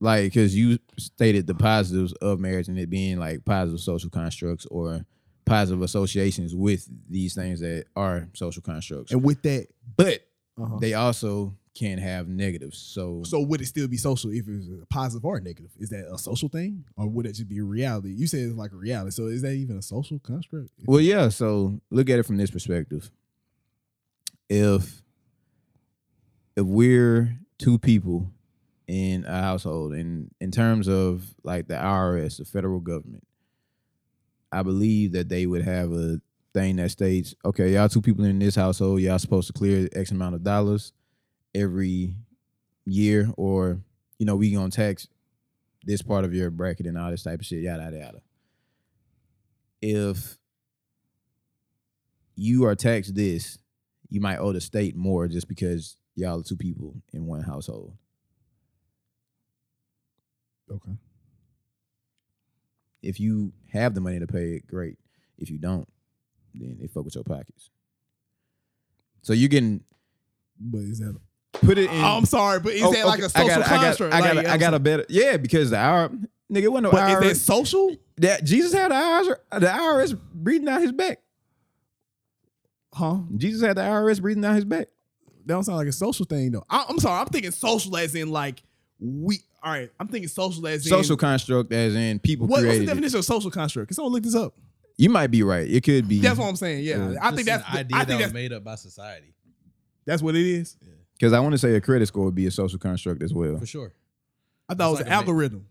Speaker 3: like because you stated the positives of marriage and it being like positive social constructs or positive associations with these things that are social constructs
Speaker 1: And with that,
Speaker 3: but
Speaker 1: uh-huh.
Speaker 3: they also can have negatives so,
Speaker 1: so would it still be social if it was a positive or a negative? Is that a social thing, or would it just be a reality? You said it's like a reality, so is that even a social construct?
Speaker 3: well yeah so look at it from this perspective if if we're two people in a household and in terms of like the IRS, the federal government, I believe that they would have a thing that states, okay, y'all two people in this household, y'all supposed to clear X amount of dollars every year, or you know, we gonna tax this part of your bracket and all this type of shit, yada yada yada. If you are taxed this, you might owe the state more just because y'all are two people in one household.
Speaker 1: okay,
Speaker 3: If you have the money to pay it, great. If you don't, then they fuck with your pockets. So you can
Speaker 1: but is that?
Speaker 3: put it in.
Speaker 1: Oh, I'm sorry, but is
Speaker 3: Oh,
Speaker 1: that like
Speaker 3: okay,
Speaker 1: a social
Speaker 3: I got,
Speaker 1: construct?
Speaker 3: I got, I got,
Speaker 1: Like,
Speaker 3: I got a better. Yeah, because the IR nigga it wasn't no
Speaker 1: But
Speaker 3: IRS.
Speaker 1: is that social?
Speaker 3: that Jesus had the IRS, the IRS breathing down his back.
Speaker 1: Huh?
Speaker 3: Jesus had the IRS breathing down his back.
Speaker 1: That don't sound like a social thing though. I, I'm sorry, I'm thinking social as in like we. All right, I'm thinking social as in
Speaker 3: Social construct, as in people
Speaker 1: What, what's
Speaker 3: created.
Speaker 1: the
Speaker 3: it.
Speaker 1: definition of social construct? Can someone look this up?
Speaker 3: You might be right. It could be.
Speaker 1: That's what I'm saying. Yeah,
Speaker 3: Yeah.
Speaker 1: I think
Speaker 2: Just an
Speaker 1: that's.
Speaker 2: idea
Speaker 1: I think
Speaker 2: that was
Speaker 1: that's,
Speaker 2: made up by society
Speaker 1: that's what it is.
Speaker 3: Because I want to say a credit score would be a social construct as well.
Speaker 2: for sure.
Speaker 1: I thought it was
Speaker 2: It's
Speaker 1: an
Speaker 2: like a ma-
Speaker 1: algorithm.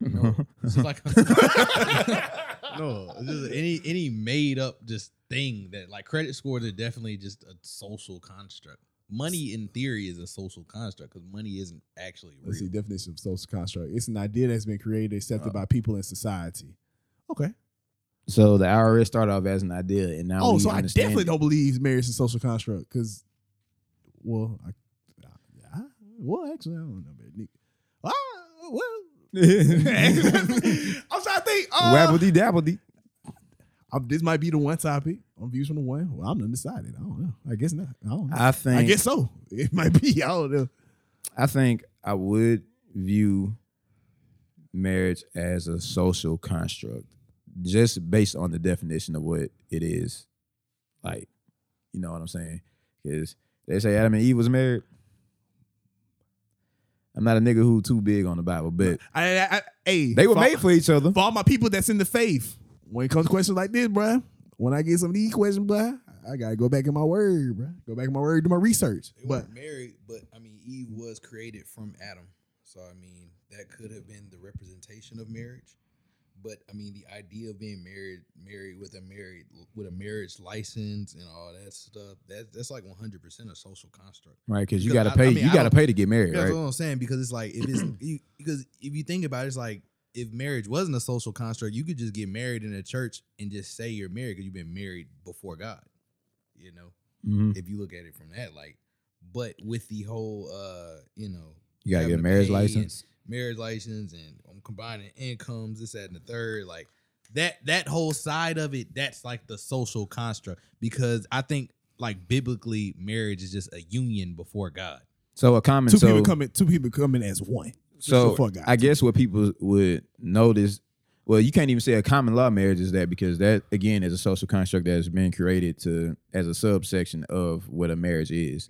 Speaker 2: No. It's just like a- no, it's just any any made up just thing that like credit scores are definitely just a social construct. Money in theory is a social construct because money isn't actually
Speaker 1: Let's see
Speaker 2: real.
Speaker 1: definition of social construct. It's an idea that's been created, accepted
Speaker 3: Uh,
Speaker 1: by people in society. Okay.
Speaker 3: So the IRS started off as an idea, and now
Speaker 1: Oh,
Speaker 3: we
Speaker 1: so I
Speaker 3: understand
Speaker 1: definitely
Speaker 3: it.
Speaker 1: don't believe marriage is a social construct because, well, I, I, I, well, actually, I don't know, man. Nick. Ah, well, <laughs> I'm trying to think. Uh,
Speaker 3: Wabbledy dabbledy.
Speaker 1: I'm- this might be the one topic on views from the one. Well, I'm undecided. I don't know. I guess not. I don't know.
Speaker 3: I think.
Speaker 1: I guess so. It might be. I don't know.
Speaker 3: I think I would view marriage as a social construct, just based on the definition of what it is. Like, you know what I'm saying? Because they say Adam and Eve was married. I'm not a nigga who too big on the Bible, but
Speaker 1: I, I, I, hey,
Speaker 3: they were
Speaker 1: for-
Speaker 3: made for each other.
Speaker 1: for all my people that's in the faith. When it comes to questions like this, bruh, when I get some of these questions, bruh, I gotta go back in my word, bruh. Go back in my word, do my research.
Speaker 2: They
Speaker 1: But
Speaker 2: weren't married, but I mean Eve was created from Adam. So I mean that could have been the representation of marriage. But I mean the idea of being married married with a married with a marriage license and all that stuff, that that's like one hundred percent a social construct.
Speaker 3: Right, because you
Speaker 2: Because
Speaker 3: gotta
Speaker 2: I- I
Speaker 3: pay.
Speaker 2: mean,
Speaker 3: you
Speaker 2: I
Speaker 3: gotta
Speaker 2: don't-
Speaker 3: pay to get married,
Speaker 2: That's
Speaker 3: right?
Speaker 2: what I'm saying because it's like if it's
Speaker 3: <clears throat>
Speaker 2: you, because if you think about it, it's like if marriage wasn't a social construct, you could just get married in a church and just say you're married because you've been married before God. You know,
Speaker 3: Mhm.
Speaker 2: if you look at it from that, like, but with the whole, uh, you know,
Speaker 3: You gotta
Speaker 2: having
Speaker 3: get a
Speaker 2: to
Speaker 3: marriage
Speaker 2: pay
Speaker 3: license.
Speaker 2: and marriage license, and um, combining incomes, this, that, and the third, like that that whole side of it, that's like the social construct because I think like biblically, marriage is just a union before God.
Speaker 3: So a common
Speaker 1: two
Speaker 3: so,
Speaker 1: people coming, two people coming as one.
Speaker 3: So
Speaker 1: Before God.
Speaker 3: I guess what people would notice, well, you can't even say a common law marriage is that because that again is a social construct that has been created to as a subsection of what a marriage is.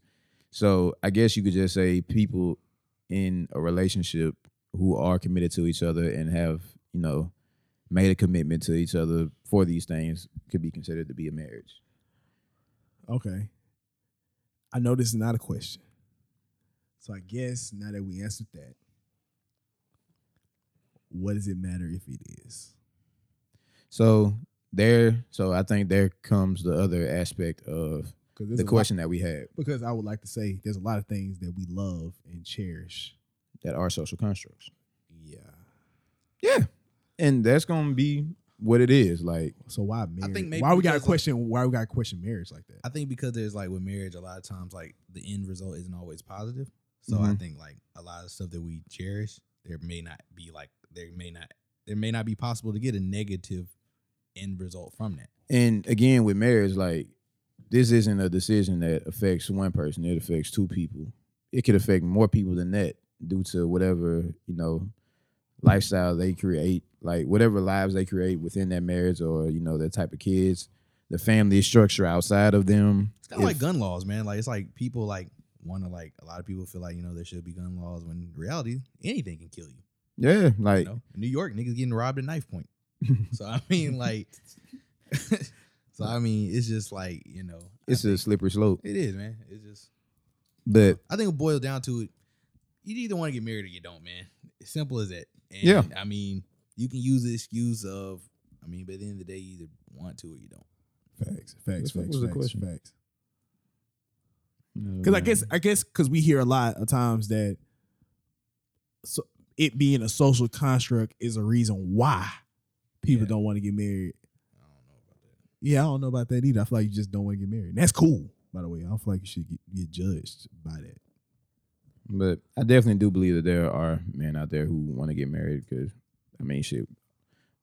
Speaker 3: So I guess you could just say people in a relationship who are committed to each other and have you know made a commitment to each other for these things could be considered to be a marriage.
Speaker 1: Okay. I know this is not a question. So I guess now that we answered that, what does it matter if it is?
Speaker 3: So there, so I think there comes the other aspect of
Speaker 1: Because
Speaker 3: the question that we had
Speaker 1: because I would like to say there's a lot of things that we love and cherish.
Speaker 3: that are social constructs.
Speaker 1: Yeah.
Speaker 3: Yeah. And that's gonna be what it is. Like
Speaker 1: So why marriage?
Speaker 2: think maybe
Speaker 1: why we got to
Speaker 2: because, like-
Speaker 1: question? why we got to question marriage like that?
Speaker 2: I think because there's like with marriage, a lot of times like the end result isn't always positive. So I
Speaker 3: Mhm.
Speaker 2: think like a lot of stuff that we cherish, there may not be like there may not there may not be possible to get a negative end result from that.
Speaker 3: and again with marriage, like this isn't a decision that affects one person, it affects two people. It could affect more people than that due to whatever, you know, lifestyle they create, like whatever lives they create within that marriage or, you know, their type of kids, the family structure outside of them.
Speaker 2: It's kind of like
Speaker 3: If-
Speaker 2: gun laws, man. Like it's like people like want to like a lot of people feel like you know there should be gun laws when in reality anything can kill you.
Speaker 3: Yeah,
Speaker 2: You
Speaker 3: like
Speaker 2: know, in New York niggas getting robbed at knife
Speaker 3: <laughs>
Speaker 2: point. So I mean like, <laughs> so I mean it's just like you know I
Speaker 3: it's a
Speaker 2: think-
Speaker 3: slippery slope.
Speaker 2: it is man. It's just.
Speaker 3: But
Speaker 2: I think it boils down to it. You either want to get married or you don't, man. It's simple as that. And
Speaker 3: Yeah.
Speaker 2: I mean, you can use the excuse of, I mean, but at the end of the day, you either want to or you don't.
Speaker 1: Facts, facts,
Speaker 3: What the fuck
Speaker 1: facts,
Speaker 3: was the
Speaker 1: facts,
Speaker 3: question?
Speaker 1: facts. Because I guess I guess because we hear a lot of times that so it being a social construct is a reason why people
Speaker 2: Yeah.
Speaker 1: don't want to get married.
Speaker 2: I don't know about that.
Speaker 1: Yeah, I don't know about that either. I feel like you just don't want to get married. And that's cool, by the way. I don't feel like you should get, get judged by that.
Speaker 3: But I definitely do believe that there are men out there who want to get married because, I mean, shit,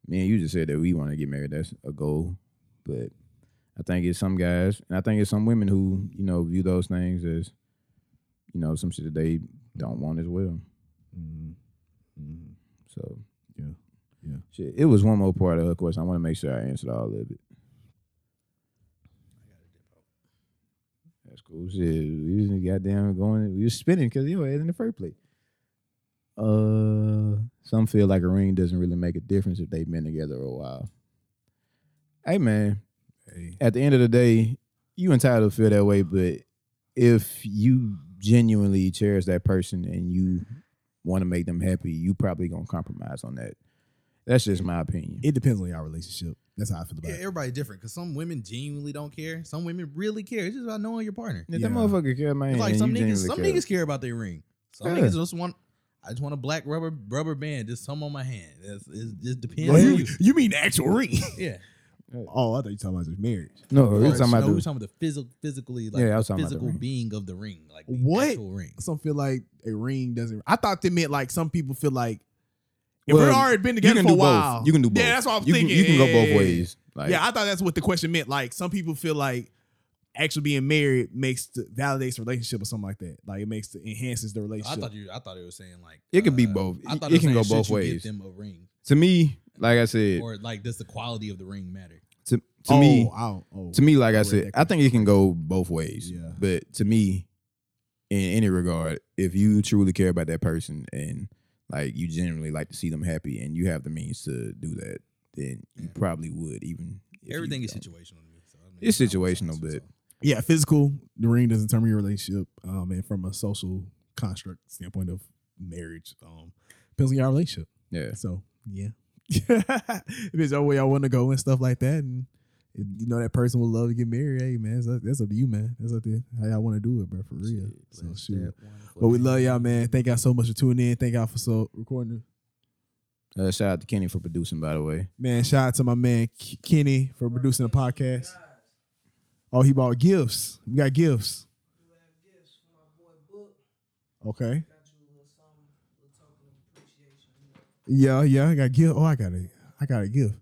Speaker 3: man, you just said that we want to get married. That's a goal. But I think it's some guys, and I think it's some women who, you know, view those things as, you know, some shit that they don't want as well.
Speaker 1: Mm-hmm. Mm-hmm.
Speaker 3: So,
Speaker 1: Yeah. Yeah.
Speaker 3: Shit, it was one more part of her question. I want to make sure I answered all of it. That's cool. Shit, we was goddamn going. We was spinning because you had in the first place. Uh, some feel like a ring doesn't really make a difference if they've been together a while. Hey man,
Speaker 1: Hey.
Speaker 3: at the end of the day, you entitled to feel that way, but if you genuinely cherish that person and you want to make them happy, you probably gonna compromise on that. That's just my opinion.
Speaker 1: It depends on your relationship. That's how I feel about
Speaker 2: Yeah,
Speaker 1: it.
Speaker 2: everybody's different because some women genuinely don't care. Some women really care. It's just about knowing your partner.
Speaker 3: yeah,
Speaker 1: yeah.
Speaker 3: That motherfucker care, man.
Speaker 2: It's like
Speaker 3: and
Speaker 2: some
Speaker 3: you
Speaker 2: niggas,
Speaker 3: genuinely
Speaker 2: some
Speaker 3: care.
Speaker 2: niggas care about their ring. Some
Speaker 3: Yeah.
Speaker 2: niggas just want. I just want a black rubber rubber band, just some on my hand. That's it. Just depends
Speaker 1: Oh,
Speaker 2: on
Speaker 1: you,
Speaker 2: you.
Speaker 3: <laughs>
Speaker 1: you mean the actual ring? <laughs>
Speaker 2: Yeah,
Speaker 1: oh, I thought you talking about just marriage.
Speaker 3: No, we're
Speaker 2: Or,
Speaker 3: Oh, talking
Speaker 2: no,
Speaker 3: about
Speaker 2: we
Speaker 3: the-
Speaker 2: talking about the physical, physically, like
Speaker 3: Yeah, I was
Speaker 2: the
Speaker 3: talking about the
Speaker 2: physical
Speaker 3: ring.
Speaker 2: being of the ring, like the
Speaker 1: What?
Speaker 2: actual ring.
Speaker 1: Some feel like a ring doesn't. I thought they meant like some people feel like if
Speaker 3: Well,
Speaker 1: we've already been
Speaker 3: you
Speaker 1: together
Speaker 3: can
Speaker 1: for
Speaker 3: do
Speaker 1: a while.
Speaker 3: both. You can do both.
Speaker 1: Yeah, that's what I was
Speaker 3: you
Speaker 1: thinking.
Speaker 3: Can, you can go
Speaker 1: Yeah, yeah,
Speaker 3: both
Speaker 1: yeah.
Speaker 3: ways. Like,
Speaker 1: yeah, I thought that's what the question meant. Like some people feel like actually being married makes the, validates the relationship or something like that. Like it makes the enhances the
Speaker 2: I
Speaker 1: relationship.
Speaker 2: thought you. I thought it was saying like
Speaker 3: It could be both.
Speaker 2: Uh, I thought
Speaker 3: It
Speaker 2: it,
Speaker 3: can
Speaker 2: was
Speaker 3: go
Speaker 2: saying,
Speaker 3: both
Speaker 2: should you
Speaker 3: ways.
Speaker 2: Give them a ring,
Speaker 3: to me, like I said,
Speaker 2: or like does the quality of the ring matter?
Speaker 3: to, to
Speaker 1: oh,
Speaker 3: me,
Speaker 1: ow, oh.
Speaker 3: to me, like I
Speaker 1: Or
Speaker 3: said,
Speaker 1: that
Speaker 3: I think it can go both ways.
Speaker 1: Yeah.
Speaker 3: But to me, in any regard, if you truly care about that person and like you genuinely like to see them happy and you have the means to do that, then you
Speaker 2: Yeah.
Speaker 3: probably would even. if you
Speaker 2: Everything is
Speaker 3: don't.
Speaker 2: situational to me. So I mean,
Speaker 3: It's
Speaker 2: I was
Speaker 3: situational,
Speaker 2: honest with
Speaker 3: but-
Speaker 2: y'all.
Speaker 1: yeah, physical. The ring doesn't determine your relationship, um, and from a social construct standpoint of marriage, um, depends on your relationship.
Speaker 3: Yeah.
Speaker 1: So yeah, <laughs> if it's your way I want to go and stuff like that, and if you know that person would love to get married, hey man, that's, that's up to you, man. That's up to how y'all want to do it, bro, for real. So
Speaker 2: Bless
Speaker 1: sure.
Speaker 2: that wonderful
Speaker 1: But we
Speaker 2: name.
Speaker 1: love y'all, man. Thank y'all so much for tuning in. Thank y'all for so recording.
Speaker 3: Uh, shout out to Kenny for producing, by the way.
Speaker 1: Man, shout out to my man K- Kenny for producing the podcast. Oh, he bought gifts. We got gifts. Okay. Yeah, yeah, I got gift. Oh, I got a, I got a gift.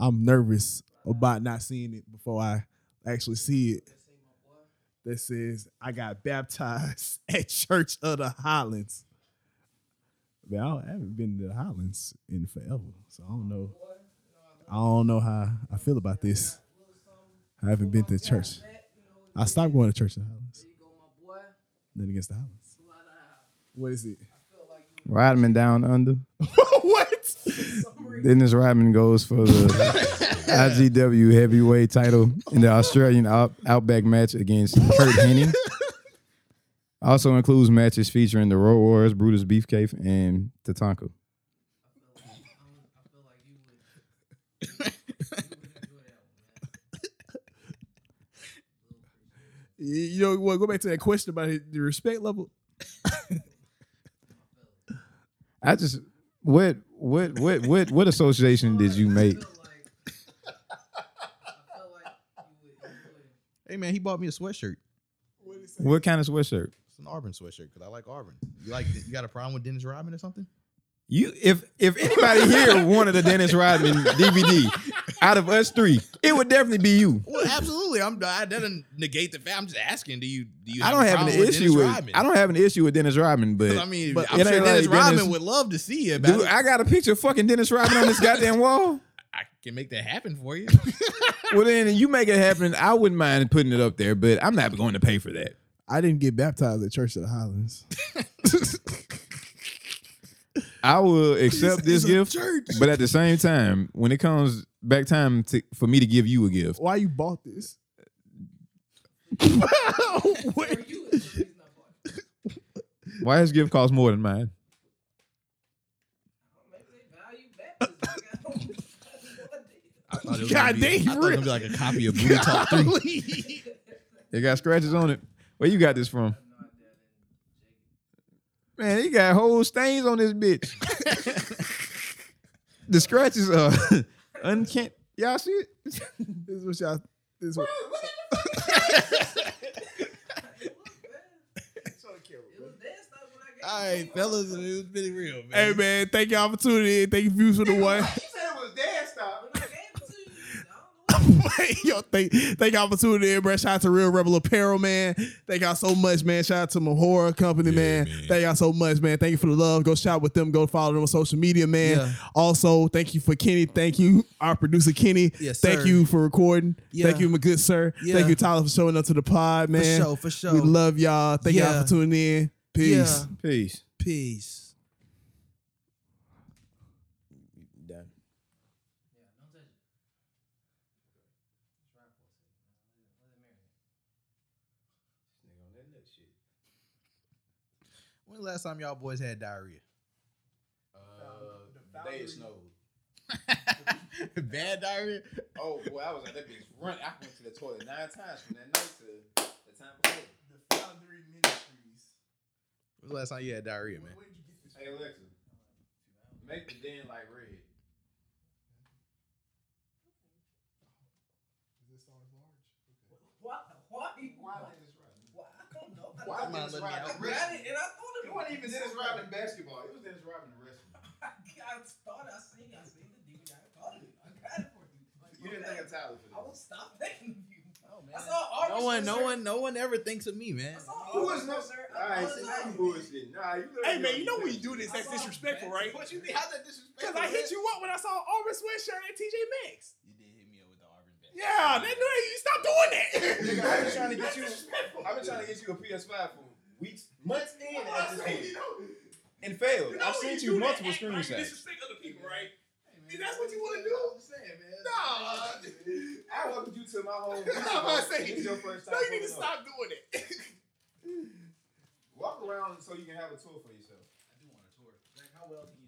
Speaker 1: I'm nervous about not seeing it before I actually see it. That says I got baptized <laughs> at Church of the Highlands. Man, I, don't- I haven't been to the Highlands in forever, so I don't know. I don't know how I feel about this. I haven't been to church. I stopped going to church in the Highlands. Then against the Highlands. What is it? <laughs>
Speaker 3: Rodman down under.
Speaker 1: what?
Speaker 3: Dennis Rodman goes for the IGW heavyweight title in the Australian out- Outback match against Kurt Hennig. Also includes matches featuring the Road Warriors, Brutus Beefcake, and Tatanka.
Speaker 1: You- You know what? Go back to that question about his- the respect level.
Speaker 3: I just what what what what what association did you make?
Speaker 2: Hey man, he bought me a sweatshirt.
Speaker 3: What kind of sweatshirt?
Speaker 2: It's an Auburn sweatshirt because I like Auburn. You like? You got a problem with Dennis Rodman or something?
Speaker 3: You if if anybody here wanted a Dennis Rodman DVD out of us three, it would definitely be you.
Speaker 2: <laughs> Well, absolutely. I'm. I didn't negate the fact. I'm just asking. Do you? Do you?
Speaker 3: I don't
Speaker 2: a
Speaker 3: have
Speaker 2: problem
Speaker 3: an issue
Speaker 2: Dennis
Speaker 3: with
Speaker 2: Rodman?
Speaker 3: I don't have an issue with Dennis Rodman, but
Speaker 2: 'Cause I mean,
Speaker 3: but
Speaker 2: I'm
Speaker 3: it
Speaker 2: sure
Speaker 3: ain't
Speaker 2: Dennis
Speaker 3: like
Speaker 2: Rodman
Speaker 3: Dennis-
Speaker 2: would love to see it. But
Speaker 3: Dude,
Speaker 2: I,
Speaker 3: I got a picture of fucking Dennis Rodman on
Speaker 2: <laughs>
Speaker 3: this goddamn wall.
Speaker 2: I can make that happen for you.
Speaker 3: Well, then you make it happen. I wouldn't mind putting it up there, but I'm not going to pay for that.
Speaker 1: I didn't get baptized at Church of the Highlands.
Speaker 3: I will accept this gift,
Speaker 2: church.
Speaker 3: but at the same time, when it comes back time to, for me to give you a gift,
Speaker 1: Why you bought this? What?
Speaker 3: why his gift cost more than mine?
Speaker 2: I thought it
Speaker 1: God
Speaker 2: was gonna be- I
Speaker 1: damn,
Speaker 2: thought it was gonna be like a copy of Booty <laughs> Talk Three.
Speaker 1: Golly.
Speaker 3: It got scratches on it. Where you got this from? Man, he got whole stains on
Speaker 1: <laughs>
Speaker 3: this bitch. the scratches are <laughs> unkempt. Y'all see it? <laughs>
Speaker 1: this is what y'all. This is what.
Speaker 2: All right, fellas, it was pretty real, man.
Speaker 1: Hey man, thank y'all for tuning in. Thank you views for the one.
Speaker 2: <laughs>
Speaker 1: <laughs> Yo, thank, thank y'all for tuning in, bro. Shout out to Real Rebel Apparel, man. Thank y'all so much, man. Shout out to my horror company,
Speaker 4: Yeah,
Speaker 1: man.
Speaker 4: man.
Speaker 1: Thank y'all so much, man. Thank you for the love. Go shop with them. Go follow them on social media, man.
Speaker 2: Yeah.
Speaker 1: Also, thank you for Kenny. Thank you, our producer Kenny.
Speaker 2: Yes,
Speaker 1: thank
Speaker 2: sir.
Speaker 1: you for recording.
Speaker 2: Yeah.
Speaker 1: Thank you, my good sir.
Speaker 2: Yeah.
Speaker 1: Thank you, Tyler, for showing up to the pod,
Speaker 2: For
Speaker 1: man.
Speaker 2: sure, for sure.
Speaker 1: We love y'all. Thank y'all
Speaker 2: Yeah.
Speaker 1: for tuning in. Peace.
Speaker 2: Yeah.
Speaker 3: Peace.
Speaker 2: Peace. When the last time y'all boys had diarrhea? Uh,
Speaker 5: the day
Speaker 2: <laughs>
Speaker 5: it snowed.
Speaker 2: Bad diarrhea.
Speaker 5: Oh boy, I was at that bitch run. I went to the toilet nine times from that night to the time before.
Speaker 3: The Foundry Ministries.
Speaker 2: When the last time you had diarrhea, man?
Speaker 3: Where'd you get this?
Speaker 5: Hey Alexa, make the den like red.
Speaker 3: Is this ours large?
Speaker 6: Why? Why? Why?
Speaker 5: Dennis Rodman?
Speaker 6: Why? I don't know.
Speaker 5: Why
Speaker 6: I,
Speaker 2: Come on,
Speaker 5: Dennis
Speaker 2: let me
Speaker 6: I
Speaker 2: out.
Speaker 5: Rodman?
Speaker 6: grabbed it and I thought it
Speaker 5: It wasn't even Dennis Rodman in basketball. It was Dennis Rodman in wrestling.
Speaker 6: <laughs> I, I thought I seen. I seen the DVD. I thought it. I got it for you. Like,
Speaker 5: You didn't think of Tyler for
Speaker 6: I
Speaker 5: that.
Speaker 6: will stop thinking of <laughs> you.
Speaker 2: Oh man.
Speaker 6: I saw Arby's.
Speaker 2: No one, no
Speaker 6: sir.
Speaker 2: one, no one ever thinks of me, man.
Speaker 6: I saw
Speaker 5: Who is
Speaker 6: Arby's,
Speaker 5: no?
Speaker 6: sir. I
Speaker 5: All right,
Speaker 6: thought
Speaker 5: see
Speaker 6: it
Speaker 5: now you
Speaker 6: was-
Speaker 5: bullshit. Nah, you. know
Speaker 1: Hey
Speaker 5: you
Speaker 1: man, you know
Speaker 5: don't
Speaker 1: when you do this,
Speaker 6: I
Speaker 1: that's
Speaker 6: saw
Speaker 1: disrespectful,
Speaker 6: Max-
Speaker 1: right?
Speaker 5: But you did. How's that disrespectful?
Speaker 1: Because I hit you up when I saw Auburn sweatshirt at TJ Maxx.
Speaker 2: You did hit me up with the Auburn back.
Speaker 1: Yeah, that no, you stop doing
Speaker 5: Nigga,
Speaker 1: that.
Speaker 5: <laughs> I've been trying to get you. I've been trying to get you a PS5 for weeks, months in at this point, and failed.
Speaker 1: You know
Speaker 5: I've
Speaker 1: when you
Speaker 5: seen you
Speaker 1: do that,
Speaker 5: multiple
Speaker 1: act like you
Speaker 5: screenshots.
Speaker 1: Disrespect other people, right?
Speaker 5: Is
Speaker 1: Is that what you want to do?
Speaker 5: I'm saying, man.
Speaker 1: Nah.
Speaker 5: <laughs> I welcomed you to my
Speaker 1: <laughs> I'm
Speaker 5: home.
Speaker 1: about to say,
Speaker 5: This is your first
Speaker 1: No,
Speaker 5: time.
Speaker 1: you need to
Speaker 5: pulling up.
Speaker 1: stop doing that.
Speaker 5: Walk around so you can have a tour for yourself.
Speaker 2: I do want a tour. Like, how well can you
Speaker 5: Uh,